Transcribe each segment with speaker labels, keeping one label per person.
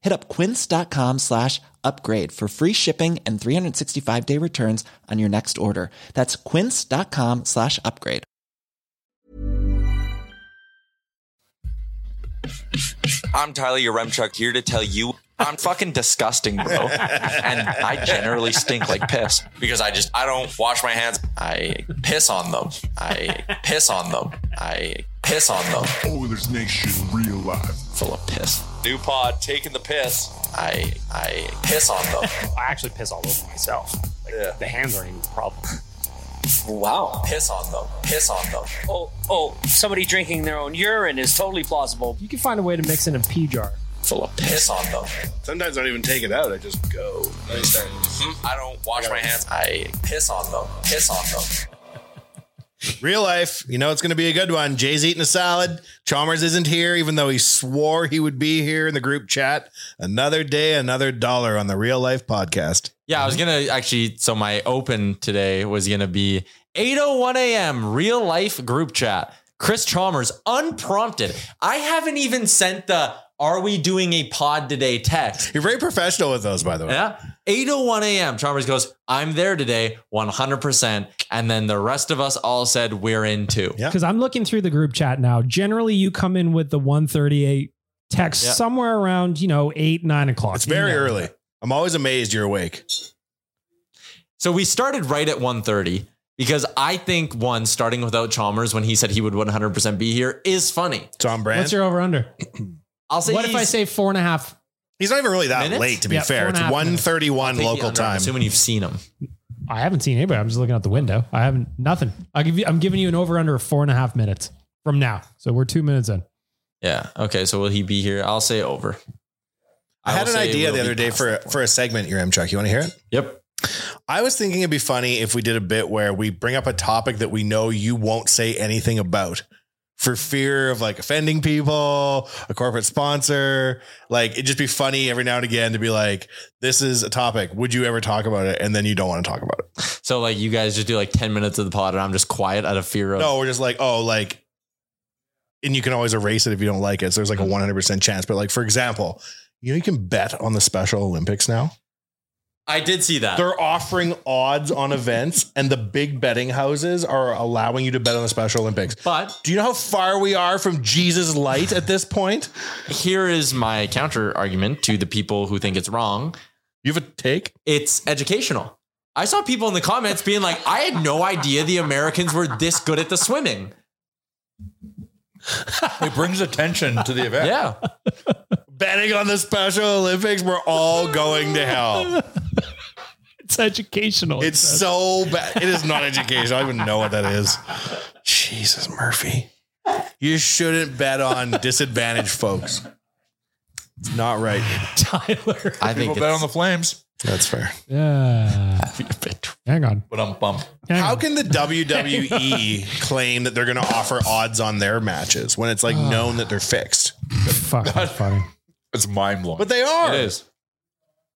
Speaker 1: Hit up quince.com slash upgrade for free shipping and 365 day returns on your next order. That's quince.com slash upgrade.
Speaker 2: I'm Tyler Yaremchuk here to tell you I'm fucking disgusting, bro. and I generally stink like piss because I just, I don't wash my hands. I piss on them. I piss on them. I piss on them.
Speaker 3: Oilers Nation real life.
Speaker 2: Full of piss. New pod taking the piss. I, I piss on them.
Speaker 4: I actually piss all over myself. Like, The hands aren't even the problem.
Speaker 2: Wow. Piss on them. Piss on them.
Speaker 5: Oh, oh, somebody drinking their own urine is totally plausible.
Speaker 4: You can find a way to mix in a pee jar.
Speaker 2: Full of piss on them.
Speaker 6: Sometimes I don't even take it out. I just go. Nice times.
Speaker 2: Mm-hmm. I don't wash my hands. I piss on them. Piss on them.
Speaker 7: Real life, you know it's going to be a good one. Jay's eating a salad. Chalmers isn't here, even though he swore he would be here in the group chat. Another day, another dollar on the Real Life podcast.
Speaker 8: Yeah, I was gonna actually. So my open today was gonna be 8:01 a.m. Real life group chat. Chris Chalmers, unprompted. I haven't even sent the "Are we doing a pod today?" text.
Speaker 7: You're very professional with those, by the way.
Speaker 8: Yeah, 8:01 a.m. Chalmers goes, "I'm there today, 100." percent And then the rest of us all said, "We're in too."
Speaker 7: Yeah.
Speaker 4: Because I'm looking through the group chat now. Generally, you come in with the 138 text
Speaker 8: Yeah.
Speaker 4: somewhere around, you know, eight, nine o'clock.
Speaker 7: It's very
Speaker 4: You know.
Speaker 7: early. I'm always amazed you're awake.
Speaker 8: So we started right at 1:30 because I think one starting without Chalmers when he said he would 100% be here is funny.
Speaker 7: It's on brand.
Speaker 4: What's your over under?
Speaker 8: I'll say
Speaker 4: What if I
Speaker 8: he's-
Speaker 4: say four and a half?
Speaker 7: He's not even really that
Speaker 8: Minutes?
Speaker 7: late, to be
Speaker 4: Yeah, four
Speaker 7: fair.
Speaker 4: and
Speaker 7: It's
Speaker 4: a half minutes.
Speaker 7: 1.31
Speaker 8: Take the
Speaker 7: local
Speaker 8: under, I'm
Speaker 7: time.
Speaker 8: Assuming you've seen him.
Speaker 4: I haven't seen anybody. I'm just looking out the window. I haven't nothing. I'll give you, I'm giving you an over under of four and a half minutes from now. So we're two minutes in.
Speaker 8: Yeah. Okay. So will he be here? I'll say over.
Speaker 7: I had
Speaker 8: will
Speaker 7: an
Speaker 8: say
Speaker 7: idea
Speaker 8: we'll
Speaker 7: the
Speaker 8: be
Speaker 7: other day
Speaker 8: past
Speaker 7: for
Speaker 8: that point.
Speaker 7: for a segment. Your M Chuck, you want to hear it?
Speaker 8: Yep.
Speaker 7: I was thinking it'd be funny if we did a bit where we bring up a topic that we know you won't say anything about for fear of like offending people, a corporate sponsor. Like it'd just be funny every now and again to be like, this is a topic. Would you ever talk about it? And then you don't want to talk about it.
Speaker 8: So like you guys just do like 10 minutes of the pod and I'm just quiet out of fear of
Speaker 7: No, we're just like, oh, like, and you can always erase it if you don't like it. So there's like a 100% chance. But like, for example, you know, you can bet on the Special Olympics now.
Speaker 8: I did see that.
Speaker 7: They're offering odds on events, and the big betting houses are allowing you to bet on the Special Olympics.
Speaker 8: but
Speaker 7: Do you know how far we are from Jesus' light at this point?
Speaker 8: here is my counter argument to the people who think it's wrong.
Speaker 7: You have a take?
Speaker 8: It's educational. I saw people in the comments being like, I had no idea the Americans were this good at the swimming.
Speaker 6: It brings attention to the event.
Speaker 8: Yeah.
Speaker 7: Betting on the Special Olympics, we're all going to hell.
Speaker 4: It's educational.
Speaker 7: It's so bad. It is not educational. I don't even know what that is. Jesus, Murphy. You shouldn't bet on disadvantaged folks. It's not right.
Speaker 4: Tyler.
Speaker 8: I think
Speaker 6: People bet on
Speaker 8: it's,
Speaker 6: the Flames.
Speaker 7: That's fair.
Speaker 4: Yeah. Hang on.
Speaker 8: but I'm bumped.
Speaker 4: Hang
Speaker 7: How
Speaker 4: on.
Speaker 7: can the WWE claim that they're going to offer odds on their matches when it's like
Speaker 4: Ah.
Speaker 7: known that they're fixed?
Speaker 4: Fuck. That's funny.
Speaker 6: It's mind blowing.
Speaker 7: But they are.
Speaker 6: It is.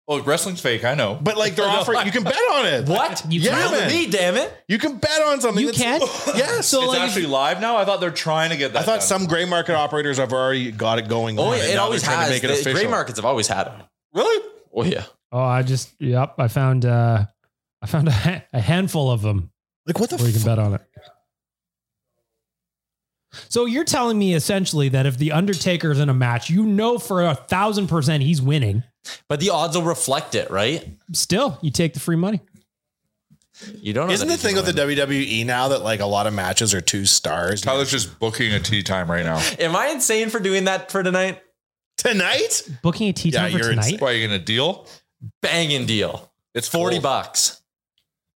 Speaker 6: Well, wrestling's fake. I know.
Speaker 7: But like they're offering, you can bet on it.
Speaker 8: What? You
Speaker 7: Yeah,
Speaker 8: yeah,
Speaker 7: man.
Speaker 8: me, damn it.
Speaker 7: You can bet on something.
Speaker 1: You can?
Speaker 7: Yes.
Speaker 1: So
Speaker 6: it's
Speaker 1: like,
Speaker 6: actually live now. I thought they're trying to get that.
Speaker 7: I thought
Speaker 6: done.
Speaker 7: some gray market operators have already got it going.
Speaker 8: Oh,
Speaker 7: on,
Speaker 8: yeah,
Speaker 7: and
Speaker 8: it
Speaker 7: now
Speaker 8: always
Speaker 7: they're
Speaker 8: has.
Speaker 7: trying To make it
Speaker 8: The
Speaker 7: official.
Speaker 8: gray markets have always had it.
Speaker 6: really.
Speaker 8: Oh, yeah.
Speaker 4: Oh, I just yep. I found uh, I found a, ha- a handful of them
Speaker 7: Like what the?
Speaker 4: where you
Speaker 7: F-
Speaker 4: can bet on it. So you're telling me essentially that if the Undertaker's in a match, you know for a thousand percent he's winning.
Speaker 8: But the odds will reflect it, right?
Speaker 4: Still, you take the free money.
Speaker 8: You don't know.
Speaker 7: isn't
Speaker 8: that
Speaker 7: the
Speaker 8: he can
Speaker 7: thing with the
Speaker 8: win.
Speaker 7: WWE now that like a lot of matches are two stars
Speaker 6: Tyler's just booking a tea time right now.
Speaker 8: Am I insane for doing that for tonight?
Speaker 7: tonight?
Speaker 4: Booking a tea
Speaker 7: Yeah,
Speaker 4: time for
Speaker 7: you're
Speaker 4: tonight.
Speaker 7: insane.
Speaker 6: Why are you gonna deal?
Speaker 8: Banging deal.
Speaker 6: It's
Speaker 8: 40
Speaker 6: cold.
Speaker 8: bucks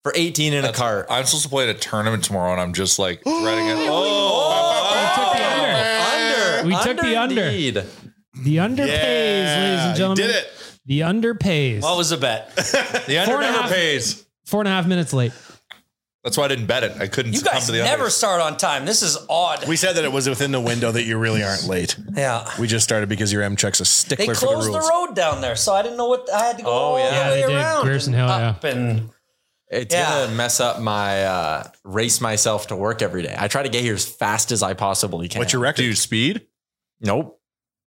Speaker 8: for 18 in a cart.
Speaker 6: I'm supposed to play at a tournament tomorrow, and I'm just like dreading it.
Speaker 8: Oh,
Speaker 4: We took the
Speaker 8: oh,
Speaker 4: under.
Speaker 8: under.
Speaker 4: We took the under.
Speaker 8: indeed.
Speaker 4: The
Speaker 6: Oh!
Speaker 4: underpays,
Speaker 7: Yeah,
Speaker 4: ladies and
Speaker 7: you
Speaker 4: gentlemen.
Speaker 7: did it.
Speaker 4: The underpays.
Speaker 8: What was the bet?
Speaker 6: The under
Speaker 4: Four and a
Speaker 6: never
Speaker 4: half.
Speaker 6: pays.
Speaker 4: Four and a half minutes late.
Speaker 6: That's why I didn't bet it. I couldn't
Speaker 5: You
Speaker 6: come
Speaker 5: guys
Speaker 6: to the
Speaker 5: never
Speaker 6: under.
Speaker 5: start on time. This is odd.
Speaker 7: We said that it was within the window that you really aren't late.
Speaker 5: yeah.
Speaker 7: We just started because your M check's a
Speaker 5: They
Speaker 7: stickler for the
Speaker 5: closed the,
Speaker 7: rules.
Speaker 5: road down there, so I didn't know what I had to go
Speaker 8: Oh,
Speaker 5: all
Speaker 8: yeah. Yeah,
Speaker 5: the way
Speaker 4: they did.
Speaker 5: around.
Speaker 4: Grierson
Speaker 5: and
Speaker 4: Hill,
Speaker 5: up and
Speaker 8: It's
Speaker 5: Yeah.
Speaker 8: gonna mess up my uh, race myself to work every day. I try to get here as fast as I possibly can.
Speaker 7: What's your record?
Speaker 6: Do you speed?
Speaker 8: Nope.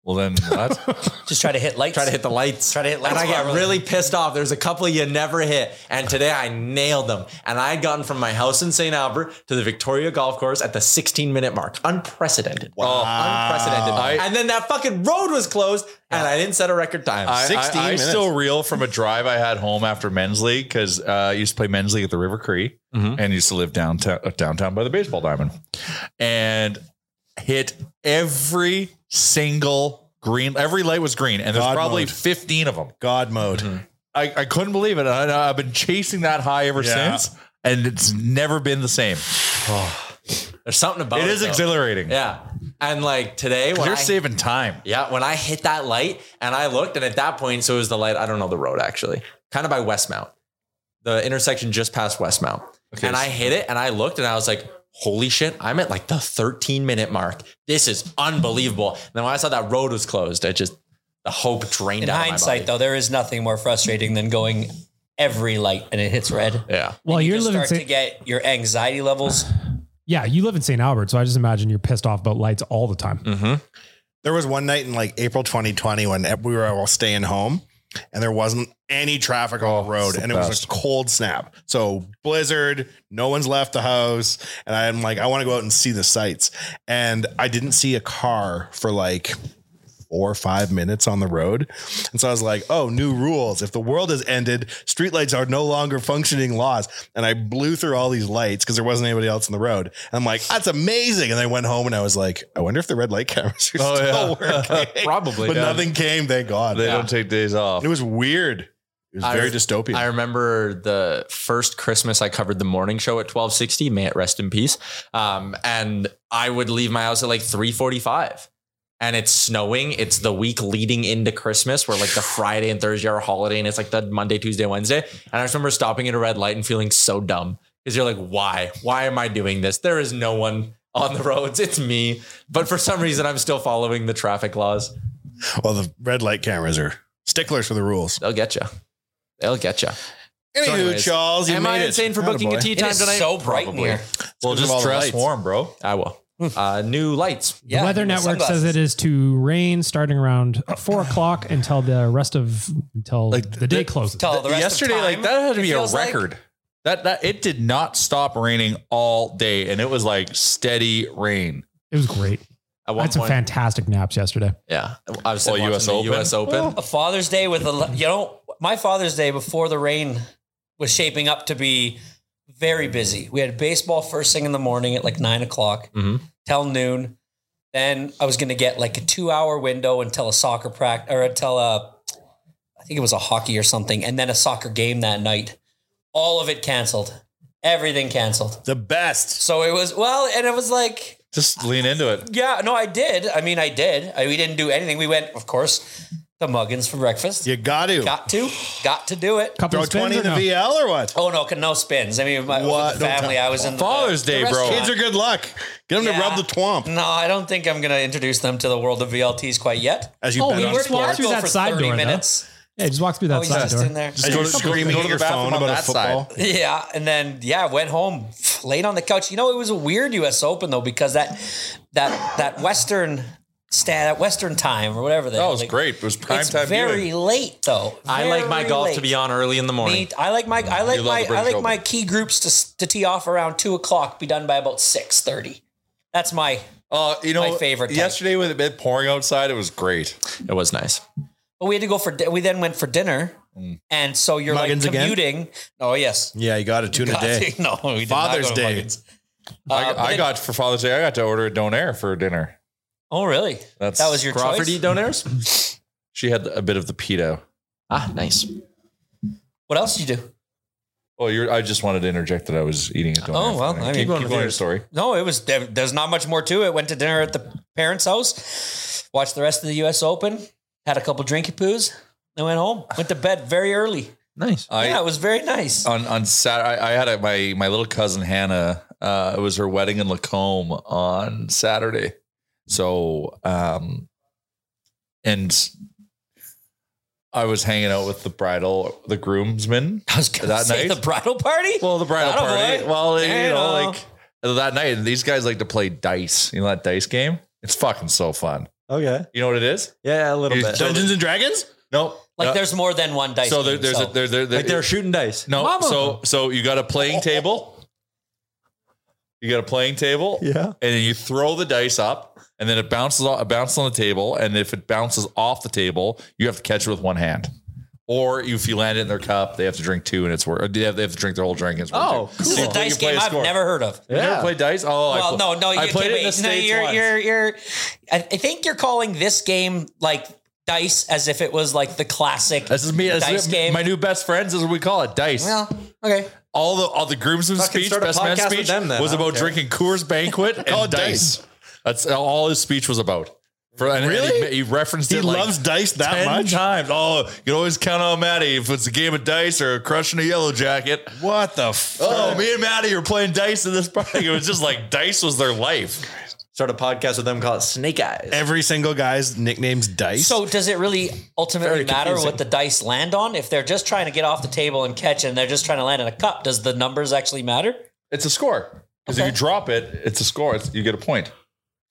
Speaker 6: Well then, what?
Speaker 5: just try to hit lights.
Speaker 8: Try to hit the lights.
Speaker 5: Try to hit lights
Speaker 8: And I get
Speaker 5: properly.
Speaker 8: really pissed off. There's a couple you never hit. And today I nailed them. And I had gotten from my house in St. Albert to the Victoria Golf Course at the 16 minute mark. Unprecedented. Oh,
Speaker 7: Wow.
Speaker 8: Unprecedented.
Speaker 6: I-
Speaker 8: and then that fucking road was closed and I didn't set a record time.
Speaker 6: I,
Speaker 7: 16
Speaker 6: I, I
Speaker 7: minutes.
Speaker 6: still reel from a drive I had home after men's league because uh, I used to play men's league at the River Cree
Speaker 7: Mm-hmm.
Speaker 6: and used to live downtown uh, downtown by the baseball diamond and hit every single green. Every light was green, and there's
Speaker 7: God
Speaker 6: probably
Speaker 7: mode.
Speaker 6: 15 of them.
Speaker 7: God mode.
Speaker 6: Mm-hmm. I, I couldn't believe it. I, I've been chasing that high ever
Speaker 7: Yeah.
Speaker 6: since, and it's never been the same.
Speaker 8: There's something about it.
Speaker 6: it is
Speaker 8: though.
Speaker 6: exhilarating.
Speaker 8: Yeah. And like today when
Speaker 6: You're
Speaker 8: I,
Speaker 6: saving time.
Speaker 8: Yeah, when I hit that light and I looked, and at that point, so it was the light, I don't know the road actually, kind of by Westmount, the intersection just past Westmount.
Speaker 6: Okay.
Speaker 8: And I hit it and I looked and I was like, holy shit, I'm at like the 13 minute mark. This is unbelievable. And then when I saw that road was closed, I just, the hope drained
Speaker 5: In
Speaker 8: out.
Speaker 5: hindsight,
Speaker 8: of my body.
Speaker 5: though, there is nothing more frustrating than going every light and it hits red.
Speaker 8: Yeah.
Speaker 4: Well,
Speaker 5: you
Speaker 4: you're
Speaker 5: just
Speaker 4: living.
Speaker 5: start to
Speaker 4: St-
Speaker 5: get your anxiety levels.
Speaker 4: yeah, you live in St. Albert, so I just imagine you're pissed off about lights all the time.
Speaker 7: There was one night in like April 2020 when e, we were all staying home and there wasn't any traffic on the road and it was a cold snap. So blizzard, no one's left the house. And I'm like, I want to go out and see the sights. And I didn't see a car for like four or five minutes on the road. And so I was like, oh, new rules. If the world has ended, streetlights are no longer functioning laws. And I blew through all these lights because there wasn't anybody else on the road. And I'm like, that's amazing. And I went home and I was like, I wonder if the red light cameras are
Speaker 6: Oh,
Speaker 7: still
Speaker 6: yeah.
Speaker 7: working.
Speaker 6: Probably,
Speaker 7: But
Speaker 6: yeah.
Speaker 7: nothing came, thank God.
Speaker 6: They don't take days off.
Speaker 7: It was weird. It was
Speaker 8: I-
Speaker 7: very dystopian.
Speaker 8: I remember the first Christmas I covered the morning show at 1260. May it rest in peace. Um, and I would leave my house at like 345. And it's snowing. It's the week leading into Christmas, where like the Friday and Thursday are holiday, and it's like the Monday, Tuesday, Wednesday. And I just remember stopping at a red light and feeling so dumb because you're like, why? Why am I doing this? There is no one on the roads. It's me. But for some reason, I'm still following the traffic laws.
Speaker 7: well, the red light cameras are sticklers for the rules.
Speaker 8: They'll get you. They'll get you.
Speaker 7: Anywho,
Speaker 8: anyways,
Speaker 7: Charles, you
Speaker 8: Am
Speaker 7: made
Speaker 8: I
Speaker 7: it.
Speaker 8: insane for booking a
Speaker 7: Attaboy.
Speaker 8: tea
Speaker 5: It
Speaker 8: time
Speaker 5: is
Speaker 8: tonight?
Speaker 5: so bright in here.
Speaker 6: Well,
Speaker 7: because of all
Speaker 6: just
Speaker 7: the
Speaker 6: dress
Speaker 7: lights.
Speaker 6: warm, bro.
Speaker 8: I will. Uh, new lights.
Speaker 5: Yeah,
Speaker 4: the Weather
Speaker 5: and
Speaker 4: Network
Speaker 5: sunglasses.
Speaker 4: says it is to rain starting
Speaker 7: Oh,
Speaker 4: around four o'clock until the rest of until the day closes.
Speaker 5: Tell the rest
Speaker 6: yesterday,
Speaker 5: of time,
Speaker 6: like that had to
Speaker 5: it
Speaker 6: be a
Speaker 5: feels like.
Speaker 6: record. that that it did not stop raining all day, and it was like steady rain.
Speaker 4: it was great.
Speaker 8: At
Speaker 4: I
Speaker 8: one
Speaker 4: had some
Speaker 8: point,
Speaker 4: fantastic naps yesterday.
Speaker 8: yeah, I was
Speaker 6: Oh,
Speaker 8: watching
Speaker 6: US
Speaker 8: the
Speaker 6: Open?
Speaker 8: US Open.
Speaker 5: A Father's Day with a you know my Father's Day before the rain was shaping up to be very busy. We had baseball first thing in the morning at like nine o'clock
Speaker 8: Mhm.
Speaker 5: till noon. Then I was going to get like a two hour window until a soccer practice or until a I think it was a hockey or something, and then a soccer game that night. All of it canceled. Everything canceled.
Speaker 7: The best.
Speaker 5: So it was well, and it was like
Speaker 6: Just lean into it.
Speaker 5: Yeah, no, I did. I mean, I did. I, we didn't do anything. We went, of course, the muggins for breakfast.
Speaker 7: You got to.
Speaker 5: Got to. Got to do it.
Speaker 7: Throw 20 in the VL or what?
Speaker 5: Oh, no, can no spins. I mean, my
Speaker 7: What?
Speaker 5: with the
Speaker 7: Don't
Speaker 5: family,
Speaker 7: tell-
Speaker 5: I was in the
Speaker 6: Father's
Speaker 5: the
Speaker 6: Day, bro.
Speaker 5: restaurant.
Speaker 7: Kids are good luck. Get them to
Speaker 5: Yeah.
Speaker 7: rub the twomp.
Speaker 5: No, I don't think I'm going to introduce them to the world of VLTs quite yet.
Speaker 7: As you
Speaker 4: Oh,
Speaker 7: bet
Speaker 4: we
Speaker 7: on
Speaker 4: were
Speaker 7: sport.
Speaker 4: walked through
Speaker 5: Go
Speaker 4: that
Speaker 5: for
Speaker 4: side
Speaker 5: 30
Speaker 4: door, though.
Speaker 5: minutes.
Speaker 4: Yeah, just walk through that
Speaker 5: Oh, he's
Speaker 4: side
Speaker 5: just
Speaker 4: door.
Speaker 5: in there.
Speaker 7: As you
Speaker 6: Go
Speaker 7: were
Speaker 6: to- go-
Speaker 7: screaming
Speaker 6: go
Speaker 7: at
Speaker 6: to
Speaker 7: your
Speaker 6: the bathroom
Speaker 7: phone
Speaker 6: on
Speaker 7: about a
Speaker 6: that
Speaker 7: football.
Speaker 5: Yeah, and then yeah, went home, laid on the couch. You know, it was a weird U.S. Open though because that that that Western stand at Western time or whatever. That
Speaker 6: That was great. It was prime
Speaker 5: it's
Speaker 6: time
Speaker 5: very
Speaker 6: viewing.
Speaker 5: late though.
Speaker 8: I like my
Speaker 5: Very
Speaker 8: golf
Speaker 5: late.
Speaker 8: to be on early in the morning.
Speaker 5: Me- I like my I like
Speaker 6: love
Speaker 5: my
Speaker 6: the British
Speaker 5: I like my
Speaker 6: Open.
Speaker 5: key groups to s- to tee off around two o'clock, be done by about six thirty. That's my.
Speaker 6: Uh, you know,
Speaker 5: My favorite type.
Speaker 6: Yesterday with it been pouring outside, it was great.
Speaker 8: It was nice.
Speaker 5: But we had to go for di- we then went for dinner,
Speaker 6: Mm.
Speaker 5: and so you're
Speaker 7: Muggins
Speaker 5: like
Speaker 7: again?
Speaker 5: commuting. Oh yes,
Speaker 7: Yeah, you got to tune a day.
Speaker 5: no, we did not
Speaker 7: Father's
Speaker 5: go to
Speaker 7: Day.
Speaker 5: Muggins. Uh, but
Speaker 6: I, I
Speaker 5: it-
Speaker 6: got for Father's Day, I got to order a donair for dinner.
Speaker 5: Oh really?
Speaker 6: That's-
Speaker 5: that was your
Speaker 8: Crawford
Speaker 5: choice.
Speaker 8: eat donairs?
Speaker 6: She had a bit of the pita.
Speaker 8: Ah, nice.
Speaker 5: What else did you do?
Speaker 6: Oh, you're, I just wanted to interject that I was eating a donair.
Speaker 5: Oh,
Speaker 6: for
Speaker 5: well,
Speaker 6: dinner.
Speaker 5: I mean,
Speaker 6: keep
Speaker 5: keep
Speaker 6: going with your
Speaker 8: yours.
Speaker 6: story.
Speaker 5: No, it was there- there's not much more to it. Went to dinner at the parents' house, watched the rest of the U.S. Open, had a couple drinky poos, then went home. Went to bed very early.
Speaker 8: Nice.
Speaker 6: I, Uh,
Speaker 5: yeah, it was very nice.
Speaker 6: on on Saturday, I, I had a, my my little cousin Hannah. Uh, it was her wedding in Lacombe on Saturday, so um, and I was hanging out with the bridal, the groomsmen.
Speaker 5: I was gonna
Speaker 6: that
Speaker 5: say
Speaker 6: night?
Speaker 5: the bridal party.
Speaker 6: Well, the bridal
Speaker 5: Atta
Speaker 6: party.
Speaker 5: boy.
Speaker 6: Well, you
Speaker 5: Hey,
Speaker 6: know,
Speaker 5: now.
Speaker 6: like that night, and these guys like to play dice. You know that dice game? It's fucking so fun.
Speaker 8: Okay.
Speaker 6: You know what it is?
Speaker 8: Yeah, a little
Speaker 6: You-
Speaker 8: bit.
Speaker 6: so-
Speaker 7: Dungeons and Dragons?
Speaker 6: Nope.
Speaker 5: like
Speaker 6: No.
Speaker 5: there's more than one dice.
Speaker 6: Uh, so there,
Speaker 5: game,
Speaker 6: there's a, there, there, there,
Speaker 8: like they're shooting dice.
Speaker 6: No, so so you got a playing table. You got a playing table,
Speaker 8: Yeah.
Speaker 6: and then you throw the dice up, and then it bounces off, it bounces on the table, and if it bounces off the table, you have to catch it with one hand. Or if you land it in their cup, they have to drink two, and it's worth. They have, they have to drink their whole drink. And it's worth
Speaker 8: Oh, cool.
Speaker 6: two.
Speaker 5: this is
Speaker 6: You
Speaker 5: a
Speaker 6: play-
Speaker 5: dice
Speaker 6: you play
Speaker 5: game
Speaker 6: a
Speaker 5: I've
Speaker 6: score.
Speaker 5: never heard of.
Speaker 6: You never played dice? Oh, I
Speaker 5: Well,
Speaker 6: pl-
Speaker 5: no, no, you
Speaker 6: I played it
Speaker 5: can't-
Speaker 6: in the
Speaker 5: wait, no,
Speaker 6: states
Speaker 5: you're,
Speaker 6: once.
Speaker 5: you're, you're. I, I think you're calling this game like dice as if it was like the classic
Speaker 6: This is me. This
Speaker 5: dice
Speaker 6: is
Speaker 5: game.
Speaker 6: My new best friends is what we call it. Dice.
Speaker 5: well, okay.
Speaker 6: all the all the groomsmen
Speaker 8: Fucking
Speaker 6: speech,
Speaker 8: start a
Speaker 6: best man
Speaker 8: podcast with
Speaker 6: speech,
Speaker 8: them then.
Speaker 6: was
Speaker 8: I don't
Speaker 6: about
Speaker 8: care.
Speaker 6: drinking Coors Banquet and dice. That's all his speech was about. For, and, and
Speaker 7: Really?
Speaker 6: he, he referenced
Speaker 7: He
Speaker 6: it like
Speaker 7: loves dice that
Speaker 6: ten
Speaker 7: much?
Speaker 6: times. Oh, you can always count on Maddie if it's a game of dice or crushing a yellow jacket.
Speaker 7: What the fuck?
Speaker 6: Oh, me and Maddie are playing dice in this party. It was just like dice was their life.
Speaker 8: Start a podcast with them, call it Snake Eyes.
Speaker 7: Every single guy's nickname's Dice.
Speaker 5: So does it really ultimately
Speaker 8: Very
Speaker 5: matter
Speaker 8: confusing.
Speaker 5: what the dice land on? If they're just trying to get off the table and catch and they're just trying to land in a cup, does the numbers actually matter?
Speaker 6: It's a score because
Speaker 5: Okay.
Speaker 6: if you drop it, it's a score. It's, you get a point.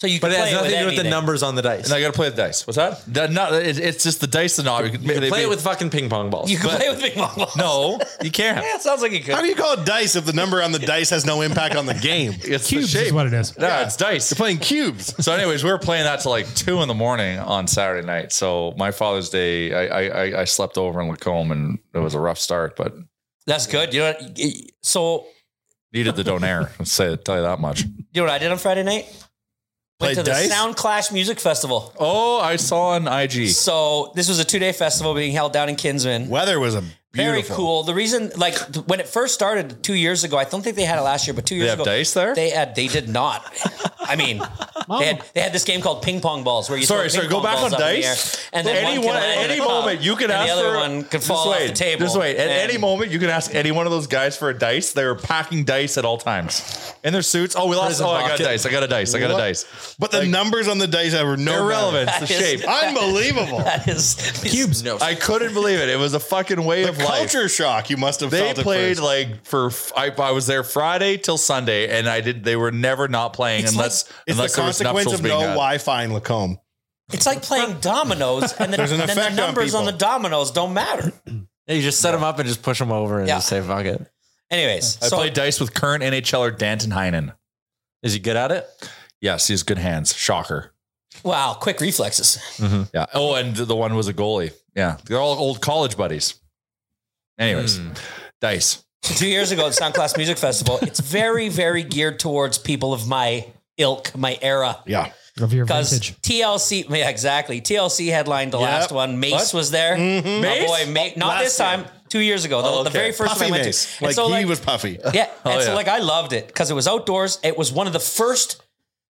Speaker 5: So you can
Speaker 8: but it
Speaker 5: play
Speaker 8: has
Speaker 5: it
Speaker 8: nothing
Speaker 5: with
Speaker 8: to do with the
Speaker 5: anything.
Speaker 8: numbers on the dice.
Speaker 6: And I got to play with dice. What's that? That- not, it- it's just the dice. The knob. You can,
Speaker 8: you
Speaker 6: they-
Speaker 8: can play
Speaker 6: they-
Speaker 8: it with fucking ping pong balls.
Speaker 5: You can
Speaker 6: but-
Speaker 5: play with big mama.
Speaker 6: No, you can't.
Speaker 5: yeah, it sounds like you could.
Speaker 7: How do you call it dice if the number on the dice has no impact on the game?
Speaker 6: It's the
Speaker 4: Cubes
Speaker 6: shape.
Speaker 4: is what it is.
Speaker 6: Yeah, it's dice.
Speaker 7: You're playing cubes.
Speaker 6: So, anyways, we were playing that till like two in the morning on Saturday night. So my Father's Day, I I, I, I slept over in Lacombe, and it was a rough start, but
Speaker 5: That's good. You know. What, so
Speaker 6: needed the donair. I'll say tell you that much.
Speaker 5: you know what I did on Friday night?
Speaker 7: Play
Speaker 5: Went to
Speaker 7: dice?
Speaker 5: the Sound Clash Music Festival.
Speaker 6: Oh, I saw on IG.
Speaker 5: So this was a two-day festival being held down in Kinsman.
Speaker 7: Weather was a beautiful.
Speaker 5: Very cool. The reason, like, th- when it first started two years ago, I don't think they had it last year, but two years
Speaker 6: They have
Speaker 5: ago,
Speaker 6: dice there.
Speaker 5: They had. They did not. I mean, they had, they had this game called ping pong balls where you
Speaker 6: Sorry,
Speaker 5: throw
Speaker 6: sorry.
Speaker 5: ping
Speaker 6: Go
Speaker 5: pong
Speaker 6: back on
Speaker 5: balls up in the
Speaker 6: dice.
Speaker 5: air, and then
Speaker 6: any one,
Speaker 5: one can
Speaker 6: at
Speaker 5: land
Speaker 6: any
Speaker 5: in a cup,
Speaker 6: moment, you can
Speaker 5: and
Speaker 6: ask
Speaker 5: the other
Speaker 6: for-
Speaker 5: one can
Speaker 6: Just
Speaker 5: fall off the
Speaker 6: wait,
Speaker 5: table.
Speaker 6: Just wait. At
Speaker 5: And-
Speaker 6: any moment, you can ask any one of those guys for a dice. They were packing dice at all times in their suits. Oh, we lost.
Speaker 8: Prison
Speaker 6: Oh, I got a
Speaker 8: bucket.
Speaker 6: dice. I got a dice. I got a dice.
Speaker 7: But the numbers on the dice have no
Speaker 6: Irrelevant. It's the
Speaker 5: That is-
Speaker 6: shape.
Speaker 7: Unbelievable.
Speaker 5: that is
Speaker 8: cubes. No.
Speaker 6: I couldn't believe it. It was a fucking way
Speaker 7: the
Speaker 6: of life.
Speaker 7: culture shock you must have
Speaker 6: They
Speaker 7: felt at
Speaker 6: played
Speaker 7: first.
Speaker 6: like for I, I was there Friday till Sunday, and I did. They were never not playing
Speaker 5: It's
Speaker 6: unless
Speaker 5: like-
Speaker 7: it's
Speaker 6: unless
Speaker 7: the
Speaker 6: there was
Speaker 7: consequence
Speaker 6: nuptials
Speaker 7: of
Speaker 6: being
Speaker 7: no
Speaker 6: had.
Speaker 7: Wi-Fi in Lacombe.
Speaker 5: It's like playing dominoes, and, then,
Speaker 7: There's an
Speaker 5: and then
Speaker 7: effect on
Speaker 5: the numbers on,
Speaker 7: people.
Speaker 5: the dominoes don't matter.
Speaker 8: you just set them up and just push them over and
Speaker 5: Yeah.
Speaker 8: just say fuck it.
Speaker 5: Anyways,
Speaker 6: I
Speaker 5: so
Speaker 6: played dice with current NHLer er Danton Heinen.
Speaker 8: Is he good at it?
Speaker 6: Yes, he's good hands. Shocker.
Speaker 5: wow, quick reflexes.
Speaker 6: Yeah. Oh, and the one was a goalie. Yeah, they're all old college buddies. Anyways,
Speaker 5: Hmm.
Speaker 6: dice.
Speaker 5: two years ago at Sound Class Music Festival. It's very, very geared towards people of my ilk, my era.
Speaker 7: Yeah.
Speaker 4: Of your
Speaker 5: Because
Speaker 4: vintage.
Speaker 5: TLC, yeah, exactly. TLC headlined the last one. Mace
Speaker 6: What?
Speaker 5: was there.
Speaker 6: Mace?
Speaker 5: My boy, Mace. Not
Speaker 7: Mm-hmm. Last
Speaker 5: this time.
Speaker 7: year.
Speaker 5: Two years ago, the,
Speaker 6: Oh,
Speaker 5: the
Speaker 6: okay.
Speaker 5: very first
Speaker 7: Puffy
Speaker 5: one I went
Speaker 7: Mace.
Speaker 5: to. And
Speaker 7: Like,
Speaker 5: so,
Speaker 7: he was puffy.
Speaker 5: yeah, and so
Speaker 6: yeah.
Speaker 5: like I loved it because it was outdoors. It was one of the first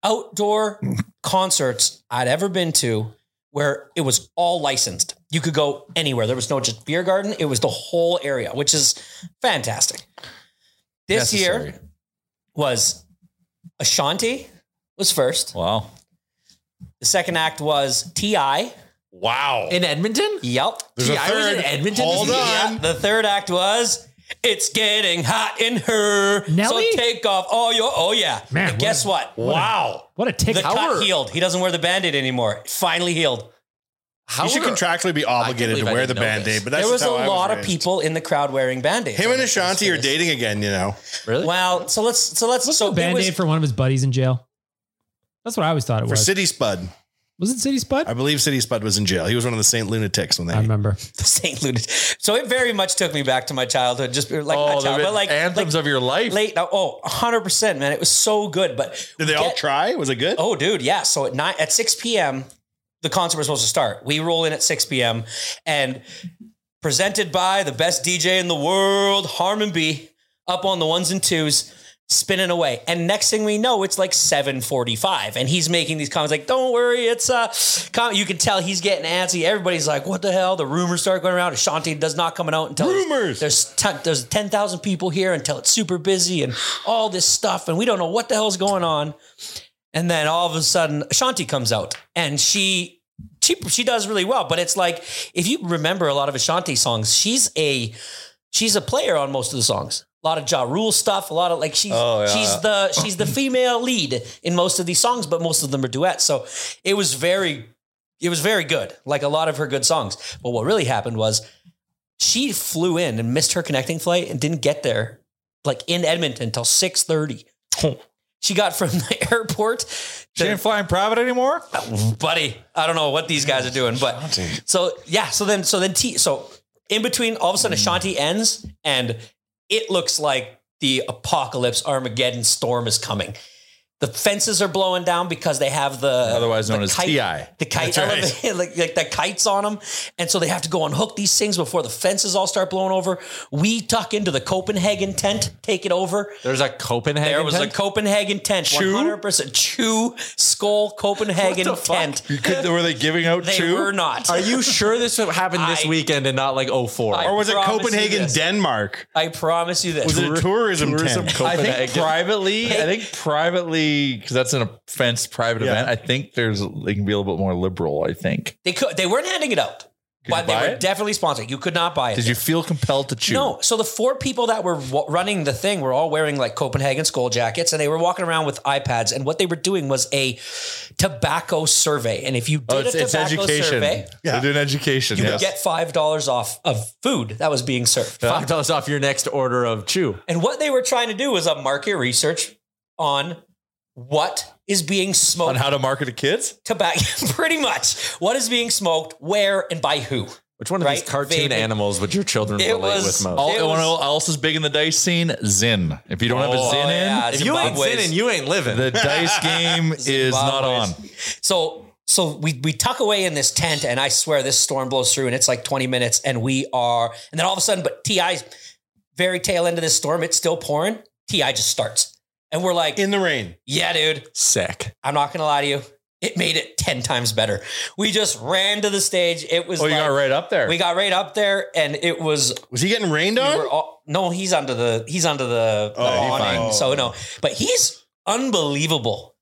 Speaker 5: outdoor concerts I'd ever been to where it was all licensed. You could go anywhere. There was no just beer garden. It was the whole area, which is fantastic. This year was Ashanti was first.
Speaker 6: Wow.
Speaker 5: The second act was T.I.
Speaker 6: Wow.
Speaker 8: In Edmonton?
Speaker 5: Yep.
Speaker 7: There's a
Speaker 8: Gee, I was in
Speaker 7: third.
Speaker 8: Edmonton
Speaker 7: Hold
Speaker 8: this
Speaker 7: on.
Speaker 5: The third act was It's Getting Hot in Her.
Speaker 4: Nelly?
Speaker 5: So take off all your oh yeah.
Speaker 4: Man,
Speaker 5: And
Speaker 4: what
Speaker 5: guess
Speaker 4: a-
Speaker 5: what?
Speaker 4: what a-
Speaker 5: wow.
Speaker 4: What a tick.
Speaker 5: the
Speaker 8: Howard-
Speaker 5: cut healed. He doesn't wear the band-aid anymore. It Finally healed.
Speaker 8: How
Speaker 7: You should
Speaker 8: were-
Speaker 7: contractually be
Speaker 8: I
Speaker 7: obligated
Speaker 8: can't
Speaker 7: to
Speaker 8: believe I
Speaker 7: wear the
Speaker 8: didn't know
Speaker 7: band
Speaker 8: this.
Speaker 7: aid, but that's
Speaker 5: there was
Speaker 7: just
Speaker 5: a
Speaker 7: how I
Speaker 5: lot of
Speaker 7: raised.
Speaker 5: people in the crowd wearing band-aids.
Speaker 7: Him and Ashanti are dating again, you know.
Speaker 8: Really?
Speaker 5: Wow. So let's so let's so
Speaker 4: So
Speaker 5: it
Speaker 4: band aid
Speaker 5: was-
Speaker 4: for one of his buddies in jail. That's what I always thought it
Speaker 7: For
Speaker 4: was.
Speaker 7: City Spud.
Speaker 4: was it City Spud?
Speaker 7: I
Speaker 4: I,
Speaker 7: believe City Spud was in jail. He was one of the Saint Lunatics when they
Speaker 4: remember.
Speaker 5: the St. Louis. So it very much took me back to my childhood. Just like
Speaker 6: oh,
Speaker 5: not
Speaker 6: they've
Speaker 5: child,
Speaker 6: been
Speaker 5: but like
Speaker 6: anthems
Speaker 5: like
Speaker 6: of your life.
Speaker 5: late. Oh, 100 percent, man. It was so good. But
Speaker 7: Did they all
Speaker 5: Get-
Speaker 7: try? Was it good?
Speaker 5: Oh, dude, yeah. So at nine at six p.m., the concert was supposed to start. We roll in at six p.m. and presented by the best DJ in the world, Harmon B, up on the ones and twos, spinning away. And next thing we know, it's like seven forty-five, and he's making these comments like, "Don't worry, it's uh, com-" you can tell he's getting antsy." Everybody's like, "What the hell?" The rumors start going around. Ashanti does not coming out until rumors. There's t- there's ten thousand people here until it's super busy and all this stuff, and we don't know what the hell's going on. And then all of a sudden, Ashanti comes out and she she she does really well. But it's like if you remember a lot of Ashanti songs, she's a she's a player on most of the songs. A lot of Ja Rule stuff, a lot of like she's
Speaker 6: Oh, yeah.
Speaker 5: she's the she's the female lead in most of these songs, but most of them are duets. So it was very it was very good, like a lot of her good songs. But what really happened was she flew in and missed her connecting flight and didn't get there like in Edmonton until 6:30. She got from the airport
Speaker 6: she didn't fly in private anymore?
Speaker 5: buddy. I don't know what these guys are doing, but so yeah. So then, so then, T. So in between, all of a sudden, Ashanti ends, and it looks like the apocalypse, Armageddon storm is coming. The fences are blowing down because they have the
Speaker 6: Otherwise known
Speaker 5: the
Speaker 6: as
Speaker 5: kite-
Speaker 6: TI.
Speaker 5: the kite
Speaker 6: That's right.
Speaker 5: elevator, like, like the kites on them, and so they have to go unhook these things before the fences all start blowing over. We tuck into the Copenhagen tent, take it over.
Speaker 8: There's a Copenhagen.
Speaker 5: There was
Speaker 8: tent?
Speaker 5: a Copenhagen tent,
Speaker 6: Chew?
Speaker 5: one hundred percent chew skull Copenhagen
Speaker 8: What the fuck?
Speaker 5: tent.
Speaker 6: You could, were they giving out
Speaker 5: They
Speaker 6: two?
Speaker 5: were not.
Speaker 8: Are you sure this happened this
Speaker 5: I-
Speaker 8: weekend and not like 04?
Speaker 5: I
Speaker 7: or was it
Speaker 5: promise you
Speaker 7: Copenhagen,
Speaker 5: this.
Speaker 7: Denmark?
Speaker 5: I promise you this.
Speaker 7: Was it a tourism,
Speaker 6: Tourism
Speaker 7: tent?
Speaker 6: I think privately, I think privately, because that's an offense private
Speaker 7: Yeah.
Speaker 6: event. I think there's they can be a little bit more liberal. I think.
Speaker 5: They could. They weren't handing it out,
Speaker 6: Could
Speaker 5: but
Speaker 6: you
Speaker 5: they
Speaker 6: buy
Speaker 5: were
Speaker 6: it?
Speaker 5: definitely sponsored. You could not buy it.
Speaker 6: Did you feel compelled to chew?
Speaker 5: No. So the four people that were w- running the thing were all wearing like Copenhagen skull jackets, and they were walking around with iPads. And what they were doing was a tobacco survey. And if you did
Speaker 6: Oh, it's,
Speaker 5: a
Speaker 6: it's
Speaker 5: tobacco
Speaker 6: education.
Speaker 5: survey,
Speaker 6: They're doing education.
Speaker 5: you
Speaker 6: yes.
Speaker 5: would get five dollars off of food that was being served.
Speaker 8: Five dollars off your next order of chew.
Speaker 5: And what they were trying to do was a market research on what is being smoked
Speaker 6: on how to market to kids.
Speaker 5: tobacco pretty much what is being smoked where and by who
Speaker 8: Which one of
Speaker 5: Right?
Speaker 8: these cartoon
Speaker 5: Vaping.
Speaker 8: animals would your children
Speaker 5: It
Speaker 8: relate
Speaker 5: was-
Speaker 8: with most?
Speaker 6: All,
Speaker 5: It
Speaker 6: you wanna
Speaker 5: was-
Speaker 6: know what else is big in the dice scene? Zin. If you don't have a
Speaker 5: Oh,
Speaker 6: zin
Speaker 5: yeah.
Speaker 6: in,
Speaker 8: if you ain't
Speaker 5: Zimbabwe's-
Speaker 8: sinning, you ain't living.
Speaker 6: the dice game is not on.
Speaker 5: so so we we tuck away in this tent and i swear this storm blows through and it's like 20 minutes and we are and then all of a sudden but ti's very tail end of this storm it's still pouring ti just starts and we're like
Speaker 7: In the rain.
Speaker 5: yeah dude
Speaker 8: Sick.
Speaker 5: i'm not gonna lie to you it made it 10 times better we just ran to the stage it was
Speaker 6: Oh, you
Speaker 5: like-
Speaker 6: got right up there.
Speaker 5: we got right up there and it was
Speaker 7: Was he getting rained
Speaker 5: we
Speaker 7: on?
Speaker 5: were all, no, he's under the he's under the, the
Speaker 7: Oh, he
Speaker 5: awning.
Speaker 7: fine.
Speaker 5: So no, but he's unbelievable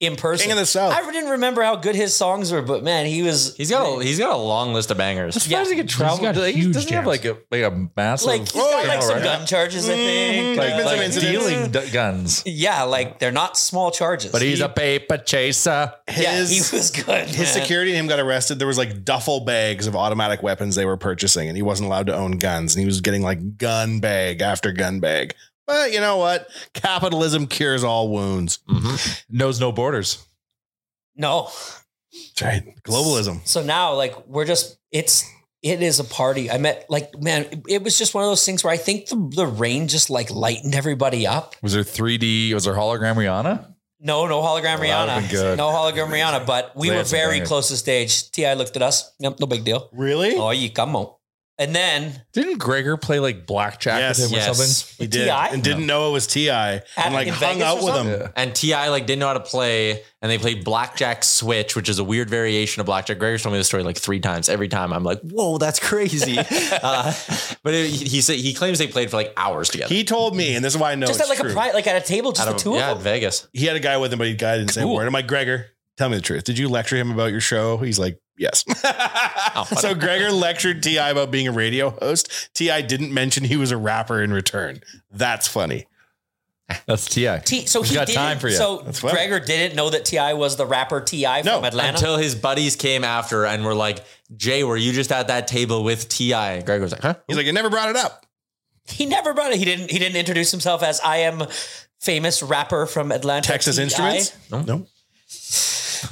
Speaker 5: in person.
Speaker 7: King of the South.
Speaker 5: I didn't remember how good his songs were, but man, he was
Speaker 8: He's got a he's got a long list of bangers.
Speaker 6: As far as he can travel,
Speaker 4: got
Speaker 6: does he
Speaker 4: huge
Speaker 6: doesn't he have like
Speaker 4: jams.
Speaker 6: a like a massive
Speaker 5: like he's
Speaker 7: Oh,
Speaker 5: got
Speaker 7: yeah,
Speaker 5: like some
Speaker 6: right.
Speaker 5: gun charges, I think.
Speaker 7: Mhm,
Speaker 5: Uh,
Speaker 6: like,
Speaker 7: There's been some
Speaker 6: like
Speaker 7: incidents.
Speaker 6: dealing d- guns.
Speaker 5: yeah, like they're not small charges.
Speaker 6: But he's a paper chaser.
Speaker 5: yeah,
Speaker 7: His,
Speaker 5: he was good.
Speaker 7: his
Speaker 5: man.
Speaker 7: security and him got arrested. There was like duffel bags of automatic weapons they were purchasing, and he wasn't allowed to own guns. And he was getting like gun bag after gun bag. But you know what? Capitalism cures all wounds.
Speaker 6: Knows no borders.
Speaker 5: No,
Speaker 7: That's right. Globalism.
Speaker 5: so now like we're just it's it is a party i met like man it was just one of those things where i think the, the rain just like lightened everybody up
Speaker 6: Was there 3D? Was there hologram Rihanna?
Speaker 5: no no hologram
Speaker 6: Well, that would've been
Speaker 5: rihanna
Speaker 6: good.
Speaker 5: no hologram rihanna but we
Speaker 6: They
Speaker 5: were
Speaker 6: had some
Speaker 5: very
Speaker 6: bangers.
Speaker 5: close to stage ti looked at us yep no big deal
Speaker 7: Really?
Speaker 5: oh you come on And then
Speaker 6: Didn't Gregor play like blackjack
Speaker 7: Yes.
Speaker 6: with him
Speaker 8: Yes.
Speaker 6: or something?
Speaker 7: He did,
Speaker 5: T.I.?
Speaker 7: and didn't know it was Ti, and like
Speaker 5: in
Speaker 7: hung
Speaker 5: Vegas
Speaker 7: out
Speaker 5: or
Speaker 7: with
Speaker 5: something?
Speaker 7: him.
Speaker 8: And Ti like didn't know how to play, and they played blackjack switch, which is a weird variation of blackjack. Gregor's told me this story like three times. Every time I'm like, "Whoa, that's crazy!" uh, but it, he, he said he claims they played for like hours together.
Speaker 7: He told me, and this is why I know
Speaker 5: just
Speaker 7: it's
Speaker 5: at like
Speaker 7: true.
Speaker 5: a pri- like at a table, just
Speaker 8: Out
Speaker 5: the
Speaker 8: of-
Speaker 5: two
Speaker 8: yeah,
Speaker 5: of
Speaker 8: in
Speaker 5: them.
Speaker 8: Guys.
Speaker 7: he had a guy with him, but he guy didn't say a word. I'm like, Gregor, tell me the truth. Did you lecture him about your show? He's like, yes.
Speaker 5: Oh,
Speaker 7: so Gregor lectured Ti about being a radio host. Ti didn't mention he was a rapper in return. That's funny.
Speaker 6: That's Ti.
Speaker 5: T- so
Speaker 6: He's
Speaker 5: he
Speaker 6: got
Speaker 5: didn't,
Speaker 6: time for you.
Speaker 5: So
Speaker 7: That's funny.
Speaker 5: Gregor didn't know that Ti was the rapper Ti
Speaker 7: No,
Speaker 5: from Atlanta.
Speaker 8: Until his buddies came after and were like, "Jay, were you just at that table with Ti?" And Gregor was like, "Huh."
Speaker 7: He's like, I never brought it up.
Speaker 5: he never brought it. He didn't. He didn't introduce himself as I am famous rapper from Atlanta.
Speaker 7: Texas
Speaker 5: T.I."
Speaker 7: Instruments. No,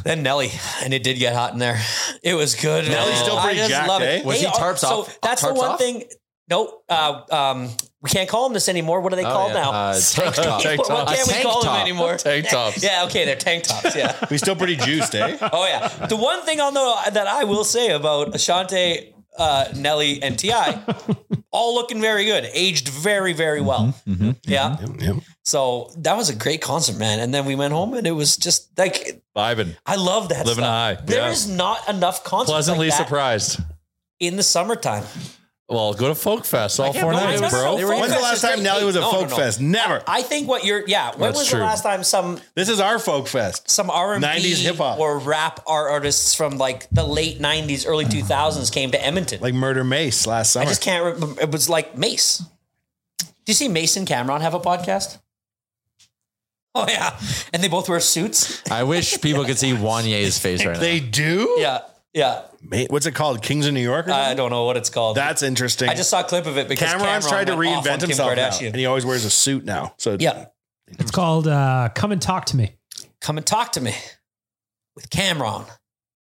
Speaker 5: Then Nelly, and it did get hot in there. It was good.
Speaker 7: Nelly's
Speaker 5: man.
Speaker 7: still
Speaker 5: I
Speaker 7: pretty
Speaker 5: just
Speaker 7: jacked,
Speaker 5: love
Speaker 7: eh?
Speaker 5: it.
Speaker 8: Was
Speaker 5: They
Speaker 8: he
Speaker 5: are-
Speaker 8: tarps
Speaker 5: so
Speaker 8: off-
Speaker 5: That's the
Speaker 8: tarps
Speaker 5: one
Speaker 8: off?
Speaker 5: thing. No, uh, um, we can't call them this anymore. What are they called
Speaker 8: yeah,
Speaker 5: now?
Speaker 8: uh, tank top.
Speaker 5: what what
Speaker 8: A
Speaker 5: can't we
Speaker 8: tank
Speaker 5: call
Speaker 8: top.
Speaker 5: them anymore?
Speaker 6: Tank tops.
Speaker 5: Yeah, okay, they're tank tops. Yeah.
Speaker 7: we still pretty juiced, eh?
Speaker 5: Oh yeah. The one thing I'll know that I will say about Ashante, uh, Nelly, and Ti, all looking very good, aged very very
Speaker 8: Mm-hmm.
Speaker 5: well.
Speaker 6: Mm-hmm.
Speaker 5: yeah.
Speaker 7: yep.
Speaker 5: So that was a great concert, man. And then we went home, and it was just like
Speaker 6: Vibin.
Speaker 5: I love that.
Speaker 6: Living high,
Speaker 5: stuff. There
Speaker 6: yeah.
Speaker 5: is not enough concerts
Speaker 6: Pleasantly
Speaker 5: like that
Speaker 6: surprised.
Speaker 5: in the summertime.
Speaker 6: Well, go to Folk Fest all four
Speaker 5: believe
Speaker 6: nights,
Speaker 5: it.
Speaker 6: bro.
Speaker 5: They were-
Speaker 7: When's the
Speaker 5: Oh, Fest
Speaker 7: last
Speaker 5: is
Speaker 7: time
Speaker 5: great.
Speaker 7: Nelly was at
Speaker 5: No, no,
Speaker 7: Folk
Speaker 5: no.
Speaker 7: Fest? Never.
Speaker 5: I think what you're yeah. When
Speaker 6: That's
Speaker 5: was
Speaker 6: true.
Speaker 5: the last time some
Speaker 7: This is our Folk Fest.
Speaker 5: some R and
Speaker 7: 90s hip hop.
Speaker 5: or rap art artists from like the late '90s, early 2000s came to Edmonton?
Speaker 7: Like Murder Mace last
Speaker 5: I
Speaker 7: summer.
Speaker 5: just can't remember. It was like Mace. Do you see Mace and Cameron have a podcast? Oh yeah, and they both wear suits.
Speaker 8: I wish people could see Wanye's face right now.
Speaker 7: They do?
Speaker 5: Yeah, yeah.
Speaker 7: Ma- What's it called? Kings of New York? Or
Speaker 5: I
Speaker 7: something?
Speaker 5: don't know what it's called.
Speaker 7: That's interesting.
Speaker 5: I just saw a clip of it because
Speaker 7: Cameron's
Speaker 5: Cameron
Speaker 7: tried to
Speaker 5: went off on
Speaker 7: reinvent
Speaker 5: Kim
Speaker 7: himself, now,
Speaker 5: Kardashian.
Speaker 7: and he always wears a suit now. So
Speaker 5: Yeah,
Speaker 4: It's called uh, Come and Talk to Me.
Speaker 5: come and talk to me with Cameron.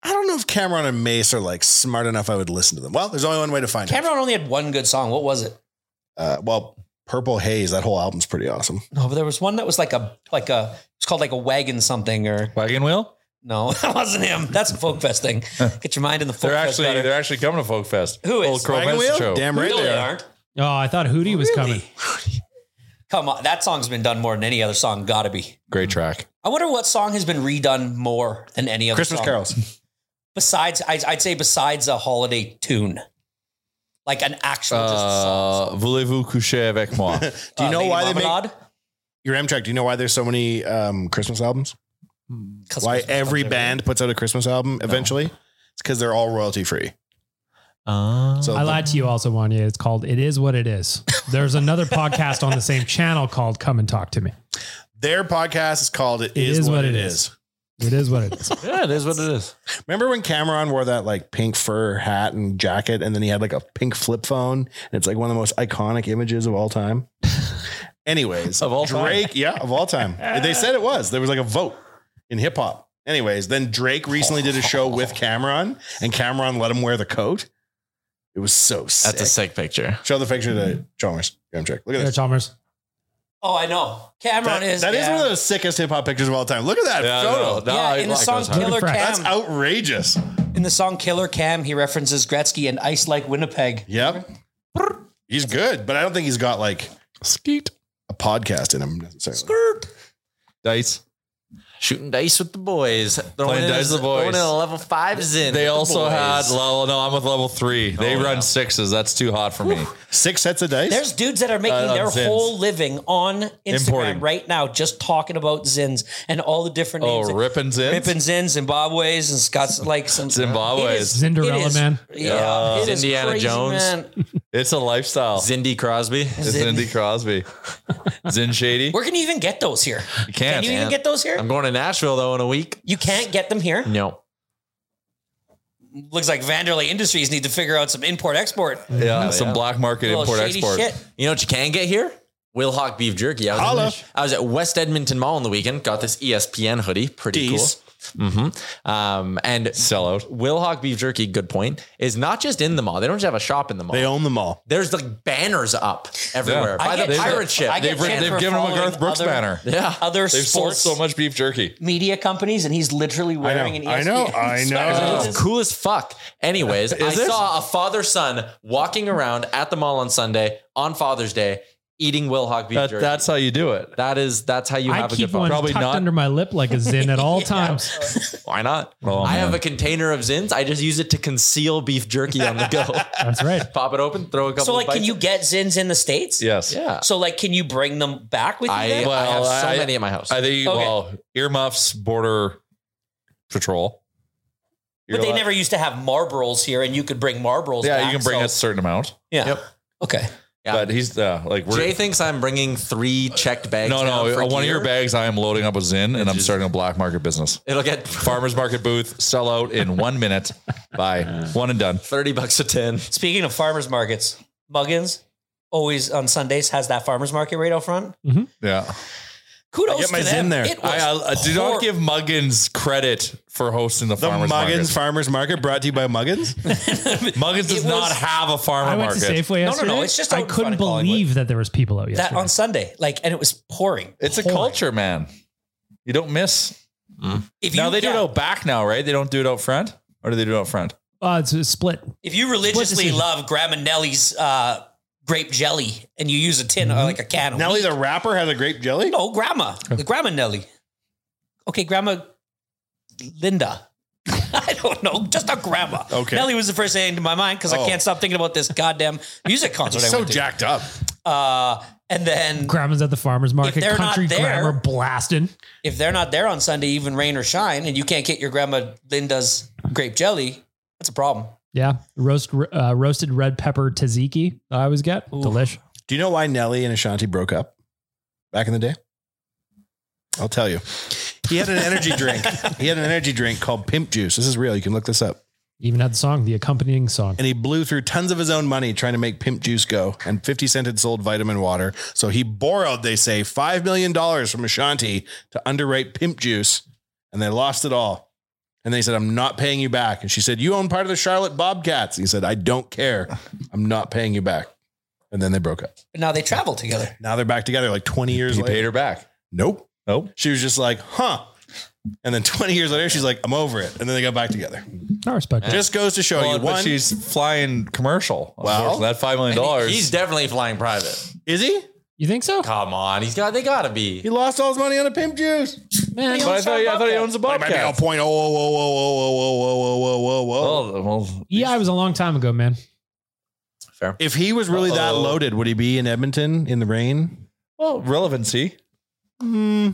Speaker 7: I don't know if Cameron and Mace are like smart enough. I would listen to them. Well, there's only one way to find out.
Speaker 5: Cameron only had one good song. What was it?
Speaker 7: Uh, well, Purple Haze. That whole album's pretty awesome.
Speaker 5: No, but there was one that was like a like a it's called like a wagon something or
Speaker 6: Wagon wheel?
Speaker 5: no, that wasn't him. That's a folk fest thing. Get your mind in the folk
Speaker 6: They're
Speaker 5: fest.
Speaker 6: actually
Speaker 5: better.
Speaker 6: they're actually coming to Folk Fest.
Speaker 5: Who is?
Speaker 6: Old Crow
Speaker 7: Wagon
Speaker 6: Medicine
Speaker 7: Wheel?
Speaker 6: Show.
Speaker 7: Damn right
Speaker 5: no,
Speaker 7: they
Speaker 5: they
Speaker 7: are.
Speaker 5: aren't.
Speaker 4: Oh, I thought Hootie was coming.
Speaker 5: Come on, that song's been done more than any other song. Gotta be.
Speaker 6: Great track.
Speaker 5: I wonder what song has been redone more than any other
Speaker 7: Christmas
Speaker 5: song.
Speaker 7: carols.
Speaker 5: Besides, I, I'd say besides a holiday tune, like an actual just uh, song.
Speaker 6: Uh, Voulez-vous coucher avec moi?
Speaker 7: Do you know why they make
Speaker 5: they
Speaker 7: your Amtrak? Do you know why there's so many um, Christmas albums?
Speaker 5: make? 'Cause
Speaker 7: Why
Speaker 5: Christmas
Speaker 7: every
Speaker 5: comes
Speaker 7: band puts out a Christmas album eventually? It's because they're all royalty free. so
Speaker 4: Ah, I lied to you also, Wanya. It's called It Is What It Is. There's another podcast on the same channel called Come and Talk to Me.
Speaker 7: their podcast is called "It Is, What It is.
Speaker 4: It is what it is.
Speaker 8: Yeah, it is what it is.
Speaker 7: Remember when Cameron wore that like pink fur hat and jacket, and then he had like a pink flip phone, and it's like one of the most iconic images of all time. Anyways,
Speaker 6: Of all time.
Speaker 7: Drake, yeah, of all time. They said it was. There was like a vote in hip hop. Anyways, then Drake recently did a show with Cameron, and Cameron let him wear the coat. It was so sick.
Speaker 8: That's a sick picture.
Speaker 7: Show the picture to Chalmers. Graham Drake. Look at
Speaker 4: There,
Speaker 7: this.
Speaker 4: Chalmers.
Speaker 5: Oh, I know. Cameron
Speaker 7: That-
Speaker 5: is.
Speaker 7: that
Speaker 5: yeah.
Speaker 7: is one of the sickest hip hop pictures of all time. Look at that
Speaker 6: Yeah, I
Speaker 7: photo.
Speaker 6: know. No,
Speaker 5: yeah,
Speaker 6: I
Speaker 5: in the
Speaker 6: like
Speaker 5: song
Speaker 6: those hats.
Speaker 5: Killer
Speaker 4: Pretty fresh.
Speaker 7: That's
Speaker 5: Cam,
Speaker 7: outrageous.
Speaker 5: in the song Killer Cam, he references Gretzky and Ice Like Winnipeg.
Speaker 7: Yep. He's good, but I don't think he's got like skeet a podcast in him necessarily.
Speaker 6: Dice.
Speaker 8: Shooting dice with the boys. Throwing
Speaker 6: Playing
Speaker 8: in
Speaker 6: dice with the
Speaker 8: throwing
Speaker 6: boys.
Speaker 8: in a level fives in. with
Speaker 6: They
Speaker 8: the
Speaker 6: also
Speaker 8: boys.
Speaker 6: had level. No, I'm with level three. They
Speaker 8: Oh,
Speaker 6: run
Speaker 8: yeah.
Speaker 6: sixes. That's too hot for me.
Speaker 7: Six sets of dice.
Speaker 5: There's dudes that are making
Speaker 6: Uh, on
Speaker 5: their
Speaker 6: Zins.
Speaker 5: whole living on Instagram
Speaker 6: Importing.
Speaker 5: right now, just talking about Zins and all the different
Speaker 6: Oh,
Speaker 5: names.
Speaker 6: ripping zins.
Speaker 5: Ripping Zins, Zimbabwe's, and Scott's like some
Speaker 6: Zimbabwe's.
Speaker 5: It is-
Speaker 4: Cinderella
Speaker 5: it is-
Speaker 4: Man.
Speaker 5: Yeah,
Speaker 6: Yeah.
Speaker 5: it is
Speaker 8: Indiana
Speaker 5: crazy,
Speaker 8: Jones.
Speaker 5: man.
Speaker 6: It's a lifestyle.
Speaker 8: Zindy Crosby.
Speaker 6: It's
Speaker 5: Zin.
Speaker 6: Cindy Crosby. Zin Shady.
Speaker 5: Where can you even get those here?
Speaker 6: You
Speaker 5: Can
Speaker 6: can't.
Speaker 5: you even
Speaker 8: man.
Speaker 5: get those here?
Speaker 8: I'm going to Nashville though in a week.
Speaker 5: You can't get them here.
Speaker 8: No.
Speaker 5: Looks like Vanderlei Industries need to figure out some import export.
Speaker 6: yeah,
Speaker 8: Oh,
Speaker 6: some
Speaker 8: yeah.
Speaker 6: black market
Speaker 5: Little
Speaker 6: import
Speaker 5: shady
Speaker 6: export.
Speaker 5: shit.
Speaker 8: You know what you can get here? Will Hawk beef jerky. I was,
Speaker 7: Holla.
Speaker 8: E I was at West Edmonton Mall on the weekend. Got this ESPN hoodie. Pretty
Speaker 7: Deez.
Speaker 8: cool. Mm-hmm. Um, and
Speaker 6: Sellout.
Speaker 8: Wilhock Beef Jerky, good point, is not just in the mall. They don't just have a shop in the mall.
Speaker 7: They own the mall.
Speaker 8: There's like banners up everywhere
Speaker 5: I
Speaker 8: by the
Speaker 5: get-
Speaker 8: pirate ship.
Speaker 5: I get
Speaker 6: They've,
Speaker 5: shit
Speaker 6: they've
Speaker 5: for
Speaker 6: given him a
Speaker 5: following
Speaker 6: Garth Brooks
Speaker 5: other-
Speaker 6: banner.
Speaker 8: yeah.
Speaker 5: Other
Speaker 6: They've sold
Speaker 5: sports
Speaker 6: so much beef jerky.
Speaker 5: media companies, and he's literally wearing an E
Speaker 7: I
Speaker 5: ESPN.
Speaker 7: know, I know.
Speaker 8: It's cool as fuck. Anyways, I
Speaker 7: it?
Speaker 8: saw a father son walking around at the mall on Sunday on Father's Day eating Wilhock beef jerky. That's,
Speaker 6: how you do it.
Speaker 8: that is that's how you
Speaker 4: I
Speaker 8: have a good
Speaker 4: keep
Speaker 8: father.
Speaker 4: one
Speaker 6: Probably
Speaker 4: tucked
Speaker 6: not-
Speaker 4: under my lip like a zin at all times.
Speaker 8: Why not?
Speaker 6: Oh,
Speaker 8: I have
Speaker 6: man.
Speaker 8: a container of zins. I just use it to conceal beef jerky on the go.
Speaker 4: That's right.
Speaker 8: Pop it open, throw a couple.
Speaker 5: So, like,
Speaker 8: of
Speaker 5: can
Speaker 8: bites.
Speaker 5: you get Zins in the states?
Speaker 6: Yes.
Speaker 8: Yeah.
Speaker 5: So, like, can you bring them back with you?
Speaker 8: I,
Speaker 5: then?
Speaker 8: I have
Speaker 6: Well,
Speaker 8: so
Speaker 6: I-
Speaker 8: many at my house.
Speaker 6: I think
Speaker 5: Okay.
Speaker 6: well, earmuffs, border patrol.
Speaker 5: but
Speaker 6: You're
Speaker 5: they
Speaker 6: allowed-
Speaker 5: never used to have Marlboros here, and you could bring Marlboros.
Speaker 6: Yeah,
Speaker 5: back,
Speaker 6: you can bring
Speaker 5: so-
Speaker 6: a certain amount.
Speaker 5: Yeah.
Speaker 8: Yep.
Speaker 5: Okay.
Speaker 8: Yeah.
Speaker 6: But he's uh, like we're
Speaker 8: Jay thinks I'm bringing three checked bags.
Speaker 6: no,
Speaker 8: down
Speaker 6: no.
Speaker 8: for
Speaker 6: uh, One of
Speaker 8: gear.
Speaker 6: your bags, I am loading up with Zin, and I'm starting a black market business.
Speaker 8: It'll get
Speaker 6: Farmers market booth, sell out in one minute. Bye, one and done.
Speaker 8: thirty bucks a tin.
Speaker 5: Speaking of farmers markets, Muggins always on Sundays has that farmers market right out front.
Speaker 6: Yeah,
Speaker 5: Kudos
Speaker 7: get my
Speaker 5: to them.
Speaker 7: Zin there.
Speaker 5: It was
Speaker 6: I, uh, I, I do
Speaker 5: hor-
Speaker 6: not give Muggins credit for hosting the,
Speaker 7: The
Speaker 6: farmers
Speaker 7: Muggins
Speaker 6: market.
Speaker 7: Farmers Market brought to you by Muggins.
Speaker 6: Muggins does
Speaker 5: It was-
Speaker 6: not have a farmer
Speaker 4: I went
Speaker 6: market.
Speaker 4: to Safeway
Speaker 5: No, no, no,
Speaker 4: yesterday.
Speaker 5: it's just out
Speaker 4: I
Speaker 5: in
Speaker 4: couldn't
Speaker 5: front of Collingwood.
Speaker 4: believe that there was people out
Speaker 5: that
Speaker 4: yesterday.
Speaker 5: on Sunday, like, and it was pouring.
Speaker 6: it's a
Speaker 5: pouring.
Speaker 6: culture, man. You don't miss.
Speaker 5: If you,
Speaker 6: Now they do
Speaker 5: yeah,
Speaker 6: it out back now, right? They don't do it out front, or do they do it out front?
Speaker 4: uh, it's a split.
Speaker 5: If you religiously
Speaker 4: decision.
Speaker 5: love Graminelli's uh, grape jelly and you use a tin or like a can, of
Speaker 7: Mm-hmm. Nelly
Speaker 5: wheat-
Speaker 7: the rapper has a grape jelly.
Speaker 5: no grandma, the grandma Nelly. Okay, grandma Linda. I don't know, just a grandma.
Speaker 7: Okay.
Speaker 5: Nelly was the first thing to my mind because
Speaker 7: Oh.
Speaker 5: I can't stop thinking about this goddamn music concert. I
Speaker 7: so
Speaker 5: went to.
Speaker 7: jacked up.
Speaker 5: Uh, and then
Speaker 4: Grandma's at the farmer's market.
Speaker 5: they're not
Speaker 4: Country
Speaker 5: there-
Speaker 4: grammar blasting.
Speaker 5: if they're not there on Sunday, even rain or shine, and you can't get your grandma Linda's grape jelly, that's a problem.
Speaker 4: Yeah. Roast, uh, roasted red pepper tzatziki I always get. Delish.
Speaker 7: Do you know why Nelly and Ashanti broke up back in the day? I'll tell you. He had an energy drink. He had an energy drink called Pimp Juice. This is real. You can look this up.
Speaker 4: Even had the song, the accompanying song.
Speaker 7: And he blew through tons of his own money trying to make Pimp Juice go. And 50 Cent had sold vitamin water. So he borrowed, they say, $5 million from Ashanti to underwrite Pimp Juice. And they lost it all. And they said, I'm not paying you back. And she said, You own part of the Charlotte Bobcats. And he said, I don't care. I'm not paying you back. And then they broke up.
Speaker 5: But now they travel together.
Speaker 7: Now they're back together like 20 years
Speaker 6: He
Speaker 7: later.
Speaker 6: paid her back.
Speaker 7: Nope.
Speaker 6: Nope.
Speaker 7: She was just like, huh. And then 20 years later, she's like, I'm over it. And then they got back together.
Speaker 4: I respect that.
Speaker 7: Just goes to show
Speaker 6: Well,
Speaker 7: you
Speaker 6: Oh, but
Speaker 7: one.
Speaker 6: she's flying commercial.
Speaker 7: Well-
Speaker 6: Well, that five million dollars.
Speaker 8: He's definitely flying private.
Speaker 7: is he?
Speaker 4: You think so?
Speaker 8: Come on, he's got. They gotta be.
Speaker 7: He lost all his money on a pimp juice.
Speaker 4: Man,
Speaker 6: But I thought, I thought he owns a
Speaker 7: But it might be all
Speaker 6: Bobcat.
Speaker 7: point oh oh oh oh oh oh oh oh oh oh.
Speaker 6: Well, well,
Speaker 4: yeah, it was a long time ago, man.
Speaker 8: Fair.
Speaker 7: If he was really that
Speaker 6: Uh-oh.
Speaker 7: loaded, would he be in Edmonton in the rain?
Speaker 6: well, relevancy.
Speaker 7: Hmm.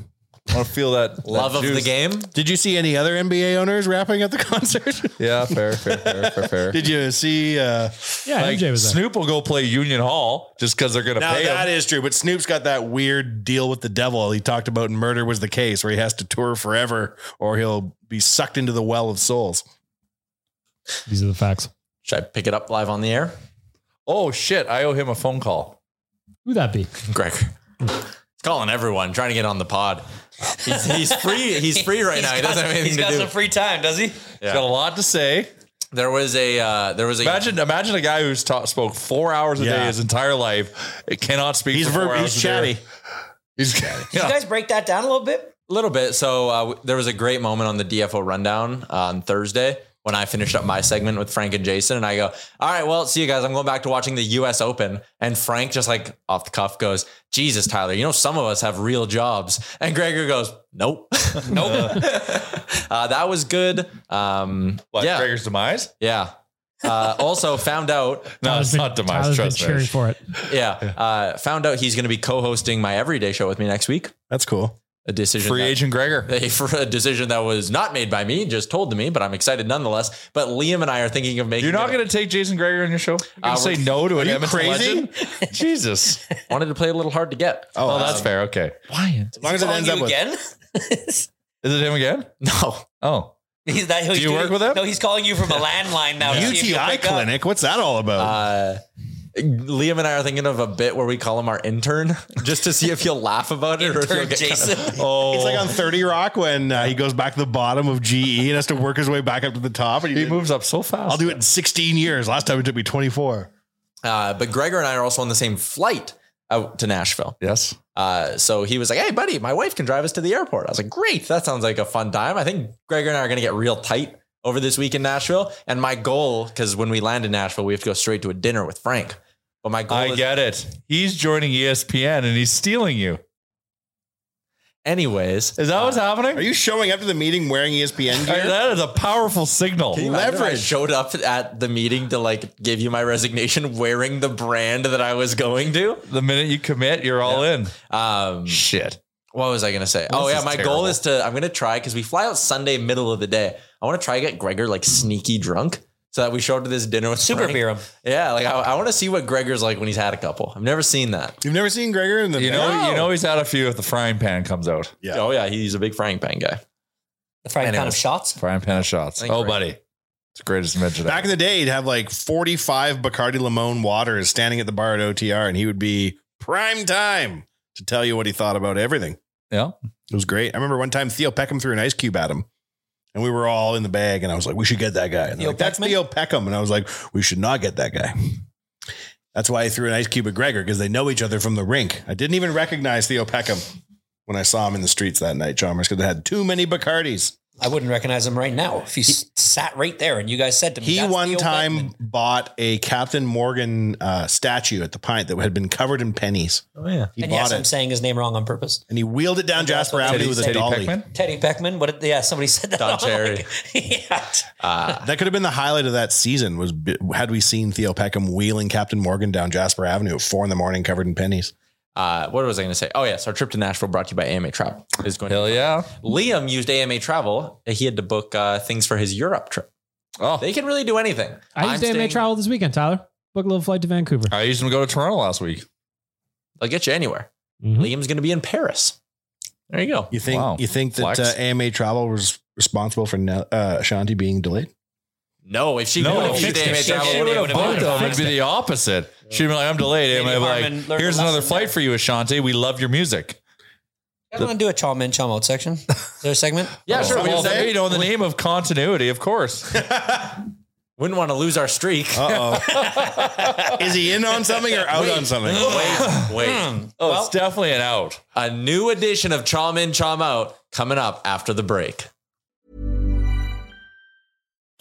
Speaker 6: I want to feel that that
Speaker 8: Love of the
Speaker 6: juice.
Speaker 8: game.
Speaker 7: Did you see any other NBA owners rapping at the concert?
Speaker 6: Yeah, fair, fair, fair, fair, fair.
Speaker 7: Did you see? Uh,
Speaker 4: Yeah,
Speaker 6: Like,
Speaker 4: MJ was there.
Speaker 6: Snoop will go play Union Hall just because they're going to
Speaker 7: now
Speaker 6: pay
Speaker 7: that
Speaker 6: him.
Speaker 7: is true, but Snoop's got that weird deal with the devil he talked about in Murder Was the Case, where he has to tour forever or he'll be sucked into the well of souls.
Speaker 4: These are the facts.
Speaker 8: Should I pick it up live on the air?
Speaker 6: oh shit! I owe him a phone call.
Speaker 4: Who'd that be?
Speaker 8: Greg. He's calling everyone, trying to get on the pod. He's, he's free. He's free right now. He doesn't have anything
Speaker 5: He's got
Speaker 8: to do.
Speaker 5: some free time, does he?
Speaker 6: He's got a lot to say.
Speaker 8: there was a. Uh, there was a.
Speaker 6: Imagine, imagine a guy who's taught, spoke four hours a
Speaker 7: Yeah.
Speaker 6: day his entire life. It cannot speak.
Speaker 7: He's
Speaker 6: for four
Speaker 7: verb,
Speaker 6: hours
Speaker 7: he's
Speaker 6: a day.
Speaker 7: chatty.
Speaker 6: He's chatty.
Speaker 5: Did you guys break that down a little bit?
Speaker 8: A little bit. So uh, w- there was a great moment on the DFO rundown uh, on Thursday when I finished up my segment with Frank and Jason, and I go, "All right, well, see you guys. I'm going back to watching the U.S. Open." And Frank just like off the cuff goes, "Jesus, Tyler, you know some of us have real jobs." And Gregor goes, "Nope, nope." uh, that was good. Um,
Speaker 6: What?
Speaker 8: yeah,
Speaker 6: Gregor's demise?
Speaker 8: yeah. Uh, also found out
Speaker 6: No,
Speaker 4: Tyler's
Speaker 6: it's
Speaker 4: been-
Speaker 6: not demise.
Speaker 4: Tyler's been
Speaker 6: Trust me.
Speaker 4: cheering for it.
Speaker 8: yeah, uh, found out he's going to be co-hosting my everyday show with me next week.
Speaker 7: That's cool.
Speaker 8: A decision
Speaker 6: Free
Speaker 8: that-
Speaker 6: agent Gregor.
Speaker 8: a, for a decision that was not made by me, just told to me, but I'm excited nonetheless. But Liam and I are thinking of making.
Speaker 6: You're not
Speaker 8: it-
Speaker 6: going to take Jason Gregor on your show? You're going
Speaker 8: Uh,
Speaker 6: to say
Speaker 8: we're-
Speaker 6: no to an
Speaker 7: you
Speaker 6: Edmonton
Speaker 7: crazy?
Speaker 6: legend? Jesus.
Speaker 8: wanted to play a little hard to get.
Speaker 6: Oh, that's fair. Okay.
Speaker 7: As long as it
Speaker 5: Calling
Speaker 7: ends up
Speaker 5: you
Speaker 7: with
Speaker 5: again?
Speaker 6: Is it him again?
Speaker 8: No,
Speaker 6: Oh.
Speaker 5: He's not, he's
Speaker 6: you work with him?
Speaker 5: No, he's calling you from a landline now. to see if you'll
Speaker 7: UTI
Speaker 5: pick up.
Speaker 7: clinic. What's that all about?
Speaker 8: uh, Liam and I are thinking of a bit where we call him our intern just to see if he'll laugh about it or if he'll
Speaker 5: Intern
Speaker 8: get kinda-
Speaker 5: Jason.
Speaker 8: oh,
Speaker 7: It's like on 30 Rock when uh, he goes back to the bottom of GE and has to work his way back up to the top. And he,
Speaker 6: He moves up so fast.
Speaker 7: I'll do it in 16 years. Last time it took me 24.
Speaker 8: Uh, but Gregor and I are also on the same flight out to Nashville.
Speaker 6: Yes.
Speaker 8: Uh, so he was like, "Hey, buddy, my wife can drive us to the airport." I was like, "Great, that sounds like a fun time." I think Gregor and I are going to get real tight over this week in Nashville. And my goal, because when we land in Nashville, we have to go straight to a dinner with Frank. But my goal
Speaker 6: I
Speaker 8: is
Speaker 6: get it. He's joining E ESPN and he's stealing you.
Speaker 8: anyways.
Speaker 6: Is that what's happening?
Speaker 7: Are you showing up to the meeting wearing E ESPN
Speaker 6: Hey,
Speaker 7: gear?
Speaker 6: that is a powerful signal.
Speaker 8: Can you imagine if I showed up at the meeting to like give you my resignation wearing the brand that I was going to.
Speaker 6: The minute you commit, you're all in.
Speaker 8: Um,
Speaker 6: Shit.
Speaker 8: What was I going to say?
Speaker 6: Well,
Speaker 8: oh,
Speaker 6: this
Speaker 8: yeah.
Speaker 6: is
Speaker 8: My
Speaker 6: terrible.
Speaker 8: goal is to, I'm going to try because we fly out Sunday, middle of the day. I want to try get Gregor like sneaky drunk so that we show up to this dinner with
Speaker 5: Super
Speaker 8: Frank.
Speaker 5: beer him.
Speaker 8: Yeah. Like, I, I want to see what Gregor's like when he's had a couple. I've never seen that.
Speaker 7: You've never seen Gregor in the
Speaker 6: You know, you know he's had a few if the frying pan comes out.
Speaker 7: Yeah.
Speaker 8: Oh, yeah. He's a big frying pan guy.
Speaker 5: The frying pan of
Speaker 8: Anyways.
Speaker 5: shots.
Speaker 6: Frying pan of shots.
Speaker 8: Thank
Speaker 6: oh,
Speaker 8: you.
Speaker 6: buddy. It's the greatest invention.
Speaker 7: Back in the day, he'd have like 45 Bacardi Limon waters standing at the bar at OTR, and he would be prime time to tell you what he thought about everything.
Speaker 6: yeah.
Speaker 7: It was great. I remember one time Theo Peckham threw an ice cube at him, and we were all in the bag, and I was like, we should get that guy. And they're
Speaker 5: Theo
Speaker 7: like, That's
Speaker 5: Peckman?
Speaker 7: Theo Peckham. And I was like, we should not get that guy. That's why I threw an ice cube at Gregor because they know each other from the rink. I didn't even recognize Theo Peckham when I saw him in the streets that night, Chalmers, because I had too many Bacardis.
Speaker 5: I wouldn't recognize him right now if he, s- sat right there and you guys said to me.
Speaker 7: He
Speaker 5: "That's
Speaker 7: one
Speaker 5: Theo
Speaker 7: time
Speaker 5: Beckman."
Speaker 7: bought a Captain Morgan uh, statue at the pint that had been covered in pennies.
Speaker 8: Oh, yeah.
Speaker 7: He
Speaker 5: And
Speaker 7: bought
Speaker 5: yes,
Speaker 7: it
Speaker 5: I'm saying his name wrong on purpose.
Speaker 7: and he wheeled it down
Speaker 5: And
Speaker 7: Jasper
Speaker 5: that's what
Speaker 7: Avenue
Speaker 5: Teddy-
Speaker 7: with a
Speaker 5: Teddy
Speaker 7: dolly.
Speaker 6: Peckman?
Speaker 5: Teddy Beckman. What? Did, yeah, somebody said that.
Speaker 8: Don
Speaker 5: I'm
Speaker 8: Cherry.
Speaker 5: like, yeah.
Speaker 8: Uh,
Speaker 7: That could have been the highlight of that season. Was b- had we seen Theo Peckham wheeling Captain Morgan down Jasper Avenue at four in the morning, covered in pennies.
Speaker 8: uh, what was I going to say? Oh, yes. Our trip to Nashville brought to you by AMA Travel is going
Speaker 6: Hell yeah.
Speaker 8: Liam used AMA Travel. He had to book uh, things for his Europe trip.
Speaker 6: Oh,
Speaker 8: They can really do anything.
Speaker 4: I used
Speaker 8: I'm
Speaker 4: AMA
Speaker 8: staying-
Speaker 4: travel this weekend, Tyler. Book a little flight to Vancouver.
Speaker 6: I used him to go to Toronto last week.
Speaker 8: They'll get you anywhere.
Speaker 4: Mhm.
Speaker 8: Liam's going to be in Paris. There you go.
Speaker 7: You think?
Speaker 6: Wow.
Speaker 7: You think
Speaker 6: Flex.
Speaker 7: that uh, AMA Travel was responsible for Ne- uh, Shanti being delayed?
Speaker 8: No, if she
Speaker 6: No.
Speaker 8: would have
Speaker 6: She
Speaker 8: used AMA
Speaker 5: fixed it.
Speaker 8: Travel,
Speaker 5: She
Speaker 8: it would've
Speaker 5: would've
Speaker 8: been
Speaker 6: Both of
Speaker 4: Yeah.
Speaker 6: them would be the opposite. She'd be like, I'm delayed. And
Speaker 5: Maybe
Speaker 6: I'd be like,
Speaker 5: Harmon learned
Speaker 6: here's
Speaker 5: a lesson
Speaker 6: another flight
Speaker 5: there.
Speaker 6: for you, Ashanti. We love your music.
Speaker 5: I want to do a chom in, chom out section. Their segment.
Speaker 8: Yeah, sure.
Speaker 6: Oh, Well,
Speaker 8: We'll
Speaker 6: there you know, in the name of continuity, of course.
Speaker 8: Wouldn't want to lose our streak.
Speaker 7: Uh oh. Is he in on something or out on something?
Speaker 8: wait, wait.
Speaker 6: Oh,
Speaker 5: Well-
Speaker 6: it's definitely an out.
Speaker 8: A new edition of Chom In, Chom Out coming up after the break.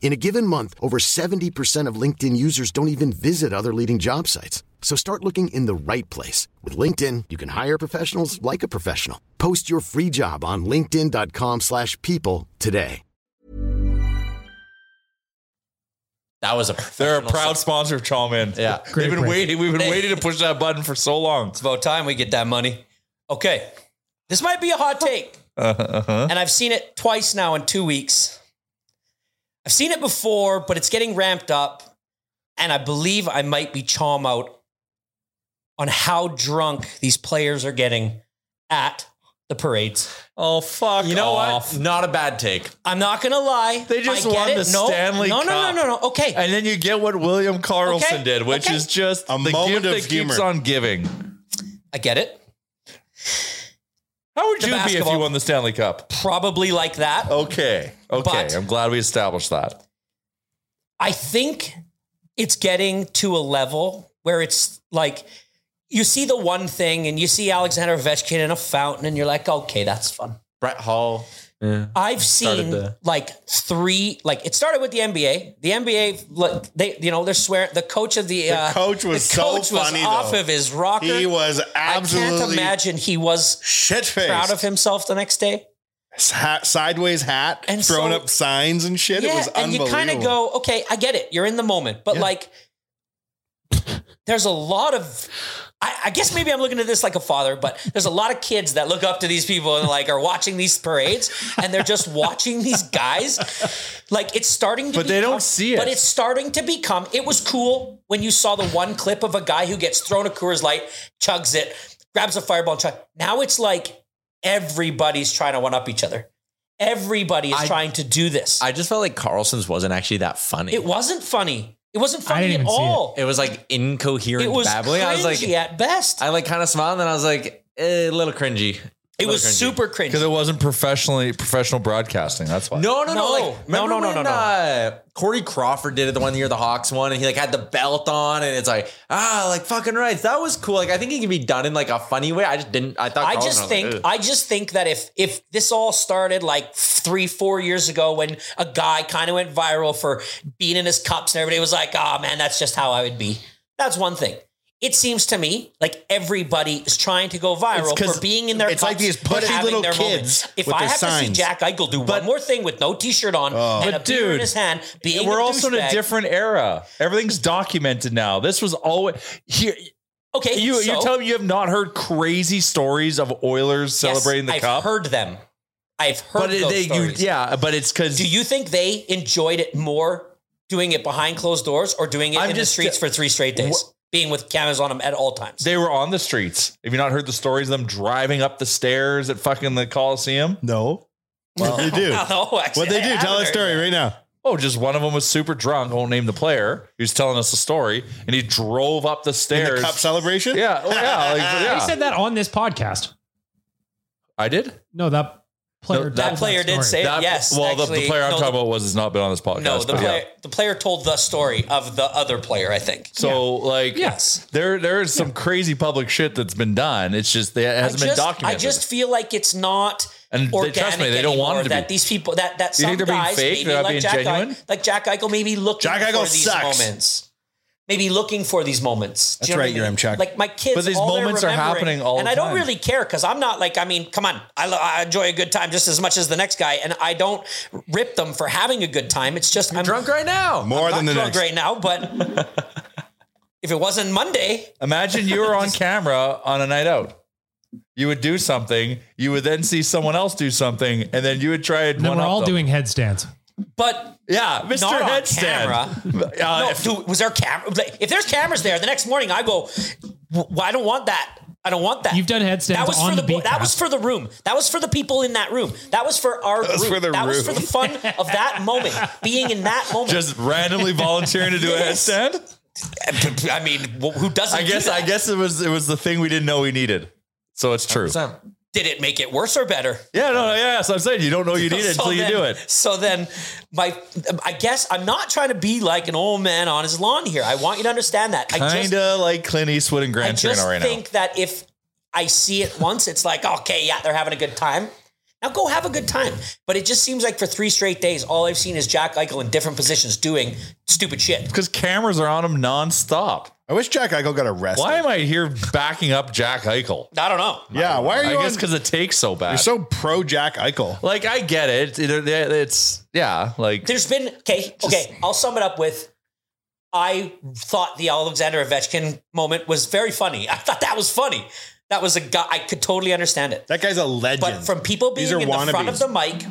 Speaker 9: In a given month, over 70% of LinkedIn users don't even visit other leading job sites. So start looking in the right place. With LinkedIn, you can hire professionals like a professional. Post your free job on linkedin.com/people slash people today.
Speaker 8: That was a
Speaker 6: They're a
Speaker 8: professional
Speaker 6: proud
Speaker 8: song.
Speaker 6: sponsor of Chalmin.
Speaker 8: Yeah.
Speaker 6: They've been
Speaker 4: break.
Speaker 6: waiting. We've been waiting to push that button for so long.
Speaker 5: It's about time we get that money. Okay. This might be a hot take.
Speaker 6: Uh-huh.
Speaker 5: And I've seen it twice now in two weeks. I've seen it before, but it's getting ramped up. And I believe I might be chom out on how drunk these players are getting at the parades.
Speaker 8: Oh fuck! You know what? Not a bad take.
Speaker 5: I'm not gonna lie.
Speaker 8: They just
Speaker 5: I get
Speaker 8: won
Speaker 5: it.
Speaker 8: the
Speaker 5: no,
Speaker 8: Stanley
Speaker 5: no, no,
Speaker 8: Cup.
Speaker 5: No, no, no, no. Okay.
Speaker 8: And then you get what William Carlson
Speaker 5: Okay.
Speaker 8: did, which
Speaker 5: Okay.
Speaker 8: is just
Speaker 5: A
Speaker 8: the
Speaker 5: moment
Speaker 8: gift
Speaker 5: of
Speaker 8: that keeps
Speaker 5: humor.
Speaker 8: on giving.
Speaker 5: I get it.
Speaker 8: How would
Speaker 5: The
Speaker 8: you be if
Speaker 5: basketball-
Speaker 8: you won the Stanley Cup?
Speaker 5: Probably like that.
Speaker 8: Okay. Okay.
Speaker 5: But-
Speaker 8: I'm glad we established that.
Speaker 5: I think it's getting to a level where it's like you see the one thing and you see Alexander Ovechkin in a fountain and you're like, okay, that's fun.
Speaker 8: Brett Hall. Started
Speaker 5: I've seen
Speaker 8: the-
Speaker 5: like three, like it started with the NBA. The NBA, look, they, you know, they're swearing. The coach of the,
Speaker 7: The
Speaker 5: uh,
Speaker 7: coach was
Speaker 5: the
Speaker 7: so
Speaker 5: coach was
Speaker 7: funny.
Speaker 5: off
Speaker 7: though.
Speaker 5: of his rocker.
Speaker 7: He was absolutely.
Speaker 5: I can't imagine he was
Speaker 7: shit-faced.
Speaker 5: proud of himself the next day.
Speaker 7: hat, sideways hat and throwing
Speaker 5: so-
Speaker 7: up signs and shit. it was
Speaker 5: and you
Speaker 7: unbelievable.
Speaker 5: kind of go, okay, I get it. You're in the moment, but like, there's a lot of, I, I guess maybe I'm looking at this like a father, but there's a lot of kids that look up to these people and like are watching these parades and they're just watching these guys. Like it's starting to,
Speaker 8: But they don't see it.
Speaker 5: But it's starting to become. It was cool when you saw the one clip of a guy who gets thrown a Coors Light, chugs it, grabs a fireball, and chug. Now it's like everybody's trying to one up each other. Everybody is trying to do this.
Speaker 8: I just felt like Carlson's wasn't actually that funny.
Speaker 5: It wasn't funny. It wasn't
Speaker 8: I
Speaker 5: funny
Speaker 8: didn't
Speaker 5: at
Speaker 8: even see
Speaker 5: all.
Speaker 8: It was like incoherent
Speaker 5: It was
Speaker 8: babbling. I was like
Speaker 5: cringy at best.
Speaker 8: I like kind of smiled and then I was like eh, a little cringy.
Speaker 5: It was super cringy.
Speaker 6: Because it wasn't professionally professional broadcasting. That's why.
Speaker 8: No, no, no,
Speaker 5: No.
Speaker 8: like,
Speaker 5: No,
Speaker 8: no, no,
Speaker 5: no, no, no, no.
Speaker 8: Uh, Corey Crawford did it the one year the Hawks won, and he like had the belt on, and it's like ah, like fucking rights. That was cool. Like I think it can be done in like a funny way. I just didn't. I thought.
Speaker 5: I
Speaker 8: Carlson,
Speaker 5: just
Speaker 8: was like,
Speaker 5: think
Speaker 8: "Ugh."
Speaker 5: I just think that if if this all started like three four years ago when a guy kind of went viral for being in his cups and everybody was like, "Oh man, that's just how I would be." That's one thing. It seems to me like everybody is trying to go viral
Speaker 7: It's 'cause
Speaker 5: for being in their.
Speaker 7: it's
Speaker 5: cups
Speaker 7: like these
Speaker 5: and
Speaker 7: putty
Speaker 5: having
Speaker 7: little
Speaker 5: their
Speaker 7: kids
Speaker 5: moments. If
Speaker 7: with
Speaker 5: I
Speaker 7: their
Speaker 5: have to see
Speaker 7: signs. Oh.
Speaker 5: Jack Eichel do one more thing with no t-shirt on and a
Speaker 6: But
Speaker 5: beer in
Speaker 6: dude,
Speaker 5: his hand, being
Speaker 6: we're also in a
Speaker 5: douchebag-
Speaker 6: different era. Everything's documented now. This was always here.
Speaker 5: Okay,
Speaker 6: you
Speaker 5: so-
Speaker 6: you tell me you have not heard crazy stories of Oilers celebrating the
Speaker 5: I've
Speaker 6: cup.
Speaker 5: heard them. I've heard
Speaker 6: But
Speaker 5: those
Speaker 6: they- you-
Speaker 5: stories.
Speaker 6: yeah, but it's because
Speaker 5: Do you think they enjoyed it more doing it behind closed doors or doing it
Speaker 6: I'm
Speaker 5: in
Speaker 6: just-
Speaker 5: the streets for three straight days, being with cameras on them at all times?
Speaker 6: They were on the streets. Have you not heard the stories of them driving up the stairs at fucking the Coliseum?
Speaker 7: No. What they do?
Speaker 5: No, actually,
Speaker 7: what they
Speaker 5: I
Speaker 7: do?
Speaker 5: haven't
Speaker 7: Tell a
Speaker 5: heard
Speaker 7: story right now.
Speaker 6: Oh, just one of them was super drunk. I won't name the player. He was telling us a story, and he drove up the stairs.
Speaker 7: cup celebration?
Speaker 6: Yeah, oh, yeah, like, yeah.
Speaker 4: He said that on this podcast.
Speaker 6: I did.
Speaker 4: No, that
Speaker 6: No,
Speaker 4: player. told
Speaker 5: that player did
Speaker 4: story.
Speaker 5: say it, yes,
Speaker 6: Well, the,
Speaker 5: actually.
Speaker 6: the player I'm
Speaker 5: No,
Speaker 6: talking
Speaker 5: the-
Speaker 6: about was has not been on this podcast.
Speaker 5: No, the
Speaker 6: but yeah.
Speaker 5: player the player told the story of the other player, I think.
Speaker 6: So like
Speaker 5: Yes.
Speaker 6: there there is some crazy public shit that's been done. It's just that it hasn't
Speaker 5: I just,
Speaker 6: been documented.
Speaker 5: I just feel like it's not
Speaker 6: And they-
Speaker 5: organic
Speaker 6: trust me, they don't want
Speaker 5: anymore
Speaker 6: it to be.
Speaker 5: that these people that that
Speaker 6: You
Speaker 5: some
Speaker 6: think they're being
Speaker 5: guys
Speaker 6: fake?
Speaker 5: maybe
Speaker 6: They're not
Speaker 5: like
Speaker 6: being
Speaker 5: Jack
Speaker 6: genuine?
Speaker 5: Eichel, like Jack Eichel maybe looking
Speaker 7: Jack Eichel
Speaker 5: for these
Speaker 7: sucks.
Speaker 5: moments. Maybe looking for these moments. Do
Speaker 7: That's
Speaker 5: you know what
Speaker 7: right,
Speaker 5: I mean?
Speaker 7: you're M. Chuck.
Speaker 5: Like my kids,
Speaker 6: But these
Speaker 5: all they're
Speaker 6: moments are
Speaker 5: remembering-
Speaker 6: happening all
Speaker 5: and
Speaker 6: the
Speaker 5: I don't
Speaker 6: time.
Speaker 5: really care because I'm not like I mean, come on, I, lo- I enjoy a good time just as much as the next guy, and I don't rip them for having a good time. It's just I'm
Speaker 8: drunk right now.
Speaker 7: More
Speaker 5: I'm
Speaker 7: than the
Speaker 5: not drunk
Speaker 7: next.
Speaker 5: right now, but if it wasn't Monday,
Speaker 6: Imagine you were on camera on a night out. You would do something. You would then see someone else do something, and then you would try and
Speaker 4: And then
Speaker 6: one
Speaker 4: we're
Speaker 6: up
Speaker 4: all
Speaker 6: them.
Speaker 4: doing headstands.
Speaker 5: but
Speaker 6: Yeah, Mr.
Speaker 5: Not on
Speaker 6: Headstand. Uh,
Speaker 5: no, dude, was there camera? like, If there's cameras there, the next morning I go. Well, I don't want that. I don't want that.
Speaker 4: You've done headstands
Speaker 5: That was
Speaker 4: on
Speaker 5: for
Speaker 4: the
Speaker 5: the,
Speaker 4: beat
Speaker 5: bo- that
Speaker 4: path.
Speaker 5: was for the room. That was for the people in that room. That was for our
Speaker 7: was
Speaker 5: group.
Speaker 7: for the
Speaker 5: that was for
Speaker 7: room.
Speaker 5: the fun of that moment, being in that moment.
Speaker 6: Just randomly volunteering to do
Speaker 5: Yes.
Speaker 6: a headstand.
Speaker 5: I mean, wh- who doesn't?
Speaker 6: I
Speaker 5: do
Speaker 6: guess.
Speaker 5: that?
Speaker 6: I guess it was. It was the thing we didn't know we needed. So it's true.
Speaker 5: Did it make it worse or better?
Speaker 6: Yeah. No. no, Yeah. So I'm saying you don't know you need it until you
Speaker 5: then,
Speaker 6: do it.
Speaker 5: So then, my, I guess I'm not trying to be like an old man on his lawn here. I want you to understand that. I just,
Speaker 6: Kinda like Clint Eastwood and
Speaker 5: I
Speaker 6: Gran
Speaker 5: just
Speaker 6: Torino right now.
Speaker 5: think that if I see it once, it's like, okay, yeah, they're having a good time. Now go have a good time. But it just seems like for three straight days, all I've seen is Jack Eichel in different positions doing stupid shit.
Speaker 6: Because cameras are on him nonstop.
Speaker 7: I wish Jack Eichel got arrested.
Speaker 6: Why am I here backing up Jack Eichel?
Speaker 5: I don't know.
Speaker 7: Yeah, why are
Speaker 6: I
Speaker 7: you
Speaker 6: guess
Speaker 7: on-
Speaker 6: because it takes so bad.
Speaker 7: You're so pro Jack Eichel.
Speaker 6: like I get it. It- it- It's yeah. Like
Speaker 5: There's been okay, okay. I'll sum it up with. I thought the Alexander Ovechkin moment was very funny. I thought that was funny. That was a guy I could totally understand it.
Speaker 7: That guy's a legend.
Speaker 5: But from people being
Speaker 7: These
Speaker 5: in
Speaker 7: are
Speaker 5: the front of
Speaker 7: wannabes.
Speaker 5: the mic,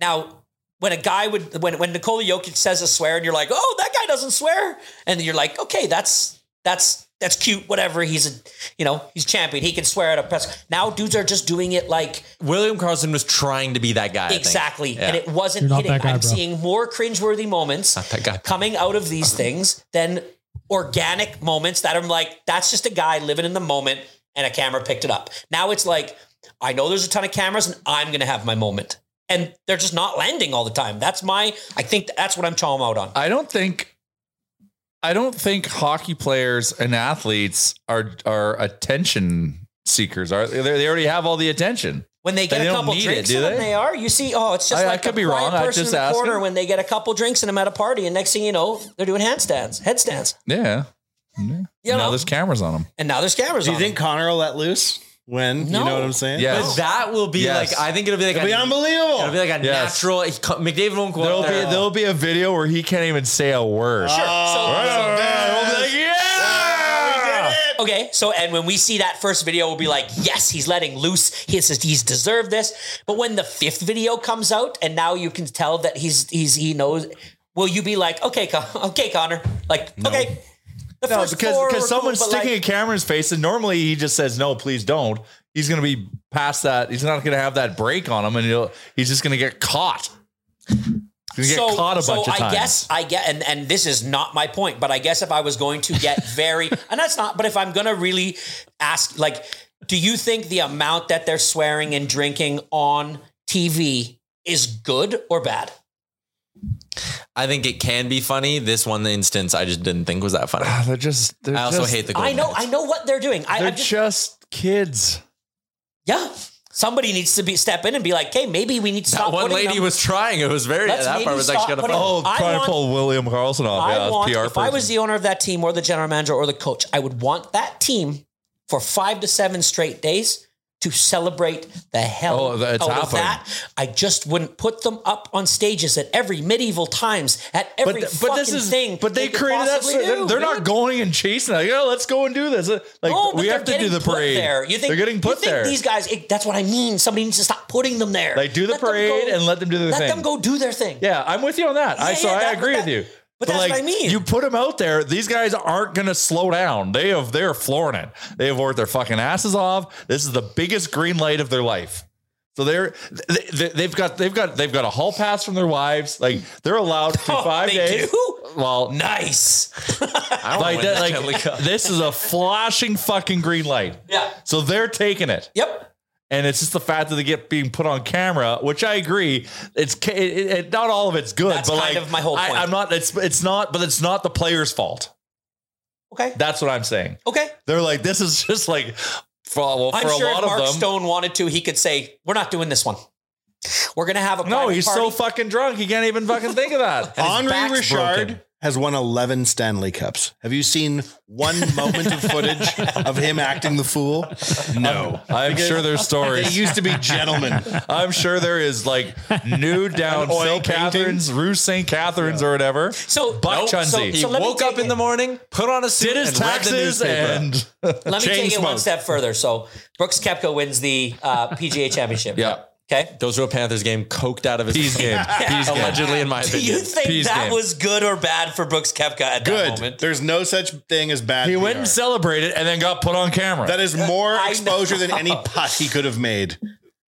Speaker 5: now when a guy would when when Nikola Jokic says a swear and you're like, oh, that guy doesn't swear, and then you're like, okay, that's that's that's cute, whatever. He's a, you know, he's champion. He can swear at a press. Now dudes are just doing it like
Speaker 8: William Carlson was trying to be that guy. I think.
Speaker 5: exactly,
Speaker 8: Yeah.
Speaker 5: and it wasn't
Speaker 8: You're not
Speaker 5: hitting.
Speaker 8: that guy,
Speaker 5: I'm
Speaker 8: bro.
Speaker 5: seeing more cringeworthy moments coming out of these things than organic moments that I'm like, that's just a guy living in the moment, and a camera picked it up. Now it's like, I know there's a ton of cameras, and I'm gonna have my moment, and they're just not landing all the time. That's my, I think that's what I'm chowing out on.
Speaker 6: I don't think I don't think hockey players and athletes are are attention seekers. Are they? They already have all the attention
Speaker 5: When they get a
Speaker 6: don't
Speaker 5: couple
Speaker 6: need
Speaker 5: drinks
Speaker 6: it,
Speaker 5: in
Speaker 6: do
Speaker 5: them, they are. You see, oh, it's just
Speaker 6: I- I
Speaker 5: like
Speaker 6: could
Speaker 5: a
Speaker 6: be
Speaker 5: quiet
Speaker 6: wrong. I
Speaker 5: person
Speaker 6: just
Speaker 5: in the
Speaker 6: asked
Speaker 5: corner
Speaker 6: him.
Speaker 5: when they get a couple drinks and I'm at a party, and next thing you know, they're doing handstands, headstands.
Speaker 6: Yeah. yeah.
Speaker 5: You
Speaker 6: now
Speaker 5: know?
Speaker 6: there's cameras on them.
Speaker 5: And now there's cameras.
Speaker 7: Do you
Speaker 5: on
Speaker 7: think Connor will let loose when
Speaker 8: No.
Speaker 7: you know what I'm saying?
Speaker 8: But that will be
Speaker 7: Yes.
Speaker 8: like I think it'll be like
Speaker 7: It'll be unbelievable.
Speaker 8: It'll be like a
Speaker 6: Yes.
Speaker 8: natural. he co- McDavid won't go
Speaker 6: There'll
Speaker 8: out
Speaker 6: be
Speaker 8: there.
Speaker 6: there'll be a video where he can't even say a word.
Speaker 5: Sure.
Speaker 6: Right.
Speaker 5: so, Okay, so and when we see that first video, we'll be like, yes, he's letting loose. He's he's deserved this. But when the fifth video comes out, and now you can tell that he's he's he knows, will you be like, okay, Con- okay, Connor, like okay, the
Speaker 6: No,
Speaker 5: first
Speaker 6: because
Speaker 5: four were
Speaker 6: because
Speaker 5: cool,
Speaker 6: someone's
Speaker 5: but, like,
Speaker 6: sticking a camera in his face, and normally he just says no, please don't. He's gonna be past that. He's not gonna have that break on him, and he'll he's just gonna get caught. He's gonna get caught a bunch
Speaker 5: so
Speaker 6: of
Speaker 5: I
Speaker 6: times.
Speaker 5: guess I get, and and this is not my point, but I guess if I was going to get very, and that's not, but if I'm gonna really ask, like, do you think the amount that they're swearing and drinking on TV is good or bad?
Speaker 8: I think it can be funny. This one instance, I just didn't think was that funny.
Speaker 5: Ah,
Speaker 6: they're just.
Speaker 8: I also
Speaker 6: just-
Speaker 8: hate the.
Speaker 5: I
Speaker 8: Golden
Speaker 5: know,
Speaker 8: Knights.
Speaker 5: I know what they're doing. I,
Speaker 6: They're
Speaker 5: I'm just,
Speaker 6: just kids.
Speaker 5: yeah. Somebody needs to be step in and be like, "Hey, maybe we need to
Speaker 8: That
Speaker 5: stop."
Speaker 8: one
Speaker 5: putting
Speaker 8: lady
Speaker 5: them-
Speaker 8: was trying. It was very.
Speaker 5: Let's
Speaker 8: that
Speaker 5: maybe
Speaker 8: part was
Speaker 5: stop
Speaker 8: actually kind of
Speaker 5: putting-
Speaker 8: funny.
Speaker 6: Oh,
Speaker 5: I
Speaker 6: trying
Speaker 5: want-
Speaker 6: to pull William Carlson off.
Speaker 5: I
Speaker 6: yeah,
Speaker 5: want,
Speaker 6: PR
Speaker 5: if I was
Speaker 6: person.
Speaker 5: the owner of that team or the general manager or the coach, I would want that team for five to seven straight days to celebrate the hell
Speaker 6: Oh, that's
Speaker 5: out of
Speaker 6: happening.
Speaker 5: that. I just wouldn't put them up on stages at every medieval times at every
Speaker 6: th-
Speaker 5: fucking thing.
Speaker 6: But they,
Speaker 5: could
Speaker 6: created that.
Speaker 5: possibly
Speaker 6: story. They're,
Speaker 5: do,
Speaker 6: they're
Speaker 5: dude.
Speaker 6: not going and chasing. Like, oh, let's go and do this. Like
Speaker 5: No, but
Speaker 6: we
Speaker 5: they're
Speaker 6: have to do
Speaker 5: getting
Speaker 6: the
Speaker 5: put
Speaker 6: parade.
Speaker 5: There. You think
Speaker 6: they're getting put
Speaker 5: you think
Speaker 6: there?
Speaker 5: These guys. It, that's what I mean. Somebody needs to stop putting them there.
Speaker 6: like do the
Speaker 5: Let them
Speaker 6: parade
Speaker 5: go-
Speaker 6: and let them do their
Speaker 5: let
Speaker 6: thing.
Speaker 5: them go do their thing.
Speaker 6: Yeah, I'm with you on that. I
Speaker 5: Yeah,
Speaker 6: so
Speaker 5: yeah,
Speaker 6: I
Speaker 5: that-
Speaker 6: agree
Speaker 5: that-
Speaker 6: with you.
Speaker 5: but that's what I mean.
Speaker 6: You put them out there; these guys aren't going to slow down. They have they're flooring it. They have worked their fucking asses off. This is the biggest green light of their life. So they're they, they've got they've got they've got a hall pass from their wives. Like they're allowed for
Speaker 5: Oh,
Speaker 6: five
Speaker 5: they
Speaker 6: days.
Speaker 5: do?
Speaker 6: Well,
Speaker 5: Nice.
Speaker 8: I don't
Speaker 6: like
Speaker 8: know
Speaker 6: that,
Speaker 8: when
Speaker 6: like this is a flashing fucking green light.
Speaker 5: Yeah.
Speaker 6: So they're taking it.
Speaker 5: Yep.
Speaker 6: And it's just the fact that they get being put on camera, which I agree. It's ca- it, it, it- not all of it's good,
Speaker 5: That's
Speaker 6: but
Speaker 5: kind
Speaker 6: like
Speaker 5: of my whole point.
Speaker 6: I, am not. It's it's not, but it's not the player's fault.
Speaker 5: Okay.
Speaker 6: That's what I'm saying.
Speaker 5: Okay.
Speaker 6: They're like this is just like for, well,
Speaker 5: I'm
Speaker 6: for
Speaker 5: sure
Speaker 6: a lot
Speaker 5: if Mark
Speaker 6: of them.
Speaker 5: Stone wanted to, he could say, "We're not doing this one. We're gonna have a
Speaker 6: no,
Speaker 5: private
Speaker 6: he's
Speaker 5: party."
Speaker 6: so fucking drunk he can't even fucking think of that.
Speaker 5: And his
Speaker 7: Henri
Speaker 5: back's
Speaker 7: Richard
Speaker 5: broken.
Speaker 7: has won 11 Stanley Cups. Have you seen one moment of footage of him acting the fool? Um, No.
Speaker 6: I'm sure there's stories.
Speaker 7: They used to be gentlemen.
Speaker 6: I'm sure there is like new down
Speaker 7: An oil
Speaker 6: St.
Speaker 7: painting.
Speaker 6: Catharines, Rue St. Catharines or whatever.
Speaker 5: So-
Speaker 6: Buck
Speaker 5: Nope.
Speaker 6: Chunzi.
Speaker 5: So-
Speaker 8: He
Speaker 5: so let me
Speaker 8: woke
Speaker 5: take
Speaker 8: up in
Speaker 5: it-
Speaker 8: the morning, put on a suit,
Speaker 6: did his
Speaker 8: and read the
Speaker 6: taxes
Speaker 8: newspaper.
Speaker 6: and
Speaker 5: Let me take it one
Speaker 6: Chainsmoked.
Speaker 5: step further. So Brooks Kepka wins the uh, PGA Championship.
Speaker 8: Yeah.
Speaker 5: Okay.
Speaker 8: Goes to a Panthers game, coked out of his
Speaker 6: Peas game. Peas game.
Speaker 8: Allegedly, in my
Speaker 5: Do
Speaker 8: opinion.
Speaker 5: you think
Speaker 6: Peas
Speaker 5: that
Speaker 6: game.
Speaker 5: was good or bad for Brooks Kepka at that
Speaker 7: Good.
Speaker 5: moment?
Speaker 7: There's no such thing as bad.
Speaker 6: He went
Speaker 7: PR.
Speaker 6: and celebrated and then got put on camera.
Speaker 7: That is more
Speaker 5: I
Speaker 7: exposure than
Speaker 5: know.
Speaker 7: any putt he could have made.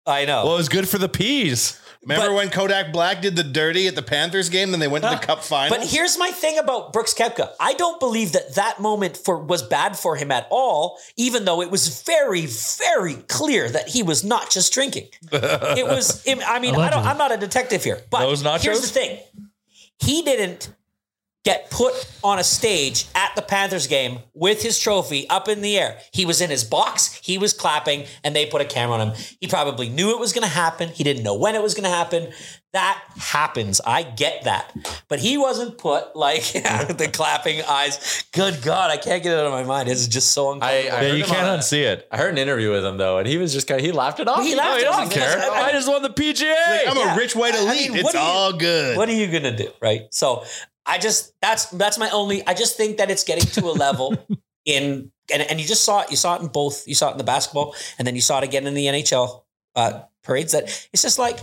Speaker 5: I know.
Speaker 6: well, it was good for the peas.
Speaker 7: Remember
Speaker 5: But-
Speaker 7: when Kodak Black did the dirty at the Panthers game, then they went to the Cup final?
Speaker 5: But here's my thing about Brooks Kepka. I don't believe that that moment for was bad for him at all, even though it was very, very clear that he was not just drinking. It was. I mean, I don't,
Speaker 4: Allegedly.
Speaker 5: I'm not a detective here, but
Speaker 6: Those nachos?
Speaker 5: here's the thing: he didn't get put on a stage at the Panthers game with his trophy up in the air. He was in his box, he was clapping, and they put a camera on him. He probably knew it was going to happen. He didn't know when it was going to happen. That happens. I get that. But he wasn't put like the clapping eyes. Good God, I can't get it out of my mind. It's just so
Speaker 8: I,
Speaker 5: uncomfortable.
Speaker 8: I
Speaker 6: Yeah,
Speaker 8: heard
Speaker 6: you
Speaker 8: him
Speaker 6: can't
Speaker 8: on a-
Speaker 6: unsee it.
Speaker 8: I heard an interview with him though, and he was just kind of, he laughed it off.
Speaker 5: He
Speaker 8: He's
Speaker 5: laughed
Speaker 8: like,
Speaker 5: it off.
Speaker 8: I don't
Speaker 5: He's like,
Speaker 8: care.
Speaker 5: "I- I-
Speaker 8: I just won the PGA.
Speaker 7: I'm
Speaker 5: Yeah.
Speaker 7: a rich white
Speaker 5: I mean,
Speaker 7: elite.
Speaker 5: what
Speaker 7: it's
Speaker 5: do you-
Speaker 7: all good.
Speaker 5: what are you gonna do right so i just that's that's my only i just think that it's getting to a level in and, and you just saw it you saw it in both you saw it in the basketball and then you saw it again in the nhl uh, parades that it's just like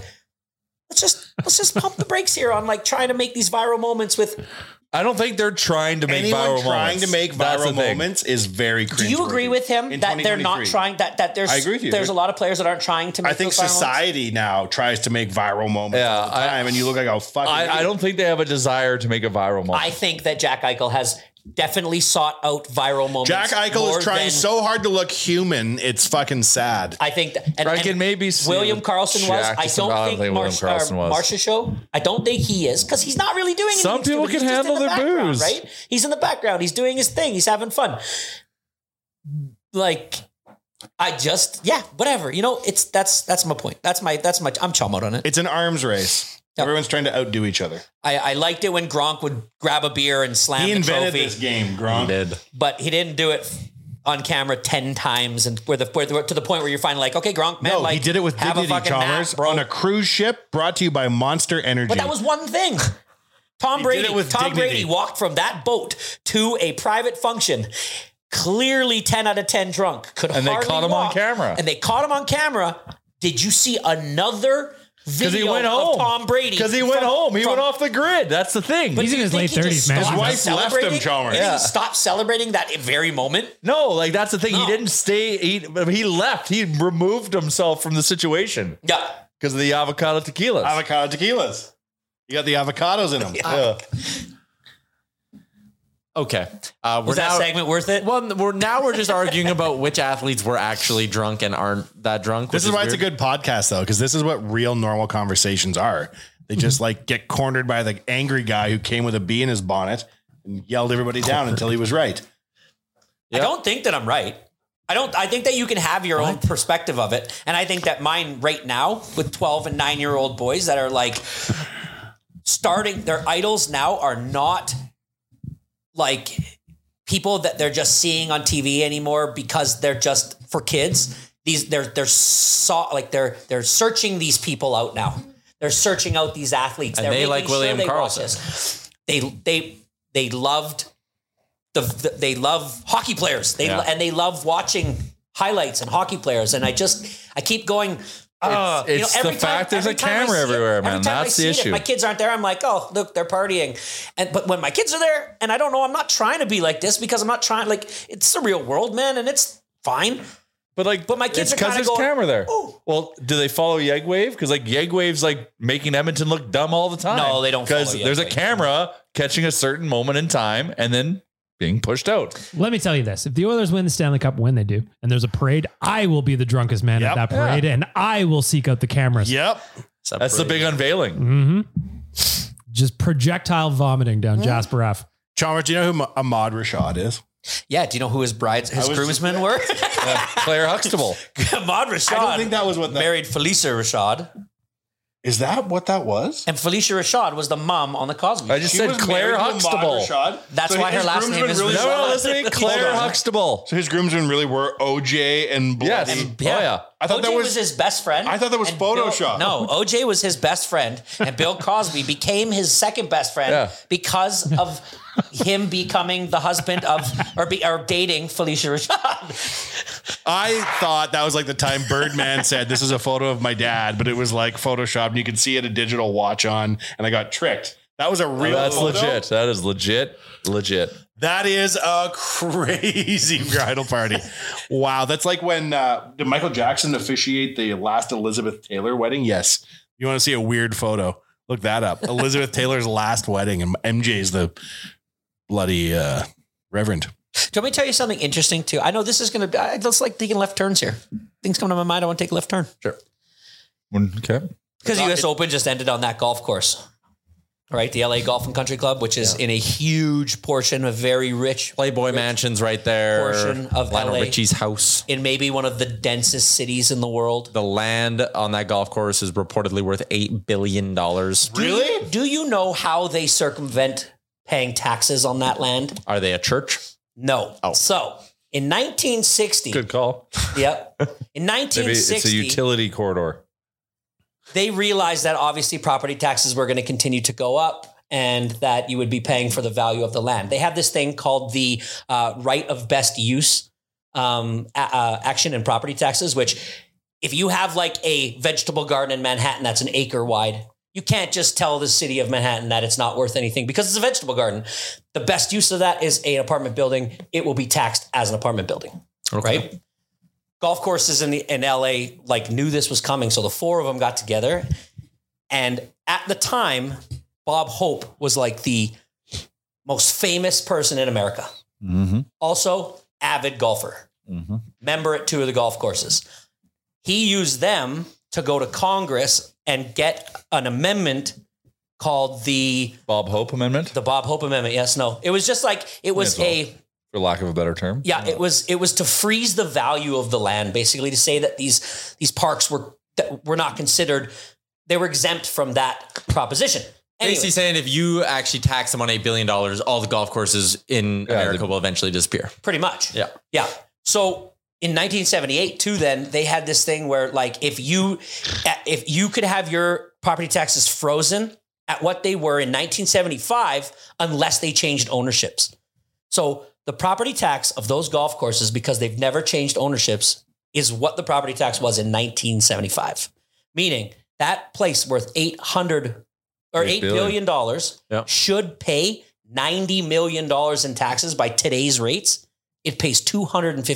Speaker 5: let's just let's just pump the brakes here on like trying to make these viral moments with
Speaker 6: I don't think they're trying to make
Speaker 7: Anyone
Speaker 6: viral
Speaker 7: trying
Speaker 6: moments.
Speaker 7: to make
Speaker 6: That's the
Speaker 7: viral
Speaker 6: thing.
Speaker 7: moments is very.
Speaker 5: Do you agree with him
Speaker 7: In
Speaker 5: that they're not
Speaker 7: 2023.
Speaker 5: trying that that there's
Speaker 7: I agree with you.
Speaker 5: there's a lot of players that aren't trying to make
Speaker 7: I think
Speaker 5: those viral moments?
Speaker 7: society now tries to make viral moments all the time, and you look like a fucking.
Speaker 6: I, I don't think they have a desire to make a viral moment.
Speaker 5: I think that Jack Eichel has definitely sought out viral moments.
Speaker 7: Jack Eichel
Speaker 5: more
Speaker 7: is trying
Speaker 5: than-
Speaker 7: so hard to look human. It's fucking sad.
Speaker 5: I think that, and,
Speaker 7: I can
Speaker 6: maybe see
Speaker 5: William Carlson was.
Speaker 7: Jack
Speaker 5: I
Speaker 7: is
Speaker 5: don't
Speaker 7: about- I
Speaker 5: think,
Speaker 7: think William
Speaker 5: Marsh,
Speaker 7: Carlson
Speaker 5: uh,
Speaker 7: was.
Speaker 5: Marsh's show. I don't think he is because he's not really doing anything.
Speaker 6: Some people
Speaker 5: stupid.
Speaker 6: can
Speaker 5: He's just in
Speaker 6: handle
Speaker 5: the
Speaker 6: their
Speaker 5: background,
Speaker 6: booze.
Speaker 5: right? He's in the background. He's doing his thing. He's having fun. Like, I just yeah, whatever. You know, it's that's that's my point. That's my that's my I'm chum out on it.
Speaker 7: It's an arms race. Everyone's trying to outdo each other.
Speaker 5: I, I liked it when Gronk would grab a beer and slam
Speaker 7: He
Speaker 5: the
Speaker 7: invented
Speaker 5: trophy.
Speaker 7: this game, Gronk. He did.
Speaker 5: But he didn't do it on camera 10 times and where the, where the to the point where you're finally like, okay, Gronk, man,
Speaker 7: no,
Speaker 5: like
Speaker 7: Oh, he did it with
Speaker 5: have a
Speaker 7: dignity,
Speaker 5: fucking nap,
Speaker 7: Chalmers, on a cruise ship brought to you by Monster Energy.
Speaker 5: But that was one thing. Tom
Speaker 7: He did
Speaker 5: Brady.
Speaker 7: it with
Speaker 5: Tom
Speaker 7: dignity.
Speaker 5: Brady walked from that boat to a private function. Clearly, ten out of ten drunk. Could
Speaker 6: And they
Speaker 5: hardly
Speaker 6: caught him on
Speaker 5: walk.
Speaker 6: camera.
Speaker 5: And they caught him on camera. Did you see another
Speaker 6: Because
Speaker 5: video
Speaker 6: he went
Speaker 5: of
Speaker 6: home.
Speaker 5: Tom Brady?
Speaker 6: Because he went
Speaker 5: from-
Speaker 6: home. He
Speaker 5: from-
Speaker 6: went off the grid. That's the thing.
Speaker 5: But do you think he just stopped celebrating? You think
Speaker 6: Yeah.
Speaker 5: He stopped celebrating that very moment.
Speaker 6: No, like that's the thing. He didn't stay. He, he left. He removed himself from the situation.
Speaker 5: Yeah.
Speaker 6: Because of the avocado tequilas.
Speaker 7: Avocado tequilas. You got the avocados in them.
Speaker 8: Okay. Uh,
Speaker 5: Was that segment worth it?
Speaker 8: Well, we're now we're just arguing about which athletes were actually drunk and aren't that drunk.
Speaker 7: This
Speaker 8: which
Speaker 7: is why it's a
Speaker 8: weird.
Speaker 7: good podcast, though, because this is what real normal conversations are. They just like get cornered by the angry guy who came with a bee in his bonnet and yelled everybody down until he was right.
Speaker 5: I don't think that I'm right. I don't. I think that you can have your own perspective of it, and I think that mine right now with twelve and nine year old boys that are like starting their idols now are not like people that they're just seeing on TV anymore because they're just for kids. These they're they're so, like they're they're searching these people out now. They're searching out these athletes.
Speaker 8: And
Speaker 5: They're
Speaker 8: they like
Speaker 5: making
Speaker 8: William
Speaker 5: they watch
Speaker 8: Karlsson.
Speaker 5: this. They they they loved the, the they love hockey players. They
Speaker 8: Yeah.
Speaker 5: and they love watching highlights and hockey players. And I just I keep going. "Ah,"
Speaker 6: It's- it's
Speaker 5: every
Speaker 6: the fact there's
Speaker 5: every
Speaker 6: a
Speaker 5: time I
Speaker 6: camera
Speaker 5: see it-
Speaker 6: everywhere,
Speaker 5: every
Speaker 6: man.
Speaker 5: time I
Speaker 6: That's
Speaker 5: see
Speaker 6: the
Speaker 5: it, if
Speaker 6: issue.
Speaker 5: my kids aren't there, I'm like, oh, look, they're partying. And but when my kids are there, and I don't know, I'm not trying to be like this because I'm not trying. Like it's the real world, man, and it's fine.
Speaker 6: But like,
Speaker 5: but my kids are
Speaker 6: because
Speaker 5: kind
Speaker 6: there's
Speaker 5: of going.
Speaker 6: camera there. Well, do they follow Yegwave? Because like Yegwave's like making Edmonton look dumb all the time.
Speaker 5: No, they don't
Speaker 6: Because
Speaker 5: follow
Speaker 6: there's a
Speaker 5: Yegwave.
Speaker 6: camera catching a certain moment in time and then being pushed out.
Speaker 4: Let me tell you this: if the Oilers win the Stanley Cup, when they do, and there's a parade, I will be the drunkest man
Speaker 6: Yep.
Speaker 4: at that parade, and I will seek out the cameras.
Speaker 7: Yep.
Speaker 6: That's the big unveiling.
Speaker 8: Mm-hmm.
Speaker 4: hmm Just projectile vomiting down Jasper F.
Speaker 7: Chalmers, do you know who Ma- Ahmad Rashad is?
Speaker 5: Yeah, do you know who his brides, his
Speaker 7: was just-
Speaker 5: groomsmen were?
Speaker 6: Claire Huxtable.
Speaker 5: Ahmad Rashad.
Speaker 7: I don't think that was what that
Speaker 5: married Felicia Rashad,
Speaker 7: is. That what that was?
Speaker 5: and Felicia Rashad was the mom on the Cosby.
Speaker 6: I just
Speaker 5: Show.
Speaker 6: said Claire Huxtable.
Speaker 5: That's why her last name is
Speaker 6: really No, no, listen to me, Claire Huxtable.
Speaker 7: So his groomsmen really were OJ and Bloody.
Speaker 6: Yes. Oh, yeah.
Speaker 7: I thought
Speaker 5: OJ
Speaker 7: that was,
Speaker 5: his best friend.
Speaker 7: I thought that was
Speaker 5: and Bill-
Speaker 7: Photoshop.
Speaker 5: no, OJ was his best friend, and Bill Cosby became his second best friend
Speaker 7: Yeah.
Speaker 5: because of him becoming the husband of or be, or dating Felicia Rashad.
Speaker 7: I thought that was like the time Birdman said, This is a photo of my dad, but it was like Photoshop and you could see it a digital watch on, and I got tricked. That was a real
Speaker 6: Oh, that's
Speaker 7: photo.
Speaker 6: legit. That is legit. Legit.
Speaker 7: That is a crazy bridal party. wow. That's like when uh, did Michael Jackson officiate the last Elizabeth Taylor wedding? Yes. You want to see a weird photo? Look that up. Elizabeth Taylor's last wedding, and MJ's the bloody uh, reverend.
Speaker 5: Do you want me to tell you something interesting too? I know this is going to. I just like taking left turns here. Things come to my mind. I want to take a left turn.
Speaker 6: Sure. Okay.
Speaker 5: Because the U.S. Open just ended on that golf course, right? The L.A. Golf and Country Club, which is in a huge portion, a very rich
Speaker 8: Playboy Mansion's right there.
Speaker 5: portion of
Speaker 8: Lionel
Speaker 5: LA.
Speaker 8: Richie's house.
Speaker 5: in maybe one of the densest cities in the world.
Speaker 8: The land on that golf course is reportedly worth eight billion dollars.
Speaker 5: Really? Do you know how they circumvent paying taxes on that land?
Speaker 8: Are they a church?
Speaker 5: No. Oh. So in 1960,
Speaker 6: Good call.
Speaker 5: yep. In
Speaker 6: Maybe it's
Speaker 5: 1960,
Speaker 6: a utility corridor.
Speaker 5: they realized that obviously property taxes were going to continue to go up and that you would be paying for the value of the land. They have this thing called the uh, right of best use um, a- uh, action in property taxes, which if you have like a vegetable garden in Manhattan that's an acre wide You can't just tell the city of Manhattan that it's not worth anything because it's a vegetable garden. The best use of that is an apartment building. It will be taxed as an apartment building, right? Golf courses in the in LA like knew this was coming, so the four of them got together, and at the time, Bob Hope was like the most famous person in America.
Speaker 6: Mm-hmm.
Speaker 5: Also, avid golfer
Speaker 6: Mm-hmm.
Speaker 5: member at two of the golf courses. He used them to go to Congress and get an amendment called the
Speaker 6: Bob Hope Amendment.
Speaker 5: The Bob Hope Amendment. Yes, no. It was just like it was
Speaker 6: Yeah,
Speaker 5: a
Speaker 6: it's For lack of a better term.
Speaker 5: yeah, it was it was to freeze the value of the land, basically to say that these these parks were that were not considered they were exempt from that proposition.
Speaker 8: Basically saying if you actually tax them on $8 billion, all the golf courses in America will eventually disappear.
Speaker 5: Pretty much.
Speaker 8: Yeah.
Speaker 5: Yeah. So in 1978 too, then they had this thing where like if you if you could have your property taxes frozen at what they were in 1975 unless they changed ownerships. So the property tax of those golf courses because they've never changed ownerships is what the property tax was in 1975. Meaning that place worth 800 or
Speaker 6: Eight
Speaker 5: 8
Speaker 6: billion.
Speaker 5: billion dollars should pay 90 million dollars in taxes by today's rates. It pays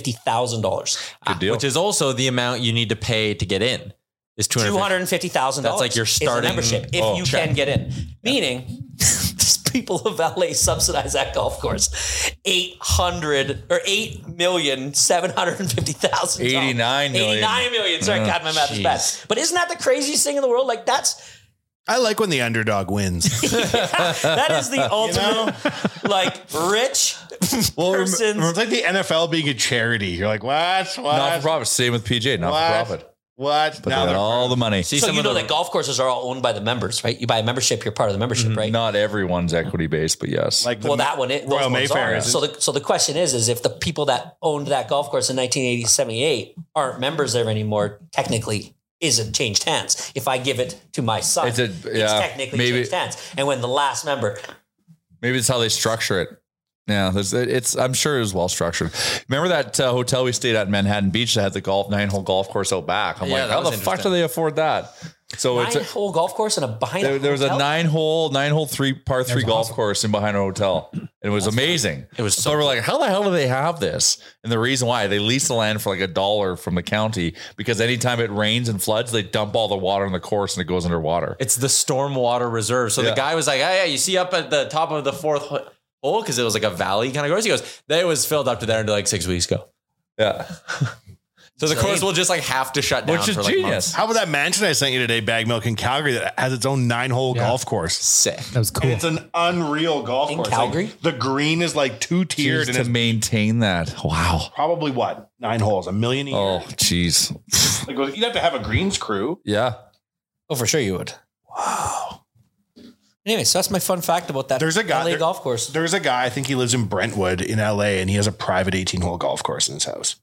Speaker 5: $250,000.
Speaker 8: Ah, Which is also the amount you need to pay to get in. Is two
Speaker 5: Two
Speaker 8: hundred.
Speaker 5: hundred and fifty thousand
Speaker 8: That's
Speaker 5: dollars.
Speaker 8: like your starting-
Speaker 5: membership if
Speaker 8: Oh,
Speaker 5: you
Speaker 8: check.
Speaker 5: can get in. Meaning, these people of LA subsidize that golf course eight hundred or eight million seven hundred and fifty thousand.
Speaker 6: 89 million.
Speaker 5: Eighty nine million. Sorry,
Speaker 7: Oh,
Speaker 5: God, my math is
Speaker 7: jeez.
Speaker 5: bad. But isn't that the craziest thing in the world? Like that's
Speaker 7: I like when the underdog wins.
Speaker 5: that is the ultimate like rich person.
Speaker 7: It's like the NFL being a charity. You're like, what? What?
Speaker 6: Not for profit. Same with PJ. Not
Speaker 7: What?
Speaker 6: for profit.
Speaker 7: What?
Speaker 6: But they got all the money.
Speaker 5: so you know that golf courses are all owned by the members, right? You buy a membership, you're part of the membership,
Speaker 8: Mm-hmm.
Speaker 5: right?
Speaker 6: Not everyone's equity based, but yes.
Speaker 7: Like
Speaker 5: well, that one, it, those
Speaker 6: Royal
Speaker 5: ones
Speaker 6: Mayfair
Speaker 5: are.
Speaker 6: is-
Speaker 5: So the so the question is, is if the people that owned that golf course in 1978 aren't members there anymore, technically isn't changed hands. If I give it to my son,
Speaker 6: It's
Speaker 5: it's,
Speaker 6: a- yeah,
Speaker 5: technically
Speaker 6: maybe-
Speaker 5: changed hands. And when the last member,
Speaker 6: Maybe it's how they structure it. Yeah, there's, it- it's. I'm sure it was well structured. Remember that uh, hotel we stayed at in Manhattan Beach that had the golf nine hole golf course out back. I'm
Speaker 8: Yeah,
Speaker 6: like,
Speaker 8: that
Speaker 6: how
Speaker 8: was
Speaker 6: the fuck do
Speaker 8: interesting.
Speaker 6: they afford that? So
Speaker 5: nine
Speaker 6: it's a,
Speaker 5: hole golf course and a behind.
Speaker 6: there, there was a
Speaker 5: hotel?
Speaker 6: nine hole, nine hole three par three golf course in behind a hotel, and it was amazing. It was so we're like, how the hell do they have this? And the reason why they lease the land for like a dollar from the county because anytime it rains and floods, they dump all the water in the course and it goes underwater.
Speaker 8: It's the stormwater reserve. So
Speaker 6: Yeah.
Speaker 8: the guy was like, "Hey, you see up at the top of the fourth ho- hole because it was like a valley kind of course." He goes, "That was filled up to there until like six weeks ago."
Speaker 6: Yeah.
Speaker 8: so the course will just like have to shut down.
Speaker 7: Which is
Speaker 8: for, Like
Speaker 7: genius.
Speaker 8: months.
Speaker 7: How about that mansion I sent you today, Bag Milk in Calgary, that has its own nine hole golf course?
Speaker 8: Sick.
Speaker 7: That was cool. it's an unreal golf
Speaker 5: In
Speaker 7: course.
Speaker 5: Calgary?
Speaker 7: Like, the green is like two tiered
Speaker 6: Jeez,
Speaker 7: and
Speaker 6: to
Speaker 7: it's
Speaker 6: maintain that. Wow.
Speaker 7: probably what? Nine holes, a million a year.
Speaker 6: Oh, jeez.
Speaker 7: Like, you'd have to have a greens crew.
Speaker 6: Yeah.
Speaker 5: Oh, for sure you would. Wow. Anyway, so that's my fun fact about that.
Speaker 7: There's a guy
Speaker 5: LA
Speaker 7: there-
Speaker 5: golf course.
Speaker 7: There's a guy, I think he lives in Brentwood in LA, and he has a private 18 hole golf course in his house.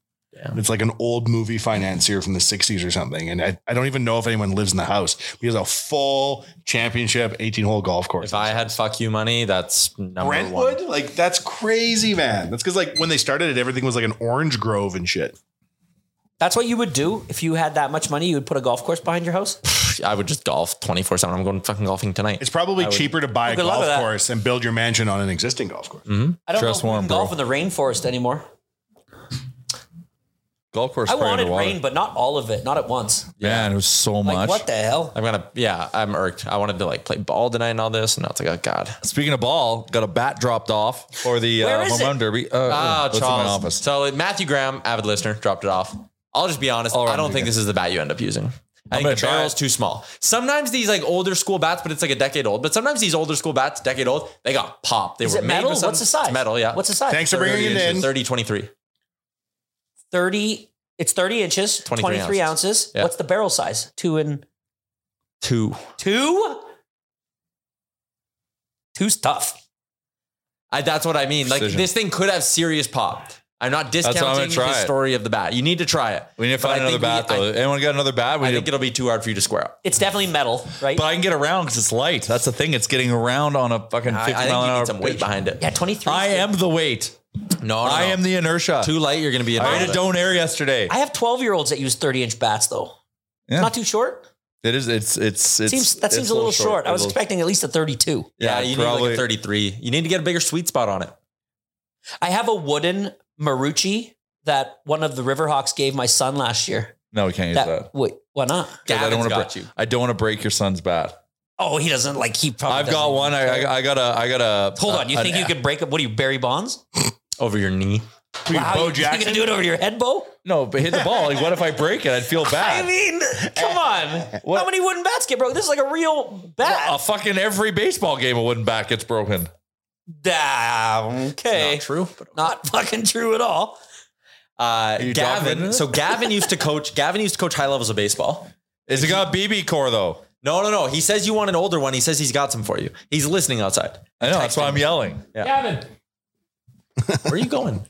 Speaker 7: And It's like an old movie financier from the 60s or something. And I, I don't even know if anyone lives in the house. He has a full championship 18 hole golf course.
Speaker 8: If I had fuck you money, that's number one.
Speaker 7: Brentwood? Like, that's crazy, man. That's because, like, when they started it, everything was like an orange grove and shit.
Speaker 5: That's what you would do if you had that much money. You would put a golf course behind your house.
Speaker 8: I would just golf twenty four seven. I'm going fucking golfing tonight.
Speaker 7: It's probably
Speaker 8: I would-
Speaker 7: cheaper to buy
Speaker 5: Well,
Speaker 7: a
Speaker 5: good luck with
Speaker 7: golf
Speaker 5: that.
Speaker 7: course and build your mansion on an existing golf course.
Speaker 5: I don't
Speaker 6: Trust
Speaker 5: know if
Speaker 6: Warren,
Speaker 5: we can
Speaker 6: bro.
Speaker 5: golf in the rainforest anymore.
Speaker 6: Golf course.
Speaker 5: I
Speaker 6: probably
Speaker 5: wanted
Speaker 6: underwater.
Speaker 5: rain, but not all of it, not at once.
Speaker 6: Man, it was so
Speaker 5: Like
Speaker 6: much.
Speaker 5: what the hell?
Speaker 8: I'm gonna. Yeah, I'm irked. I wanted to like play ball tonight and all this, and now it's like, oh god.
Speaker 6: Speaking of ball, got a bat dropped off for the
Speaker 8: Where
Speaker 6: uh,
Speaker 8: is
Speaker 6: home
Speaker 8: it?
Speaker 6: run derby. Uh,
Speaker 8: Ah,
Speaker 6: it's in my
Speaker 8: Charles.
Speaker 6: office.
Speaker 8: So like, Matthew Graham, avid listener, dropped it off. I'll just be honest. I don't think this is the bat you end up using. I think
Speaker 6: I'm gonna
Speaker 8: the
Speaker 6: try
Speaker 8: barrel's
Speaker 6: it.
Speaker 8: too small. Sometimes these like older school bats, but it's like a decade old. But sometimes these older school bats, decade old, they got popped. They
Speaker 5: Is
Speaker 8: were
Speaker 5: it
Speaker 8: made
Speaker 5: metal?
Speaker 8: with something-
Speaker 5: What's the size?
Speaker 8: It's metal, yeah.
Speaker 5: What's the size?
Speaker 7: Thanks for bringing
Speaker 8: 30
Speaker 7: it in.
Speaker 8: inches, 30, 23.
Speaker 5: 30 it's 30 inches 23,
Speaker 8: 23
Speaker 5: ounces,
Speaker 8: ounces. Yeah.
Speaker 5: what's the barrel size two and
Speaker 8: Two.
Speaker 5: two two's tough
Speaker 8: I, that's what I mean. Like
Speaker 6: Precision.
Speaker 8: this thing could have serious pop. I'm not
Speaker 6: why I'm gonna
Speaker 8: discounting
Speaker 6: try
Speaker 8: the
Speaker 6: it.
Speaker 8: story of the bat. You need to try it.
Speaker 6: We need to
Speaker 8: But I
Speaker 6: find another
Speaker 8: think we-
Speaker 6: bat, though.
Speaker 8: I-
Speaker 6: Anyone got another bat? We
Speaker 8: I
Speaker 6: need
Speaker 8: think
Speaker 6: to-
Speaker 8: it'll be too hard for you to square up.
Speaker 5: it's definitely metal right
Speaker 6: but I can get around because it's light. That's the thing. It's getting around on a fucking 50
Speaker 8: I, I think
Speaker 6: mile an
Speaker 8: you
Speaker 6: hour.
Speaker 8: need some weight
Speaker 6: pitch.
Speaker 8: behind it.
Speaker 5: yeah 23
Speaker 6: I am the weight.
Speaker 8: No, no,
Speaker 6: I
Speaker 8: no.
Speaker 6: am the inertia.
Speaker 8: too light. You're going to be. in
Speaker 6: I
Speaker 8: all
Speaker 6: ate
Speaker 8: of
Speaker 6: a
Speaker 8: it.
Speaker 6: donair yesterday.
Speaker 5: i have 12 year olds that use 30 inch bats though
Speaker 6: Yeah.
Speaker 5: not too short
Speaker 6: It is. It's. It's. it's
Speaker 5: seems that
Speaker 6: it's
Speaker 5: seems a little short. I was
Speaker 6: It'll-
Speaker 5: expecting at least a 32.
Speaker 8: Yeah,
Speaker 6: Yeah,
Speaker 8: you need like
Speaker 6: probably.
Speaker 8: a 33. You need to get a bigger sweet spot on it.
Speaker 5: I have a wooden Marucci that one of the Riverhawks gave my son last year.
Speaker 6: No, we can't use
Speaker 5: That-
Speaker 6: that.
Speaker 5: Wait, why not?
Speaker 6: 'Cause I don't
Speaker 5: Gavin's
Speaker 6: want to
Speaker 5: got
Speaker 6: break you. I don't want to break your son's bat.
Speaker 5: Oh, he doesn't like he probably.
Speaker 6: I've
Speaker 5: doesn't
Speaker 6: got
Speaker 5: even
Speaker 6: one. I,
Speaker 5: care.
Speaker 6: I, I got a. I got a.
Speaker 5: Hold on, you
Speaker 6: an
Speaker 5: think you
Speaker 6: a-
Speaker 5: could break up? What are you, Barry Bonds?
Speaker 8: Over your knee.
Speaker 6: Who,
Speaker 5: Wow,
Speaker 6: Bo
Speaker 5: you think You
Speaker 6: Jackson?
Speaker 5: can do it over your head, Bo.
Speaker 6: No, but hit the ball. Like, what if I break it? I'd feel
Speaker 5: I
Speaker 6: bad.
Speaker 5: mean, come on. How many wooden bats get broken? This is like a real bat.
Speaker 6: Eh. a fucking every baseball game, a wooden bat gets broken.
Speaker 5: Damn. Okay.
Speaker 8: Not true.
Speaker 5: Not fucking true at all.
Speaker 8: Uh,
Speaker 6: you dropping
Speaker 8: Gavin.
Speaker 6: it?
Speaker 8: So Gavin used to coach. Gavin used to coach high levels of baseball.
Speaker 6: Is it got BB core though?
Speaker 8: No, no, no. He says you want an older one. He says he's got some for you. He's listening outside.
Speaker 6: I know. That's why I'm yelling.
Speaker 4: Gavin.
Speaker 8: Where are you going?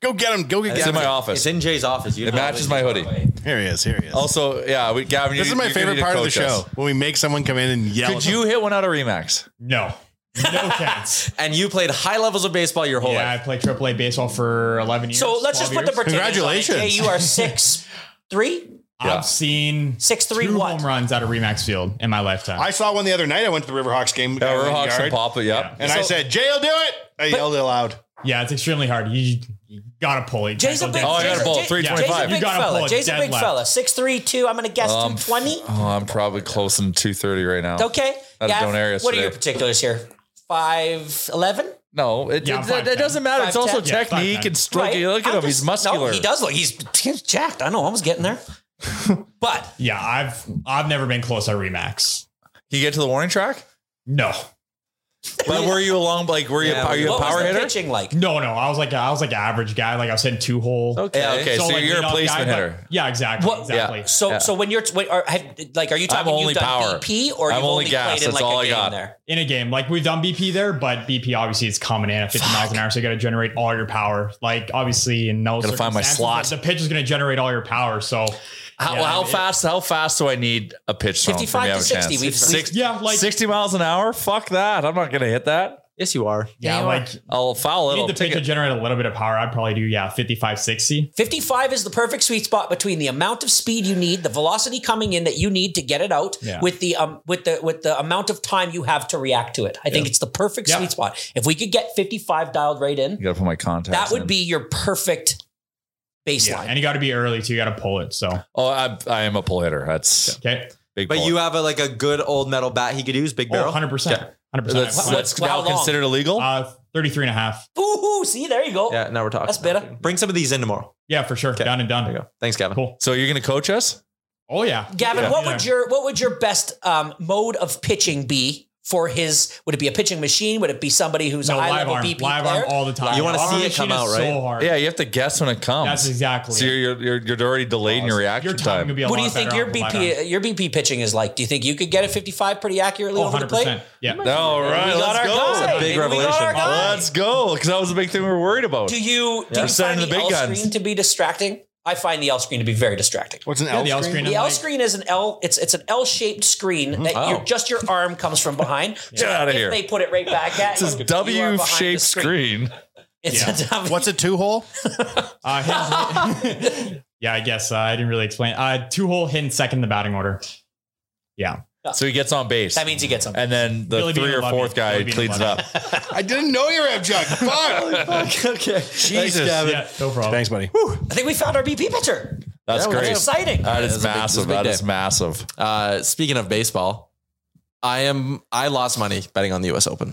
Speaker 7: Go get him. Go get
Speaker 6: It's in
Speaker 7: Gavin.
Speaker 6: my
Speaker 8: It's
Speaker 6: office.
Speaker 8: in Jay's office. You
Speaker 6: It
Speaker 8: don't
Speaker 6: matches
Speaker 8: know.
Speaker 6: my hoodie.
Speaker 7: Here he is. Here he is.
Speaker 6: Also, yeah, we, Gavin.
Speaker 7: this
Speaker 6: Oh, you,
Speaker 7: is my
Speaker 6: you're gonna
Speaker 7: favorite
Speaker 6: need to
Speaker 7: part of the
Speaker 6: coach
Speaker 7: show
Speaker 6: us.
Speaker 7: when we make someone come in and yell. at
Speaker 6: Could
Speaker 7: them.
Speaker 6: you hit one out of Remax?
Speaker 10: No, no chance.
Speaker 8: And you played high levels of baseball your whole
Speaker 10: yeah, I
Speaker 8: life.
Speaker 10: played AAA baseball for 11 years.
Speaker 5: So let's just
Speaker 10: 12
Speaker 5: put the
Speaker 10: years.
Speaker 5: percentage
Speaker 7: Congratulations.
Speaker 5: On it. Jay, you are six three.
Speaker 6: Yeah.
Speaker 10: I've seen
Speaker 5: Six, three,
Speaker 10: two
Speaker 5: what?
Speaker 10: home runs out of Remax Field in my lifetime.
Speaker 7: I saw one the other night. I went to the Riverhawks game.
Speaker 6: Yeah,
Speaker 7: I
Speaker 6: we're
Speaker 7: went
Speaker 6: Hawks
Speaker 7: yard,
Speaker 6: and Papa. Yep.
Speaker 7: and I said, "Jay will do it." I yelled it loud.
Speaker 10: yeah, it's extremely hard. You, you gotta pull it.
Speaker 5: Jay's a
Speaker 10: Michael
Speaker 5: big.
Speaker 10: Jackson-
Speaker 6: Oh, I got
Speaker 5: Jay's
Speaker 6: a ball,
Speaker 5: Jay-
Speaker 6: 325.
Speaker 5: Jay's a
Speaker 10: You
Speaker 5: big
Speaker 10: gotta pull
Speaker 5: fella.
Speaker 10: a
Speaker 5: Jay's a
Speaker 10: dead
Speaker 5: big
Speaker 10: left.
Speaker 5: fella. Six three two. I'm gonna guess
Speaker 6: Um,
Speaker 5: two twenty.
Speaker 6: Oh, I'm probably close to 230 right now.
Speaker 5: Okay.
Speaker 6: Out of
Speaker 5: Gav,
Speaker 6: Donarius
Speaker 5: what are
Speaker 6: today.
Speaker 5: your particulars here? Five eleven.
Speaker 6: No, it,
Speaker 10: Yeah,
Speaker 6: it,
Speaker 10: five
Speaker 6: it, it doesn't matter. It's
Speaker 5: Five
Speaker 6: also
Speaker 5: ten.
Speaker 10: Yeah, five
Speaker 6: technique
Speaker 10: ten.
Speaker 6: and stroke. You Look at him; he's muscular.
Speaker 5: he does look. He's, he's jacked. I know. I was getting there. But
Speaker 10: Yeah, I've I've never been close at Remax.
Speaker 6: You get to the warning track.
Speaker 10: No,
Speaker 6: But were you along? Like, were you?
Speaker 5: Yeah,
Speaker 6: are you a
Speaker 5: what
Speaker 6: power
Speaker 5: was the
Speaker 6: hitter?
Speaker 5: pitching like?
Speaker 10: no, no. I was like I was like an average guy. Like I was hitting two hole.
Speaker 6: Okay. Yeah, okay. So,
Speaker 10: like,
Speaker 6: you're a
Speaker 10: leadoff
Speaker 6: placement
Speaker 10: guy, but-
Speaker 6: hitter.
Speaker 10: yeah, exactly.
Speaker 5: What-
Speaker 10: Exactly.
Speaker 6: Yeah.
Speaker 5: So so when you're when, are, have, like, are you talking?
Speaker 6: only
Speaker 5: you've done
Speaker 6: power.
Speaker 5: BP or
Speaker 6: I'm
Speaker 5: you've
Speaker 6: only
Speaker 5: only
Speaker 6: gas.
Speaker 5: played in
Speaker 6: That's
Speaker 5: like
Speaker 6: all
Speaker 5: a
Speaker 6: I
Speaker 5: game
Speaker 6: got.
Speaker 5: there?
Speaker 10: In a game, like we've done BP there, but BP obviously it's coming in at 50 miles an hour, so you got to generate all your power. Like obviously in those
Speaker 6: Gotta find my
Speaker 10: circumstances, The pitch is going to generate all your power, so
Speaker 6: How,
Speaker 10: Yeah,
Speaker 6: how
Speaker 10: it-
Speaker 6: fast? How fast do I need a pitch? thrown for me
Speaker 5: 55
Speaker 6: have
Speaker 5: to
Speaker 6: a
Speaker 5: 60.
Speaker 6: chance?
Speaker 5: We've-
Speaker 6: Six-
Speaker 10: yeah, like
Speaker 6: 60 miles an hour. Fuck that! I'm not gonna hit that.
Speaker 8: Yes, you are.
Speaker 10: yeah,
Speaker 5: Damn.
Speaker 10: like
Speaker 6: I'll foul it.
Speaker 10: you
Speaker 6: I'll
Speaker 10: need the pitch
Speaker 6: take
Speaker 10: to
Speaker 6: it.
Speaker 10: generate a little bit of power. I'd probably do yeah 55, 60.
Speaker 5: 55 is the perfect sweet spot between the amount of speed you need, the velocity coming in that you need to get it out
Speaker 10: Yeah.
Speaker 5: with the um with the with the amount of time you have to react to it. I think it's the perfect
Speaker 10: Yeah.
Speaker 5: sweet spot. If we could get 55 dialed right
Speaker 6: You
Speaker 5: in,
Speaker 6: gotta put my contacts.
Speaker 5: that would
Speaker 6: in.
Speaker 5: be your perfect baseline.
Speaker 10: Yeah, and you got to be early too. You got to pull it. So
Speaker 6: Oh, I, I am a pull hitter. That's
Speaker 10: okay,
Speaker 6: big.
Speaker 8: But
Speaker 6: pull.
Speaker 8: you have a, like a good old metal bat he could use, big barrel.
Speaker 10: oh, 100 percent, 100 percent.
Speaker 6: that's
Speaker 5: Wow.
Speaker 6: that's
Speaker 5: Wow,
Speaker 6: now
Speaker 5: long.
Speaker 6: considered illegal.
Speaker 10: Uh, 33 and a half.
Speaker 5: Ooh, see, there you go.
Speaker 8: Yeah, now we're talking.
Speaker 5: That's better.
Speaker 8: Bring some of these in tomorrow.
Speaker 10: Yeah, for sure. Done and
Speaker 8: There you
Speaker 10: done.
Speaker 8: go. Thanks, Gavin.
Speaker 10: Cool.
Speaker 6: so you're gonna coach us?
Speaker 10: Oh yeah,
Speaker 5: Gavin,
Speaker 10: Yeah.
Speaker 5: what
Speaker 10: Yeah.
Speaker 5: would your what would your best um, mode of pitching be for his? Would it be a pitching machine? Would it be somebody who's
Speaker 10: no,
Speaker 5: a high
Speaker 10: live
Speaker 5: level
Speaker 10: arm,
Speaker 5: BP
Speaker 10: live
Speaker 5: player?
Speaker 10: arm all the time.
Speaker 8: You wanna
Speaker 10: Live
Speaker 8: see
Speaker 10: arm
Speaker 8: it come
Speaker 10: machine is
Speaker 8: out, right?
Speaker 10: So hard.
Speaker 6: Yeah, you have to guess when it comes.
Speaker 10: that's exactly.
Speaker 6: So
Speaker 10: it.
Speaker 6: you're you're you're, you're already delayed in your reaction
Speaker 10: Your timing would be a
Speaker 5: What do
Speaker 10: lot
Speaker 5: you think
Speaker 10: better
Speaker 5: your
Speaker 10: off the live arm.
Speaker 5: BP your BP pitching is like? Do you think you could get a 55 pretty accurately
Speaker 10: Oh,
Speaker 5: over the plate?
Speaker 10: 100%. Yeah.
Speaker 6: All
Speaker 5: We
Speaker 6: right,
Speaker 5: got
Speaker 6: let's
Speaker 5: our
Speaker 6: go.
Speaker 5: guy.
Speaker 8: a big
Speaker 5: Maybe we got our
Speaker 8: revelation.
Speaker 5: guy.
Speaker 6: Let's go, because that was a big thing we were worried about.
Speaker 5: Do you do
Speaker 6: We're
Speaker 5: you
Speaker 6: sending
Speaker 5: find the,
Speaker 6: the big
Speaker 5: L
Speaker 6: guns.
Speaker 5: screen to be distracting? I find the L screen to be very distracting.
Speaker 7: What's an
Speaker 10: the L screen.
Speaker 5: The L screen is an L. It's it's an L shaped screen that
Speaker 6: Wow.
Speaker 5: your just your arm comes from behind.
Speaker 6: Mm-hmm. Oh. Get out of
Speaker 5: If
Speaker 6: here.
Speaker 5: They put it right back at
Speaker 6: This is
Speaker 5: you. you are behind the
Speaker 6: W-shaped screen.
Speaker 5: It's a W-
Speaker 7: What's a two hole?
Speaker 10: Uh, hidden- yeah, I guess uh, I didn't really explain. Uh, two hole hidden second in the batting order. Yeah,
Speaker 6: So he gets on base,
Speaker 5: that means you get something.
Speaker 6: and then the
Speaker 10: Billy Bean
Speaker 6: three or
Speaker 10: will love
Speaker 6: fourth
Speaker 10: you.
Speaker 6: guy
Speaker 10: Billy Bean
Speaker 6: cleans it
Speaker 10: will
Speaker 6: up.
Speaker 10: love
Speaker 7: I didn't know you were a jug. Fuck.
Speaker 8: okay.
Speaker 7: Jesus.
Speaker 10: yeah, no problem.
Speaker 7: Thanks, buddy.
Speaker 5: I think we found our BP pitcher.
Speaker 6: That's
Speaker 8: Yeah,
Speaker 6: great.
Speaker 5: That's exciting.
Speaker 6: That
Speaker 8: That's a big-
Speaker 6: is
Speaker 8: that's a
Speaker 6: massive.
Speaker 8: big
Speaker 6: That
Speaker 8: day.
Speaker 6: is massive.
Speaker 8: Uh, speaking of baseball, I am. I lost money betting on the U.S. Open.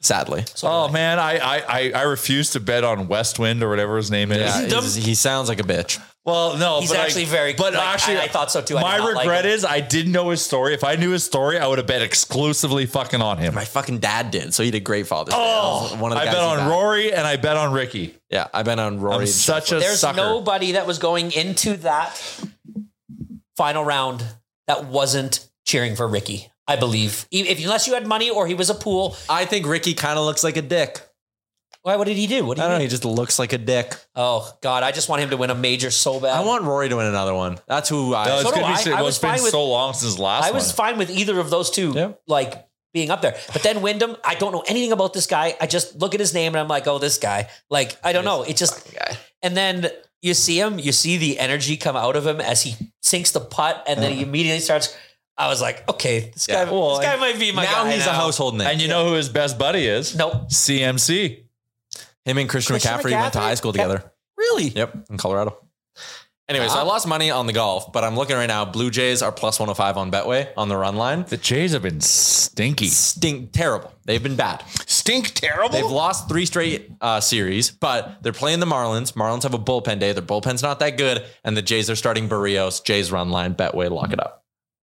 Speaker 8: Sadly,
Speaker 6: Oh man, I, I I I refuse to bet on Westwind or whatever his name is.
Speaker 8: yeah, he's- he sounds like a bitch.
Speaker 6: Well, no,
Speaker 5: He's
Speaker 6: but
Speaker 5: actually
Speaker 6: like-
Speaker 5: very-
Speaker 6: But
Speaker 5: like,
Speaker 6: actually,
Speaker 5: I- I thought so too. I did
Speaker 6: my
Speaker 5: not like
Speaker 6: regret
Speaker 5: him.
Speaker 6: is I didn't know his story. If I knew his story, I would have bet exclusively fucking on him.
Speaker 8: My fucking dad did, so he did great Father's Day.
Speaker 6: Oh,
Speaker 8: I was one of the
Speaker 6: I
Speaker 8: guys
Speaker 6: bet
Speaker 8: who
Speaker 6: on
Speaker 8: backed.
Speaker 6: Rory and I bet on Ricky.
Speaker 8: Yeah, I bet on Rory.
Speaker 6: I'm
Speaker 8: and
Speaker 6: such a
Speaker 5: There's
Speaker 6: sucker.
Speaker 5: nobody that was going into that final round that wasn't cheering for Ricky. I believe, E- if unless you had money or he was a pool.
Speaker 8: I think Ricky kind of looks like a dick.
Speaker 5: Why? What did he do? What
Speaker 8: I
Speaker 5: did he
Speaker 8: don't know.
Speaker 5: do?
Speaker 8: He just looks like a dick.
Speaker 5: Oh God! I just want him to win a major so bad.
Speaker 8: I want Rory to win another one. That's who I.
Speaker 6: No, it's
Speaker 5: So do
Speaker 6: gonna be
Speaker 5: I.
Speaker 6: si-
Speaker 5: I
Speaker 6: well,
Speaker 5: was
Speaker 6: it's been
Speaker 5: fine with-
Speaker 6: so long since the last
Speaker 5: I was
Speaker 6: one.
Speaker 5: fine with either of those two,
Speaker 8: Yeah.
Speaker 5: like being up there. But then Wyndham, I don't know anything about this guy. I just look at his name and I'm like, oh, this guy. Like I don't know. It just. And then you see him, you see the energy come out of him as he sinks the putt, and then he immediately starts. I was like, okay, this guy, this guy might be my
Speaker 6: now
Speaker 5: guy
Speaker 6: he's a household name. And you know who his best buddy is?
Speaker 5: Nope.
Speaker 6: CMC.
Speaker 8: Him and Christian,
Speaker 6: Christian
Speaker 8: McCaffrey, went to
Speaker 6: McCaffrey?
Speaker 8: high school together.
Speaker 5: Really?
Speaker 8: Yep, in Colorado. Anyway, so I lost money on the golf, but I'm looking right now. Blue Jays are plus 105 on Betway on the run line.
Speaker 6: The Jays have been stinky.
Speaker 8: Stink terrible. They've been bad.
Speaker 7: Stink terrible?
Speaker 8: They've lost three straight uh, series, but they're playing the Marlins. Marlins have a bullpen day. Their bullpen's not that good, and the Jays are starting Barrios. Jays run line. Betway, lock it up.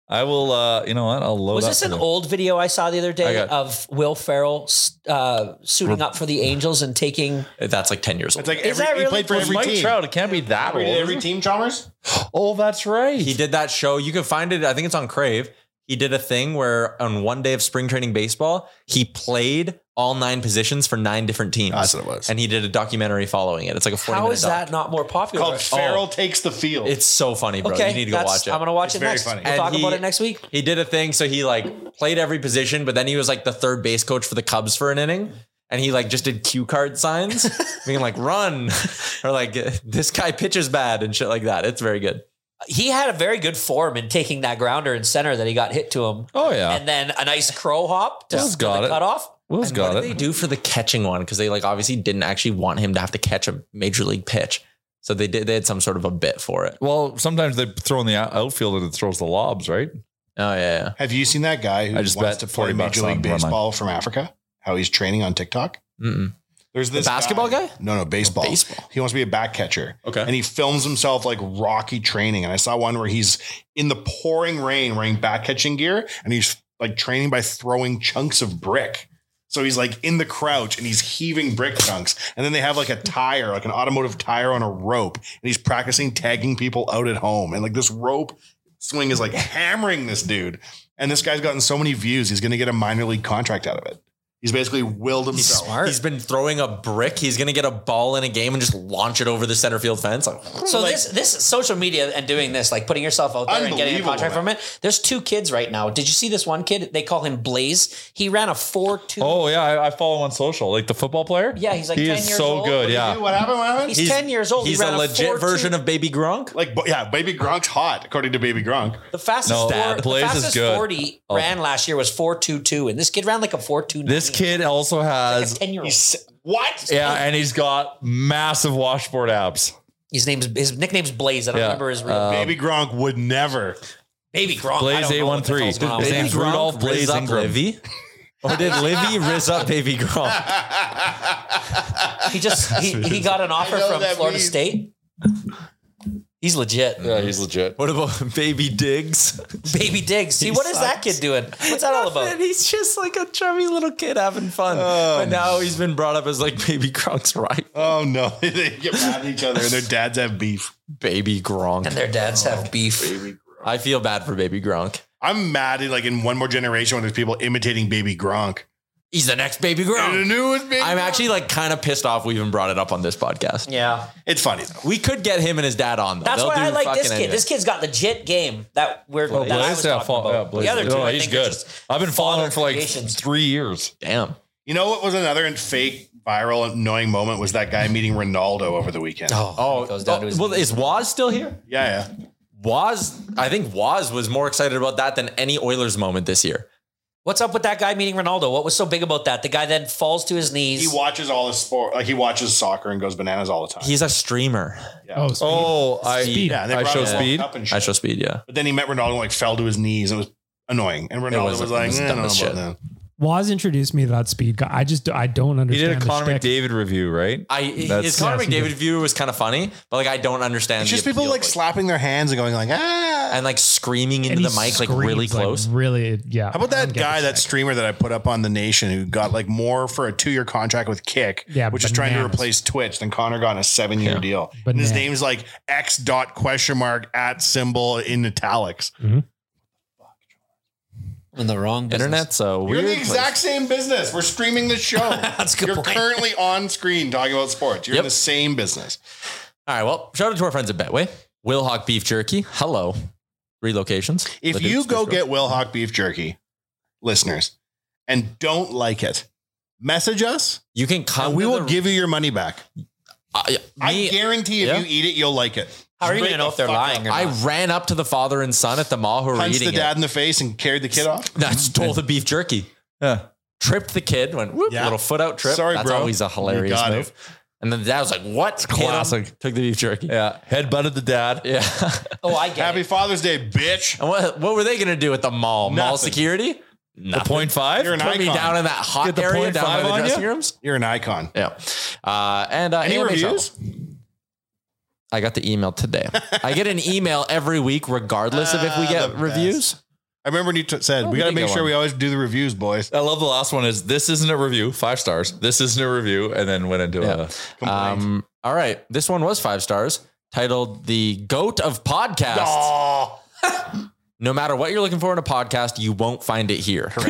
Speaker 6: I will, uh, you know what? I'll load
Speaker 5: Was this an old video I saw the other day
Speaker 8: I got-
Speaker 5: of Will Ferrell uh, suiting up for the Angels and taking?
Speaker 8: That's like 10 years old.
Speaker 5: It's like Is every- that he really- played for
Speaker 6: It was
Speaker 5: every
Speaker 6: Mike
Speaker 5: team.
Speaker 6: Trout. It can't be that
Speaker 5: Every-
Speaker 6: old.
Speaker 5: every
Speaker 6: team,
Speaker 7: Chalmers?
Speaker 6: Oh, that's right.
Speaker 8: He did that show. You can find it. I think it's on Crave. He did a thing where on one day of spring training baseball, he played all nine positions for nine different teams.
Speaker 7: That's what it was.
Speaker 8: And he did a documentary following it. It's like a 40
Speaker 5: How
Speaker 8: minute
Speaker 5: is
Speaker 8: doc.
Speaker 5: that not more popular?
Speaker 8: Called Ferrell
Speaker 7: takes the field.
Speaker 8: It's so funny, bro.
Speaker 5: Okay,
Speaker 8: you need to go
Speaker 5: that's-
Speaker 8: watch it.
Speaker 5: I'm gonna watch It's it very next. funny. We'll talk about it next week.
Speaker 8: He did a thing, so he like played every position, but then he was like the third base coach for the Cubs for an inning. And he like just did cue card signs, being like "run" or like "this guy pitches bad" and shit like that. It's very good.
Speaker 5: He had a very good form in taking that grounder in center that he got hit to him.
Speaker 6: Oh yeah,
Speaker 5: and then a nice crow hop to,
Speaker 8: Will's
Speaker 5: to
Speaker 8: got
Speaker 5: the
Speaker 8: it.
Speaker 5: cutoff.
Speaker 6: Will's
Speaker 8: And what did they do for the catching one? Because they like obviously didn't actually want him to have to catch a major league pitch, so they did. They had some sort of a bit for it.
Speaker 6: Well, sometimes they throw in the out- outfield and it throws the lobs, right?
Speaker 8: Oh yeah.
Speaker 7: Have you seen that guy who
Speaker 6: I just
Speaker 7: wants
Speaker 6: bet
Speaker 7: to play
Speaker 6: 40 bucks
Speaker 7: Major League
Speaker 6: on one line.
Speaker 7: Baseball from Africa? How he's training on TikTok?
Speaker 8: Mm-mm.
Speaker 7: There's
Speaker 8: The
Speaker 7: this
Speaker 8: basketball guy?
Speaker 7: No, no, baseball.
Speaker 8: baseball.
Speaker 7: He wants to be a back catcher.
Speaker 8: Okay.
Speaker 7: And he films himself like Rocky training. And I saw one where he's in the pouring rain wearing back catching gear and he's like training by throwing chunks of brick. So he's like in the crouch and he's heaving brick chunks. And then they have like a tire, like an automotive tire on a rope. And he's practicing tagging people out at home. And like this rope swing is like hammering this dude. And this guy's gotten so many views, he's going to get a minor league contract out of it. He's basically willed himself.
Speaker 8: He's been throwing a brick. He's gonna get a ball in a game and just launch it over the center field fence. Like,
Speaker 5: So this this social media and doing this, like putting yourself out there and getting a
Speaker 8: Unbelievable,
Speaker 5: contract from it. There's two kids right now. Did you see this one kid? They call him Blaze. He ran a four two.
Speaker 6: Oh yeah, I, I follow on social, like the football player.
Speaker 5: Yeah, he's like
Speaker 6: he
Speaker 5: 10
Speaker 6: is
Speaker 5: years
Speaker 6: so
Speaker 5: old. What
Speaker 6: good.
Speaker 5: do you
Speaker 6: Yeah,
Speaker 5: do? What happened? What happened? He's 10 years old. He
Speaker 8: He's
Speaker 5: ran
Speaker 8: a
Speaker 5: a
Speaker 8: legit
Speaker 5: 4-2.
Speaker 8: version of Baby Gronk.
Speaker 7: Like, but yeah, Baby Gronk's hot, according to Baby Gronk.
Speaker 5: The fastest,
Speaker 6: No,
Speaker 5: four-
Speaker 6: Dad,
Speaker 5: the
Speaker 6: Blaze is
Speaker 5: fastest
Speaker 6: good.
Speaker 5: 40
Speaker 6: Oh.
Speaker 5: ran last year was 422, and this kid ran like a 429.
Speaker 6: this kid also has
Speaker 5: 10 year old. What?
Speaker 6: yeah, and he's got massive washboard abs.
Speaker 5: His name's his nickname's Blaze. I don't
Speaker 6: Yeah,
Speaker 5: remember his real
Speaker 6: um,
Speaker 5: name.
Speaker 7: Baby Gronk would never.
Speaker 5: Baby Gronk. I
Speaker 6: Blaze
Speaker 5: don't
Speaker 6: eight
Speaker 5: know
Speaker 6: one
Speaker 5: what the
Speaker 6: three.
Speaker 5: hell's
Speaker 6: His
Speaker 5: going on with
Speaker 6: name's
Speaker 5: him.
Speaker 6: Rudolph Blaze
Speaker 8: riz up
Speaker 6: Ingram. Oh,
Speaker 8: Livy, or did Livy riz up Baby Gronk?
Speaker 5: He just he, he got an offer
Speaker 7: I know
Speaker 5: from
Speaker 7: that
Speaker 5: Florida
Speaker 7: means-
Speaker 5: State. He's legit.
Speaker 6: Yeah, he's legit.
Speaker 8: What about Baby Diggs?
Speaker 5: Baby Diggs. See,
Speaker 8: He
Speaker 5: what is
Speaker 8: sucks.
Speaker 5: that kid doing? What's that all about? Oh.
Speaker 8: And he's just like a chubby little kid having fun. but now he's been brought up as like Baby Gronk's right.
Speaker 7: Oh no, they get mad at each other, and their dads have beef.
Speaker 8: Baby Gronk.
Speaker 5: And their dads
Speaker 7: Oh,
Speaker 5: have beef.
Speaker 8: I feel bad for Baby Gronk.
Speaker 7: I'm mad at like in one more generation when there's people imitating Baby Gronk.
Speaker 8: He's the next Baby Gronk.
Speaker 7: The newest Baby
Speaker 8: I'm
Speaker 7: Gronk.
Speaker 8: actually like kind of pissed off we even brought it up on this podcast.
Speaker 5: Yeah.
Speaker 7: It's funny though.
Speaker 8: We could get him and his dad on though.
Speaker 5: That's
Speaker 8: They'll
Speaker 5: why
Speaker 8: do
Speaker 5: I like
Speaker 8: fucking
Speaker 5: this kid.
Speaker 8: anything.
Speaker 5: This kid's got legit game that we're that I was
Speaker 6: yeah,
Speaker 5: talking
Speaker 6: fo- yeah,
Speaker 5: about.
Speaker 6: Blaze
Speaker 5: the other
Speaker 6: is
Speaker 5: two,
Speaker 6: good. No,
Speaker 5: I
Speaker 6: he's
Speaker 5: think they're
Speaker 6: good.
Speaker 5: just
Speaker 6: I've been following him for like
Speaker 5: creations.
Speaker 6: three years.
Speaker 8: Damn.
Speaker 7: You know what was another fake viral annoying moment was that guy meeting Ronaldo over the weekend.
Speaker 8: Oh,
Speaker 5: goes down to his
Speaker 8: well, is Waz still here?
Speaker 7: Yeah, yeah.
Speaker 8: Waz, I think Waz was more excited about that than any Oilers moment this year.
Speaker 5: What's up with that guy meeting Ronaldo? What was so big about that? The guy then falls to his knees.
Speaker 7: He watches all his sport, like he watches soccer and goes bananas all the time.
Speaker 8: He's a streamer.
Speaker 7: yeah.
Speaker 4: Oh, speed.
Speaker 6: Oh, I
Speaker 4: Speed.
Speaker 7: yeah, and they
Speaker 6: I
Speaker 7: brought
Speaker 6: show
Speaker 7: him to World
Speaker 6: speed.
Speaker 7: Cup and
Speaker 8: I
Speaker 7: shit.
Speaker 8: show speed, yeah.
Speaker 7: But then he met Ronaldo and like fell to his knees and it was annoying. And Ronaldo
Speaker 8: was-
Speaker 7: was,
Speaker 8: it
Speaker 7: like,
Speaker 8: was
Speaker 7: "Eh, I
Speaker 8: dumb
Speaker 7: don't know
Speaker 8: as
Speaker 7: about
Speaker 8: shit.
Speaker 7: that."
Speaker 4: Waz introduced me to that speed guy. I just I don't
Speaker 6: He
Speaker 4: understand.
Speaker 6: did a
Speaker 4: the
Speaker 6: Connor
Speaker 4: shtick.
Speaker 6: McDavid review, right?
Speaker 8: I his Connor
Speaker 4: Yes, he
Speaker 8: McDavid
Speaker 4: did.
Speaker 8: view was kind of funny, but like I don't understand.
Speaker 7: It's
Speaker 8: the
Speaker 7: just people
Speaker 8: appeal,
Speaker 7: like slapping their hands and going like, "Ah."
Speaker 8: and like screaming into
Speaker 4: And
Speaker 8: the
Speaker 4: he
Speaker 8: mic like really
Speaker 4: screams, like,
Speaker 8: close.
Speaker 4: really,
Speaker 7: How
Speaker 4: yeah.
Speaker 7: about
Speaker 4: I don't
Speaker 7: that
Speaker 4: get
Speaker 7: guy,
Speaker 4: the
Speaker 7: that
Speaker 4: shtick.
Speaker 7: streamer that I put up on the Nation, who got like more for a two-year contract with Kick,
Speaker 4: Yeah,
Speaker 7: which is trying to
Speaker 4: bananas.
Speaker 7: replace Twitch than Connor got in a seven-year deal. And his
Speaker 4: Bananas.
Speaker 7: name's like X dot question mark at symbol in italics.
Speaker 5: in the wrong business.
Speaker 8: Internet's a
Speaker 7: We're
Speaker 8: weird.
Speaker 7: in the
Speaker 8: place.
Speaker 7: exact same business. We're streaming the show.
Speaker 5: That's a good
Speaker 7: You're
Speaker 5: point.
Speaker 7: currently on screen talking about sports. You're
Speaker 8: Yep.
Speaker 7: in the same business.
Speaker 8: All right. Well, shout out to our friends at Betway. Will Hawk Beef Jerky. Hello. Three locations.
Speaker 7: If
Speaker 8: Leduc,
Speaker 7: you
Speaker 8: Fishkill.
Speaker 7: go get Will Hawk beef jerky, listeners, and don't like it, message us
Speaker 8: you can come.
Speaker 7: and we
Speaker 8: to
Speaker 7: will
Speaker 8: the-
Speaker 7: give you your money back.
Speaker 6: Uh,
Speaker 8: I,
Speaker 7: I guarantee if
Speaker 8: Yeah.
Speaker 7: you eat it, you'll like it.
Speaker 8: How are you
Speaker 7: Break
Speaker 8: gonna know
Speaker 7: the
Speaker 8: if they're
Speaker 7: fuck
Speaker 8: lying
Speaker 7: up.
Speaker 8: I ran up to the father and son at the mall who were
Speaker 7: punched
Speaker 8: eating
Speaker 7: the dad
Speaker 8: it.
Speaker 7: in the face and carried the kid off.
Speaker 8: That stole the beef jerky. Tripped the kid, went whoop,
Speaker 7: Yeah.
Speaker 8: little foot out trip.
Speaker 7: Sorry,
Speaker 8: That's
Speaker 7: bro.
Speaker 8: always a
Speaker 7: You
Speaker 8: hilarious
Speaker 7: got
Speaker 8: move.
Speaker 7: it.
Speaker 8: And then the dad was like, "What? Classic." Took the beef jerky.
Speaker 6: Yeah, head butted the dad.
Speaker 8: Yeah.
Speaker 5: oh, I get.
Speaker 7: Happy Father's Day, bitch.
Speaker 8: And what, what were they going to do at the mall? Mall
Speaker 7: Nothing.
Speaker 8: security?
Speaker 6: The point five.
Speaker 7: You're an
Speaker 8: Put me
Speaker 7: icon.
Speaker 8: down in that hot
Speaker 6: Get the
Speaker 8: area
Speaker 6: point
Speaker 8: down by
Speaker 6: five
Speaker 8: the
Speaker 6: on
Speaker 8: dressing
Speaker 6: you?
Speaker 8: rooms.
Speaker 7: You're an icon.
Speaker 8: Yeah. Uh, and uh,
Speaker 7: Any
Speaker 8: AMA travel.
Speaker 7: reviews?
Speaker 8: I got the email today. I get an email every week, regardless of if we
Speaker 7: Ah,
Speaker 8: get
Speaker 7: the
Speaker 8: reviews.
Speaker 7: I remember when you t- said
Speaker 8: Oh,
Speaker 7: we
Speaker 8: we
Speaker 7: got to
Speaker 8: did
Speaker 7: make
Speaker 8: get
Speaker 7: sure
Speaker 8: one.
Speaker 7: we always do the reviews, boys.
Speaker 6: I love the last one is this isn't a review, five stars. This isn't a review, and then went into
Speaker 8: Yeah. Um, all right. This one was five stars, titled The Goat of Podcasts. No matter what you're looking for in a podcast, you won't find it here.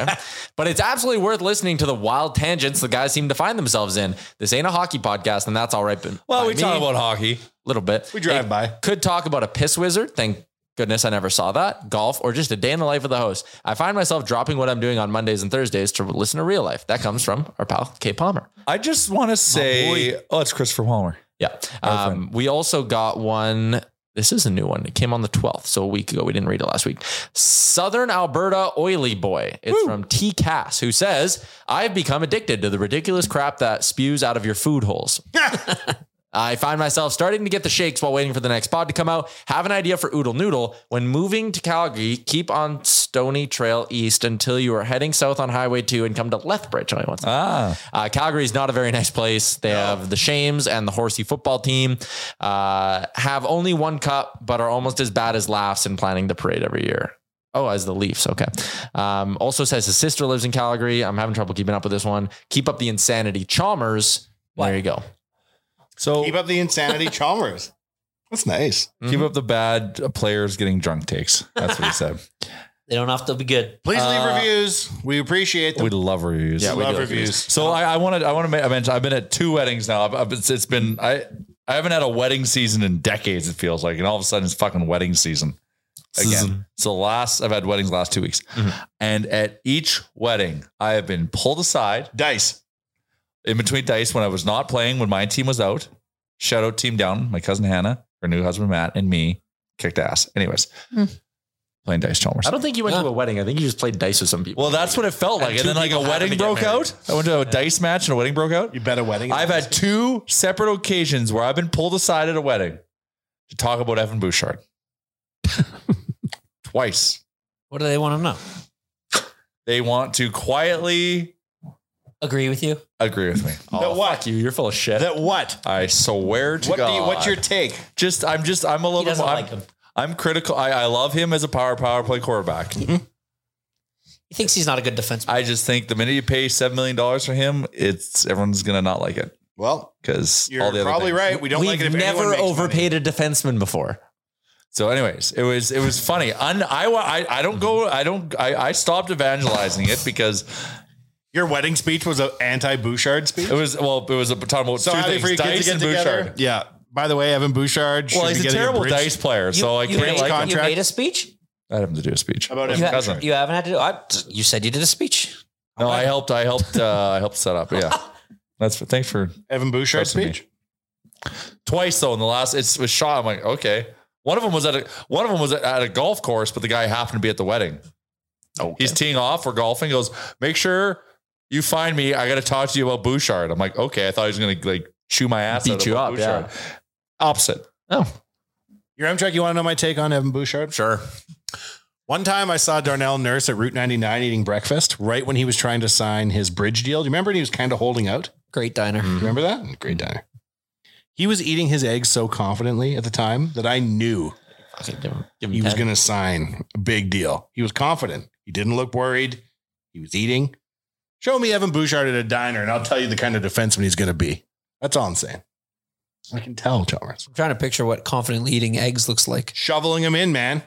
Speaker 8: Okay? but it's absolutely worth listening to the wild tangents the guys seem to find themselves in. This ain't a hockey podcast, and that's all right. but-
Speaker 6: Well,
Speaker 8: by
Speaker 6: we
Speaker 8: me.
Speaker 6: talk about hockey.
Speaker 8: little bit.
Speaker 7: We drive
Speaker 8: It
Speaker 7: by.
Speaker 8: Could talk about a piss wizard. Thank goodness I never saw that. Golf or just a day in the life of the host. I find myself dropping what I'm doing on Mondays and Thursdays to listen to real life. That comes from our pal Kay Palmer.
Speaker 6: I just want to say, oh, it's Christopher Palmer.
Speaker 8: Yeah. Um, we also got one. This is a new one. It came on the 12th, so a week ago. We didn't read it last week. Southern Alberta Oily Boy. It's from T Cass, who says, I've become addicted to the ridiculous crap that spews out of your food holes. I find myself starting to get the shakes while waiting for the next pod to come out. Have an idea for Oodle Noodle. When moving to Calgary, keep on Stony Trail East until you are heading south on Highway 2 and come to Lethbridge. Oh, he wants
Speaker 6: Ah,
Speaker 8: uh, Calgary is not a very nice place. They have the Shames and the Horsey football team. Uh, have only one cup, but are almost as bad as laughs in planning the parade every year. Oh, as the Leafs. Okay. Um, also says his sister lives in Calgary. I'm having trouble keeping up with this one. Keep up the insanity, Chalmers. There you go.
Speaker 6: so
Speaker 7: Keep up the insanity, Chalmers. That's nice.
Speaker 8: Mm-hmm.
Speaker 6: keep up the bad players getting drunk takes. That's what he said.
Speaker 5: They don't have to be good.
Speaker 7: Please leave
Speaker 5: Uh,
Speaker 7: reviews. We appreciate them.
Speaker 6: We love reviews.
Speaker 8: Yeah, we
Speaker 7: love
Speaker 8: do.
Speaker 7: reviews.
Speaker 6: So I want to I want to mention I've been at two weddings now. I've, I've- it's, it's been I I haven't had a wedding season in decades. It feels like, and all of a sudden it's fucking wedding season again.
Speaker 8: Season.
Speaker 6: So last I've had weddings the last two weeks, and at each wedding I have been pulled aside
Speaker 7: Dice.
Speaker 6: in between dice when I was not playing when my team was out. Shout out team down, my cousin Hannah, her new husband Matt, and me kicked ass. Anyways, playing dice, Chalmers.
Speaker 8: I don't think you went to a wedding. I think you just played dice with some people.
Speaker 6: Well, that's what it felt like.
Speaker 8: And
Speaker 6: And,
Speaker 8: two
Speaker 6: then like a
Speaker 8: people happened
Speaker 6: wedding
Speaker 8: to get
Speaker 6: broke
Speaker 8: married.
Speaker 6: out. I went to a dice match and a wedding broke out.
Speaker 7: You bet a wedding.
Speaker 6: I've had two separate occasions where I've been pulled aside at a wedding to talk about Evan Bouchard. Twice.
Speaker 5: What do they want to know?
Speaker 6: They want to quietly
Speaker 5: Agree with you?
Speaker 6: agree with me.
Speaker 7: that what?
Speaker 8: Oh, you. You're full of shit.
Speaker 7: That what?
Speaker 6: I swear to
Speaker 7: What do
Speaker 6: God.
Speaker 7: you, what's your take?
Speaker 6: just I'm just I'm a little
Speaker 5: doesn't
Speaker 6: I'm,
Speaker 5: like him.
Speaker 6: I'm critical. I, I love him as a power power play quarterback.
Speaker 5: He thinks he's not a good defenseman.
Speaker 6: I just think the minute you pay seven million dollars for him, it's everyone's gonna not like it.
Speaker 7: Well,
Speaker 6: Because
Speaker 7: you're
Speaker 6: all the other
Speaker 7: probably
Speaker 6: things.
Speaker 7: right. We don't like it if anyone
Speaker 8: never
Speaker 7: makes money.
Speaker 8: overpaid a defenseman before.
Speaker 6: So, anyways, it was it was funny. Un, I, wa- I I don't go. I don't. I, I stopped evangelizing it because
Speaker 7: Your wedding speech was an anti-Bouchard speech.
Speaker 6: it was well. It was a talking about
Speaker 7: So
Speaker 6: two
Speaker 7: happy
Speaker 6: things:
Speaker 7: for you kids
Speaker 6: dice
Speaker 7: to get
Speaker 6: and
Speaker 7: together.
Speaker 6: Bouchard.
Speaker 7: Yeah. By the way, Evan Bouchard.
Speaker 6: Well,
Speaker 7: should be
Speaker 6: he's a
Speaker 7: getting
Speaker 6: terrible
Speaker 7: bridge-
Speaker 6: dice player, so I
Speaker 5: you
Speaker 6: can't
Speaker 5: made,
Speaker 6: like.
Speaker 5: you
Speaker 7: contract.
Speaker 5: made a speech?
Speaker 6: I had him to do a speech
Speaker 7: About
Speaker 6: It was
Speaker 7: him.
Speaker 6: my
Speaker 5: You, ha-
Speaker 6: cousin.
Speaker 5: you haven't had to do I, You said you did a speech.
Speaker 6: No, I helped. I helped. Uh, I helped set up. Yeah, that's for, thanks for
Speaker 7: Evan Bouchard
Speaker 6: Trust me.
Speaker 7: speech.
Speaker 6: twice though in the last it was shot i'm like okay one of them was at a one of them was at a golf course but the guy happened to be at the wedding oh he's teeing off for golfing He goes make sure you find me i gotta talk to you about bouchard i'm like okay i thought he was gonna like chew my ass
Speaker 8: Beat
Speaker 6: out
Speaker 8: you
Speaker 6: about
Speaker 8: up, yeah.
Speaker 6: opposite
Speaker 8: Oh,
Speaker 7: Your Amtrak, you want to know my take on Evan Bouchard?
Speaker 8: sure.
Speaker 7: One time I saw Darnell Nurse at Route 99 eating breakfast right when he was trying to sign his bridge deal. Do you remember when he was kind of holding out?
Speaker 5: Great diner.
Speaker 6: Mm-hmm.
Speaker 7: Remember that? Great diner. He was eating his eggs so confidently at the time that I knew
Speaker 8: Okay, give him, give him
Speaker 7: he was
Speaker 8: 10.
Speaker 7: going to sign a big deal. He was confident. He didn't look worried. He was eating. Show me Evan Bouchard at a diner, and I'll tell you the kind of defenseman he's going to be. That's all I'm saying. I can tell, Chalmers.
Speaker 5: I'm trying to picture what confidently eating eggs looks like.
Speaker 7: Shoveling him in, man,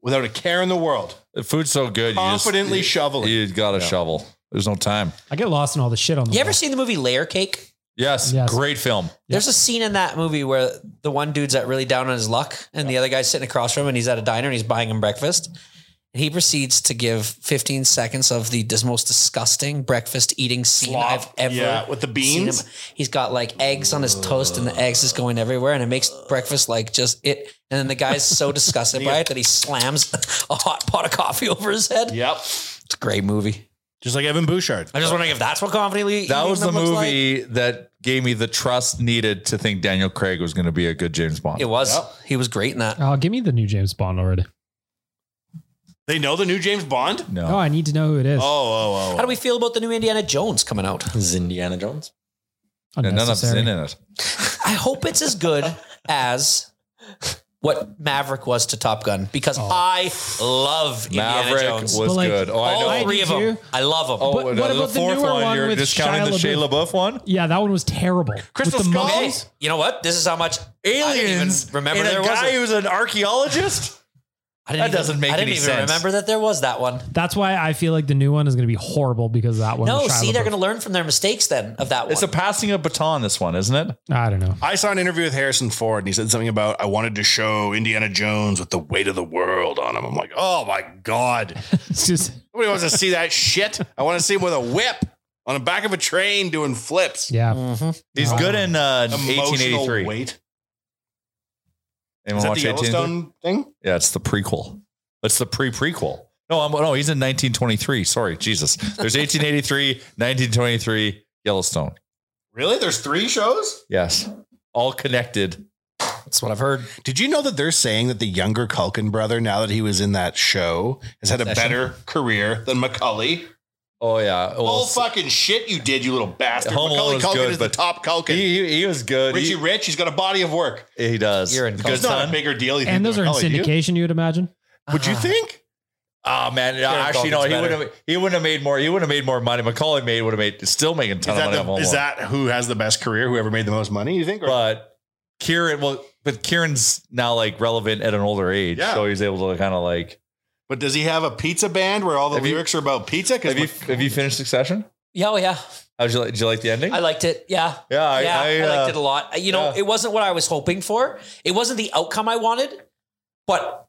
Speaker 7: without a care in the world.
Speaker 6: the food's so good
Speaker 7: Confidently
Speaker 6: you just,
Speaker 7: shoveling.
Speaker 6: you gotta shovel there's no time
Speaker 4: I get lost in all the shit on the
Speaker 5: You ever
Speaker 4: wall.
Speaker 5: seen the movie Layer Cake?
Speaker 6: yes,
Speaker 4: Yes.
Speaker 6: great film
Speaker 5: There's a scene in that movie where the one dude's at really down on his luck, and the other guy's sitting across from him, and he's at a diner and he's buying him breakfast, and he proceeds to give 15 seconds of the dis- most disgusting breakfast eating scene
Speaker 7: Slop.
Speaker 5: I've ever
Speaker 7: Yeah, with the
Speaker 5: seen
Speaker 7: beans.
Speaker 5: him. He's got like eggs on his toast, and the eggs is going everywhere, and it makes breakfast like just it. And then the guy's so disgusted by it that he slams a hot pot of coffee over his head.
Speaker 7: Yep,
Speaker 5: it's a great movie.
Speaker 7: Just like Evan Bouchard.
Speaker 5: I'm just wondering if that's what comedy eating
Speaker 6: That was the
Speaker 5: them looks like.
Speaker 6: movie that gave me the trust needed to think Daniel Craig was going to be a good James Bond.
Speaker 5: It was. He was great in that.
Speaker 4: Oh, give me the new James Bond already.
Speaker 7: They know the new James Bond?
Speaker 6: No.
Speaker 4: Oh, I need to know who it is.
Speaker 7: oh,
Speaker 5: How do we feel about the new Indiana Jones coming out?
Speaker 8: Is Indiana Jones?
Speaker 6: And none of it's in it.
Speaker 5: I hope it's as good as what Maverick was to Top Gun because I love Indiana
Speaker 6: Oh. Maverick
Speaker 5: Jones.
Speaker 6: was But, like, good. Oh, I
Speaker 5: all
Speaker 6: know.
Speaker 5: three of them.
Speaker 6: Did you?
Speaker 5: I love them.
Speaker 6: Oh, But and what the about the fourth newer one, one you're with discounting Shia the Shia LaBeouf? LaBeouf one?
Speaker 4: Yeah, that one was terrible. With the
Speaker 5: Okay,
Speaker 4: monkeys?
Speaker 5: You know what? This is how much aliens. I didn't even remember
Speaker 6: and a
Speaker 5: there was
Speaker 6: guy
Speaker 5: a-
Speaker 6: who's an archaeologist.
Speaker 5: I didn't
Speaker 6: that
Speaker 5: even-
Speaker 6: doesn't make
Speaker 5: I didn't
Speaker 6: any
Speaker 5: even
Speaker 6: sense.
Speaker 5: Remember that there was that one.
Speaker 4: That's why I feel like the new one is going to be horrible because that one.
Speaker 5: no,
Speaker 4: was Shia
Speaker 5: see, they're
Speaker 4: LaBeouf.
Speaker 5: going to learn from their mistakes then of that one.
Speaker 6: It's a passing of baton. This one, isn't it?
Speaker 4: I don't know.
Speaker 7: I saw an interview with Harrison Ford and he said something about I wanted to show Indiana Jones with the weight of the world on him. I'm like, oh my God.
Speaker 4: It's just
Speaker 7: Nobody wants to see that shit. I want to see him with a whip on the back of a train doing flips.
Speaker 4: Yeah.
Speaker 6: He's good in uh, 1883.
Speaker 7: Weight.
Speaker 6: Anyone
Speaker 7: Is that
Speaker 6: watch
Speaker 7: the
Speaker 6: 1883?
Speaker 7: Yellowstone thing?
Speaker 6: Yeah, it's the prequel. It's the pre prequel. No, I'm, no, he's in 1923. Sorry, Jesus. There's 1883, 1923, Yellowstone.
Speaker 7: Really? There's three shows?
Speaker 6: Yes, all connected.
Speaker 5: That's what I've heard.
Speaker 7: Did you know that they're saying that the younger Culkin brother, now that he was in that show, has had a
Speaker 6: Succession?
Speaker 7: better career than Macaulay?
Speaker 6: Oh yeah,
Speaker 7: All fucking shit you did, you little bastard!
Speaker 6: Home Alone
Speaker 7: Macaulay
Speaker 6: was
Speaker 7: Culkin
Speaker 6: good,
Speaker 7: is the
Speaker 6: but
Speaker 7: top Culkin.
Speaker 6: He, he, was good.
Speaker 7: Richie
Speaker 6: He-
Speaker 7: Rich, he's got a body of work.
Speaker 6: He does. You're in
Speaker 7: It's not a bigger deal. you think,
Speaker 4: and those are
Speaker 7: than
Speaker 4: in
Speaker 7: Macaulay, do you?
Speaker 4: syndication. You would imagine.
Speaker 7: Would you think?
Speaker 6: Oh man, no,
Speaker 7: Aaron
Speaker 6: actually no.
Speaker 7: Culkin's
Speaker 6: He would
Speaker 7: better.
Speaker 6: have. He wouldn't have made more. He wouldn't have made more money. Macaulay made would have made still making a
Speaker 7: Is
Speaker 6: ton of money.
Speaker 7: that, the,
Speaker 6: off Home
Speaker 7: is
Speaker 6: Alone.
Speaker 7: that who has the best career? Whoever made the most money, you think? Or
Speaker 6: But Kieran, well, but Kieran's now like relevant at an older age,
Speaker 7: Yeah.
Speaker 6: so he's able to kind of like.
Speaker 7: But does he have a pizza band where all the
Speaker 6: Have you-
Speaker 7: lyrics are about pizza?
Speaker 6: Have you have you finished Succession?
Speaker 5: yeah, oh, yeah.
Speaker 6: How'd you like? Did you like the ending?
Speaker 5: I liked it. Yeah.
Speaker 6: Yeah, I-
Speaker 5: yeah,
Speaker 6: I,
Speaker 5: I,
Speaker 6: uh,
Speaker 5: liked it a lot. You know, it wasn't what I was hoping for. It wasn't the outcome I wanted, but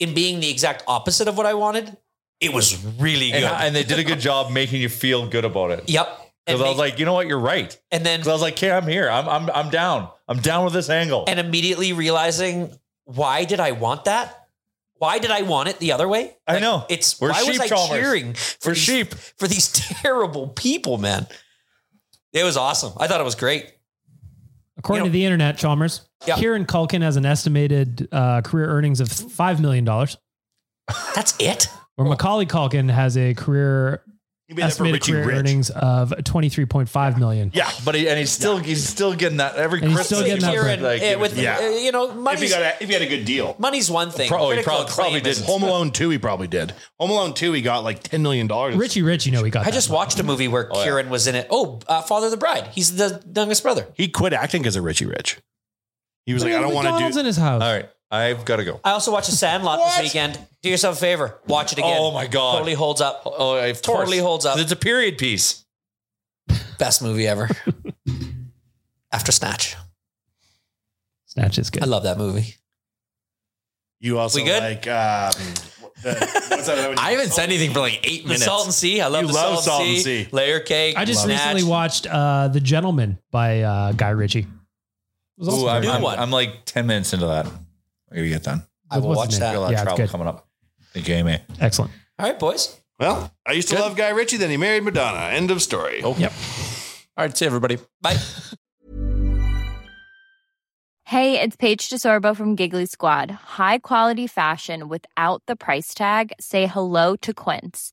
Speaker 5: in being the exact opposite of what I wanted, it was really
Speaker 6: and,
Speaker 5: good.
Speaker 6: and they did a good job making you feel good about it.
Speaker 5: Yep. And
Speaker 6: Because I was
Speaker 5: make-
Speaker 6: like, you know what, you're right.
Speaker 5: And then
Speaker 6: I was like, okay, I'm here. I'm I'm I'm down. I'm down with this angle.
Speaker 5: and immediately realizing why did I want that? Why did I want it the other way? I know. It's
Speaker 6: We're
Speaker 5: why was
Speaker 6: sheep
Speaker 5: I
Speaker 6: chalmers.
Speaker 5: cheering for
Speaker 6: We're
Speaker 5: these,
Speaker 6: sheep.
Speaker 5: for these terrible people, man? It was awesome. I thought it was great.
Speaker 4: According to the internet, Chalmers, Kieran Culkin has an estimated uh, career earnings of $5 million. Where
Speaker 5: That's it?
Speaker 4: Macaulay Culkin has a career
Speaker 6: that for
Speaker 4: estimated
Speaker 6: Richie
Speaker 4: career
Speaker 6: Rich.
Speaker 4: earnings of $23.5 million.
Speaker 6: yeah, but he, and he's still he's still getting that every
Speaker 4: And he's
Speaker 6: Christmas.
Speaker 4: still getting that bread.
Speaker 6: Like,
Speaker 5: Eh, with
Speaker 7: yeah.
Speaker 5: uh, you know,
Speaker 7: If you
Speaker 5: money's
Speaker 7: got a, if you had a good deal,
Speaker 5: money's one thing.
Speaker 7: Probably,
Speaker 5: Critical
Speaker 7: probably, probably
Speaker 5: acclaim
Speaker 7: did.
Speaker 5: is-
Speaker 7: Home Alone two, he probably did. Home Alone two, he got like ten million dollars.
Speaker 4: Richie Rich, you know, he got
Speaker 5: I just watched a movie where Kieran was in it. Oh, uh, Father of the Bride. He's the youngest brother.
Speaker 7: He quit acting because of Richie Rich. He was
Speaker 5: Look
Speaker 7: like, I
Speaker 5: at
Speaker 7: don't want
Speaker 5: McDonald's
Speaker 7: to
Speaker 4: do. in his house.
Speaker 6: All right, I've got to go.
Speaker 5: I also watched The Sandlot this weekend. Do yourself a favor, watch it again.
Speaker 6: Oh my god,
Speaker 5: Totally holds up.
Speaker 6: Oh, of course.
Speaker 5: Totally holds up.
Speaker 6: It's a period piece.
Speaker 5: Best movie ever. After Snatch.
Speaker 4: Snatch is good.
Speaker 5: I love that movie.
Speaker 7: You also
Speaker 5: We good?
Speaker 7: like. Um, the- what's that other one?
Speaker 8: I haven't said anything for like eight
Speaker 5: The
Speaker 8: minutes.
Speaker 5: Salt and Sea. I love
Speaker 7: You
Speaker 5: the
Speaker 7: love
Speaker 5: Salt, and sea. Layer Cake.
Speaker 4: I just
Speaker 5: Snatch.
Speaker 4: recently watched uh, The Gentleman by uh, Guy Ritchie. It was also
Speaker 6: Ooh, I'm,
Speaker 4: good.
Speaker 6: I'm, I'm like ten minutes into that. I gotta get done.
Speaker 5: I will
Speaker 4: What's
Speaker 5: watch
Speaker 4: his name?
Speaker 5: that.
Speaker 6: Got a lot of
Speaker 4: Yeah, it's
Speaker 6: travel
Speaker 4: good.
Speaker 6: coming up. Thank you, Amy.
Speaker 4: Excellent.
Speaker 5: All right, boys.
Speaker 7: Well, I used to love Guy Ritchie, then he married Madonna. End of story.
Speaker 6: Oh,
Speaker 4: yep.
Speaker 6: All right, see everybody.
Speaker 5: Bye.
Speaker 11: Hey, it's Paige DeSorbo from Giggly Squad. High quality fashion without the price tag. Say hello to Quince.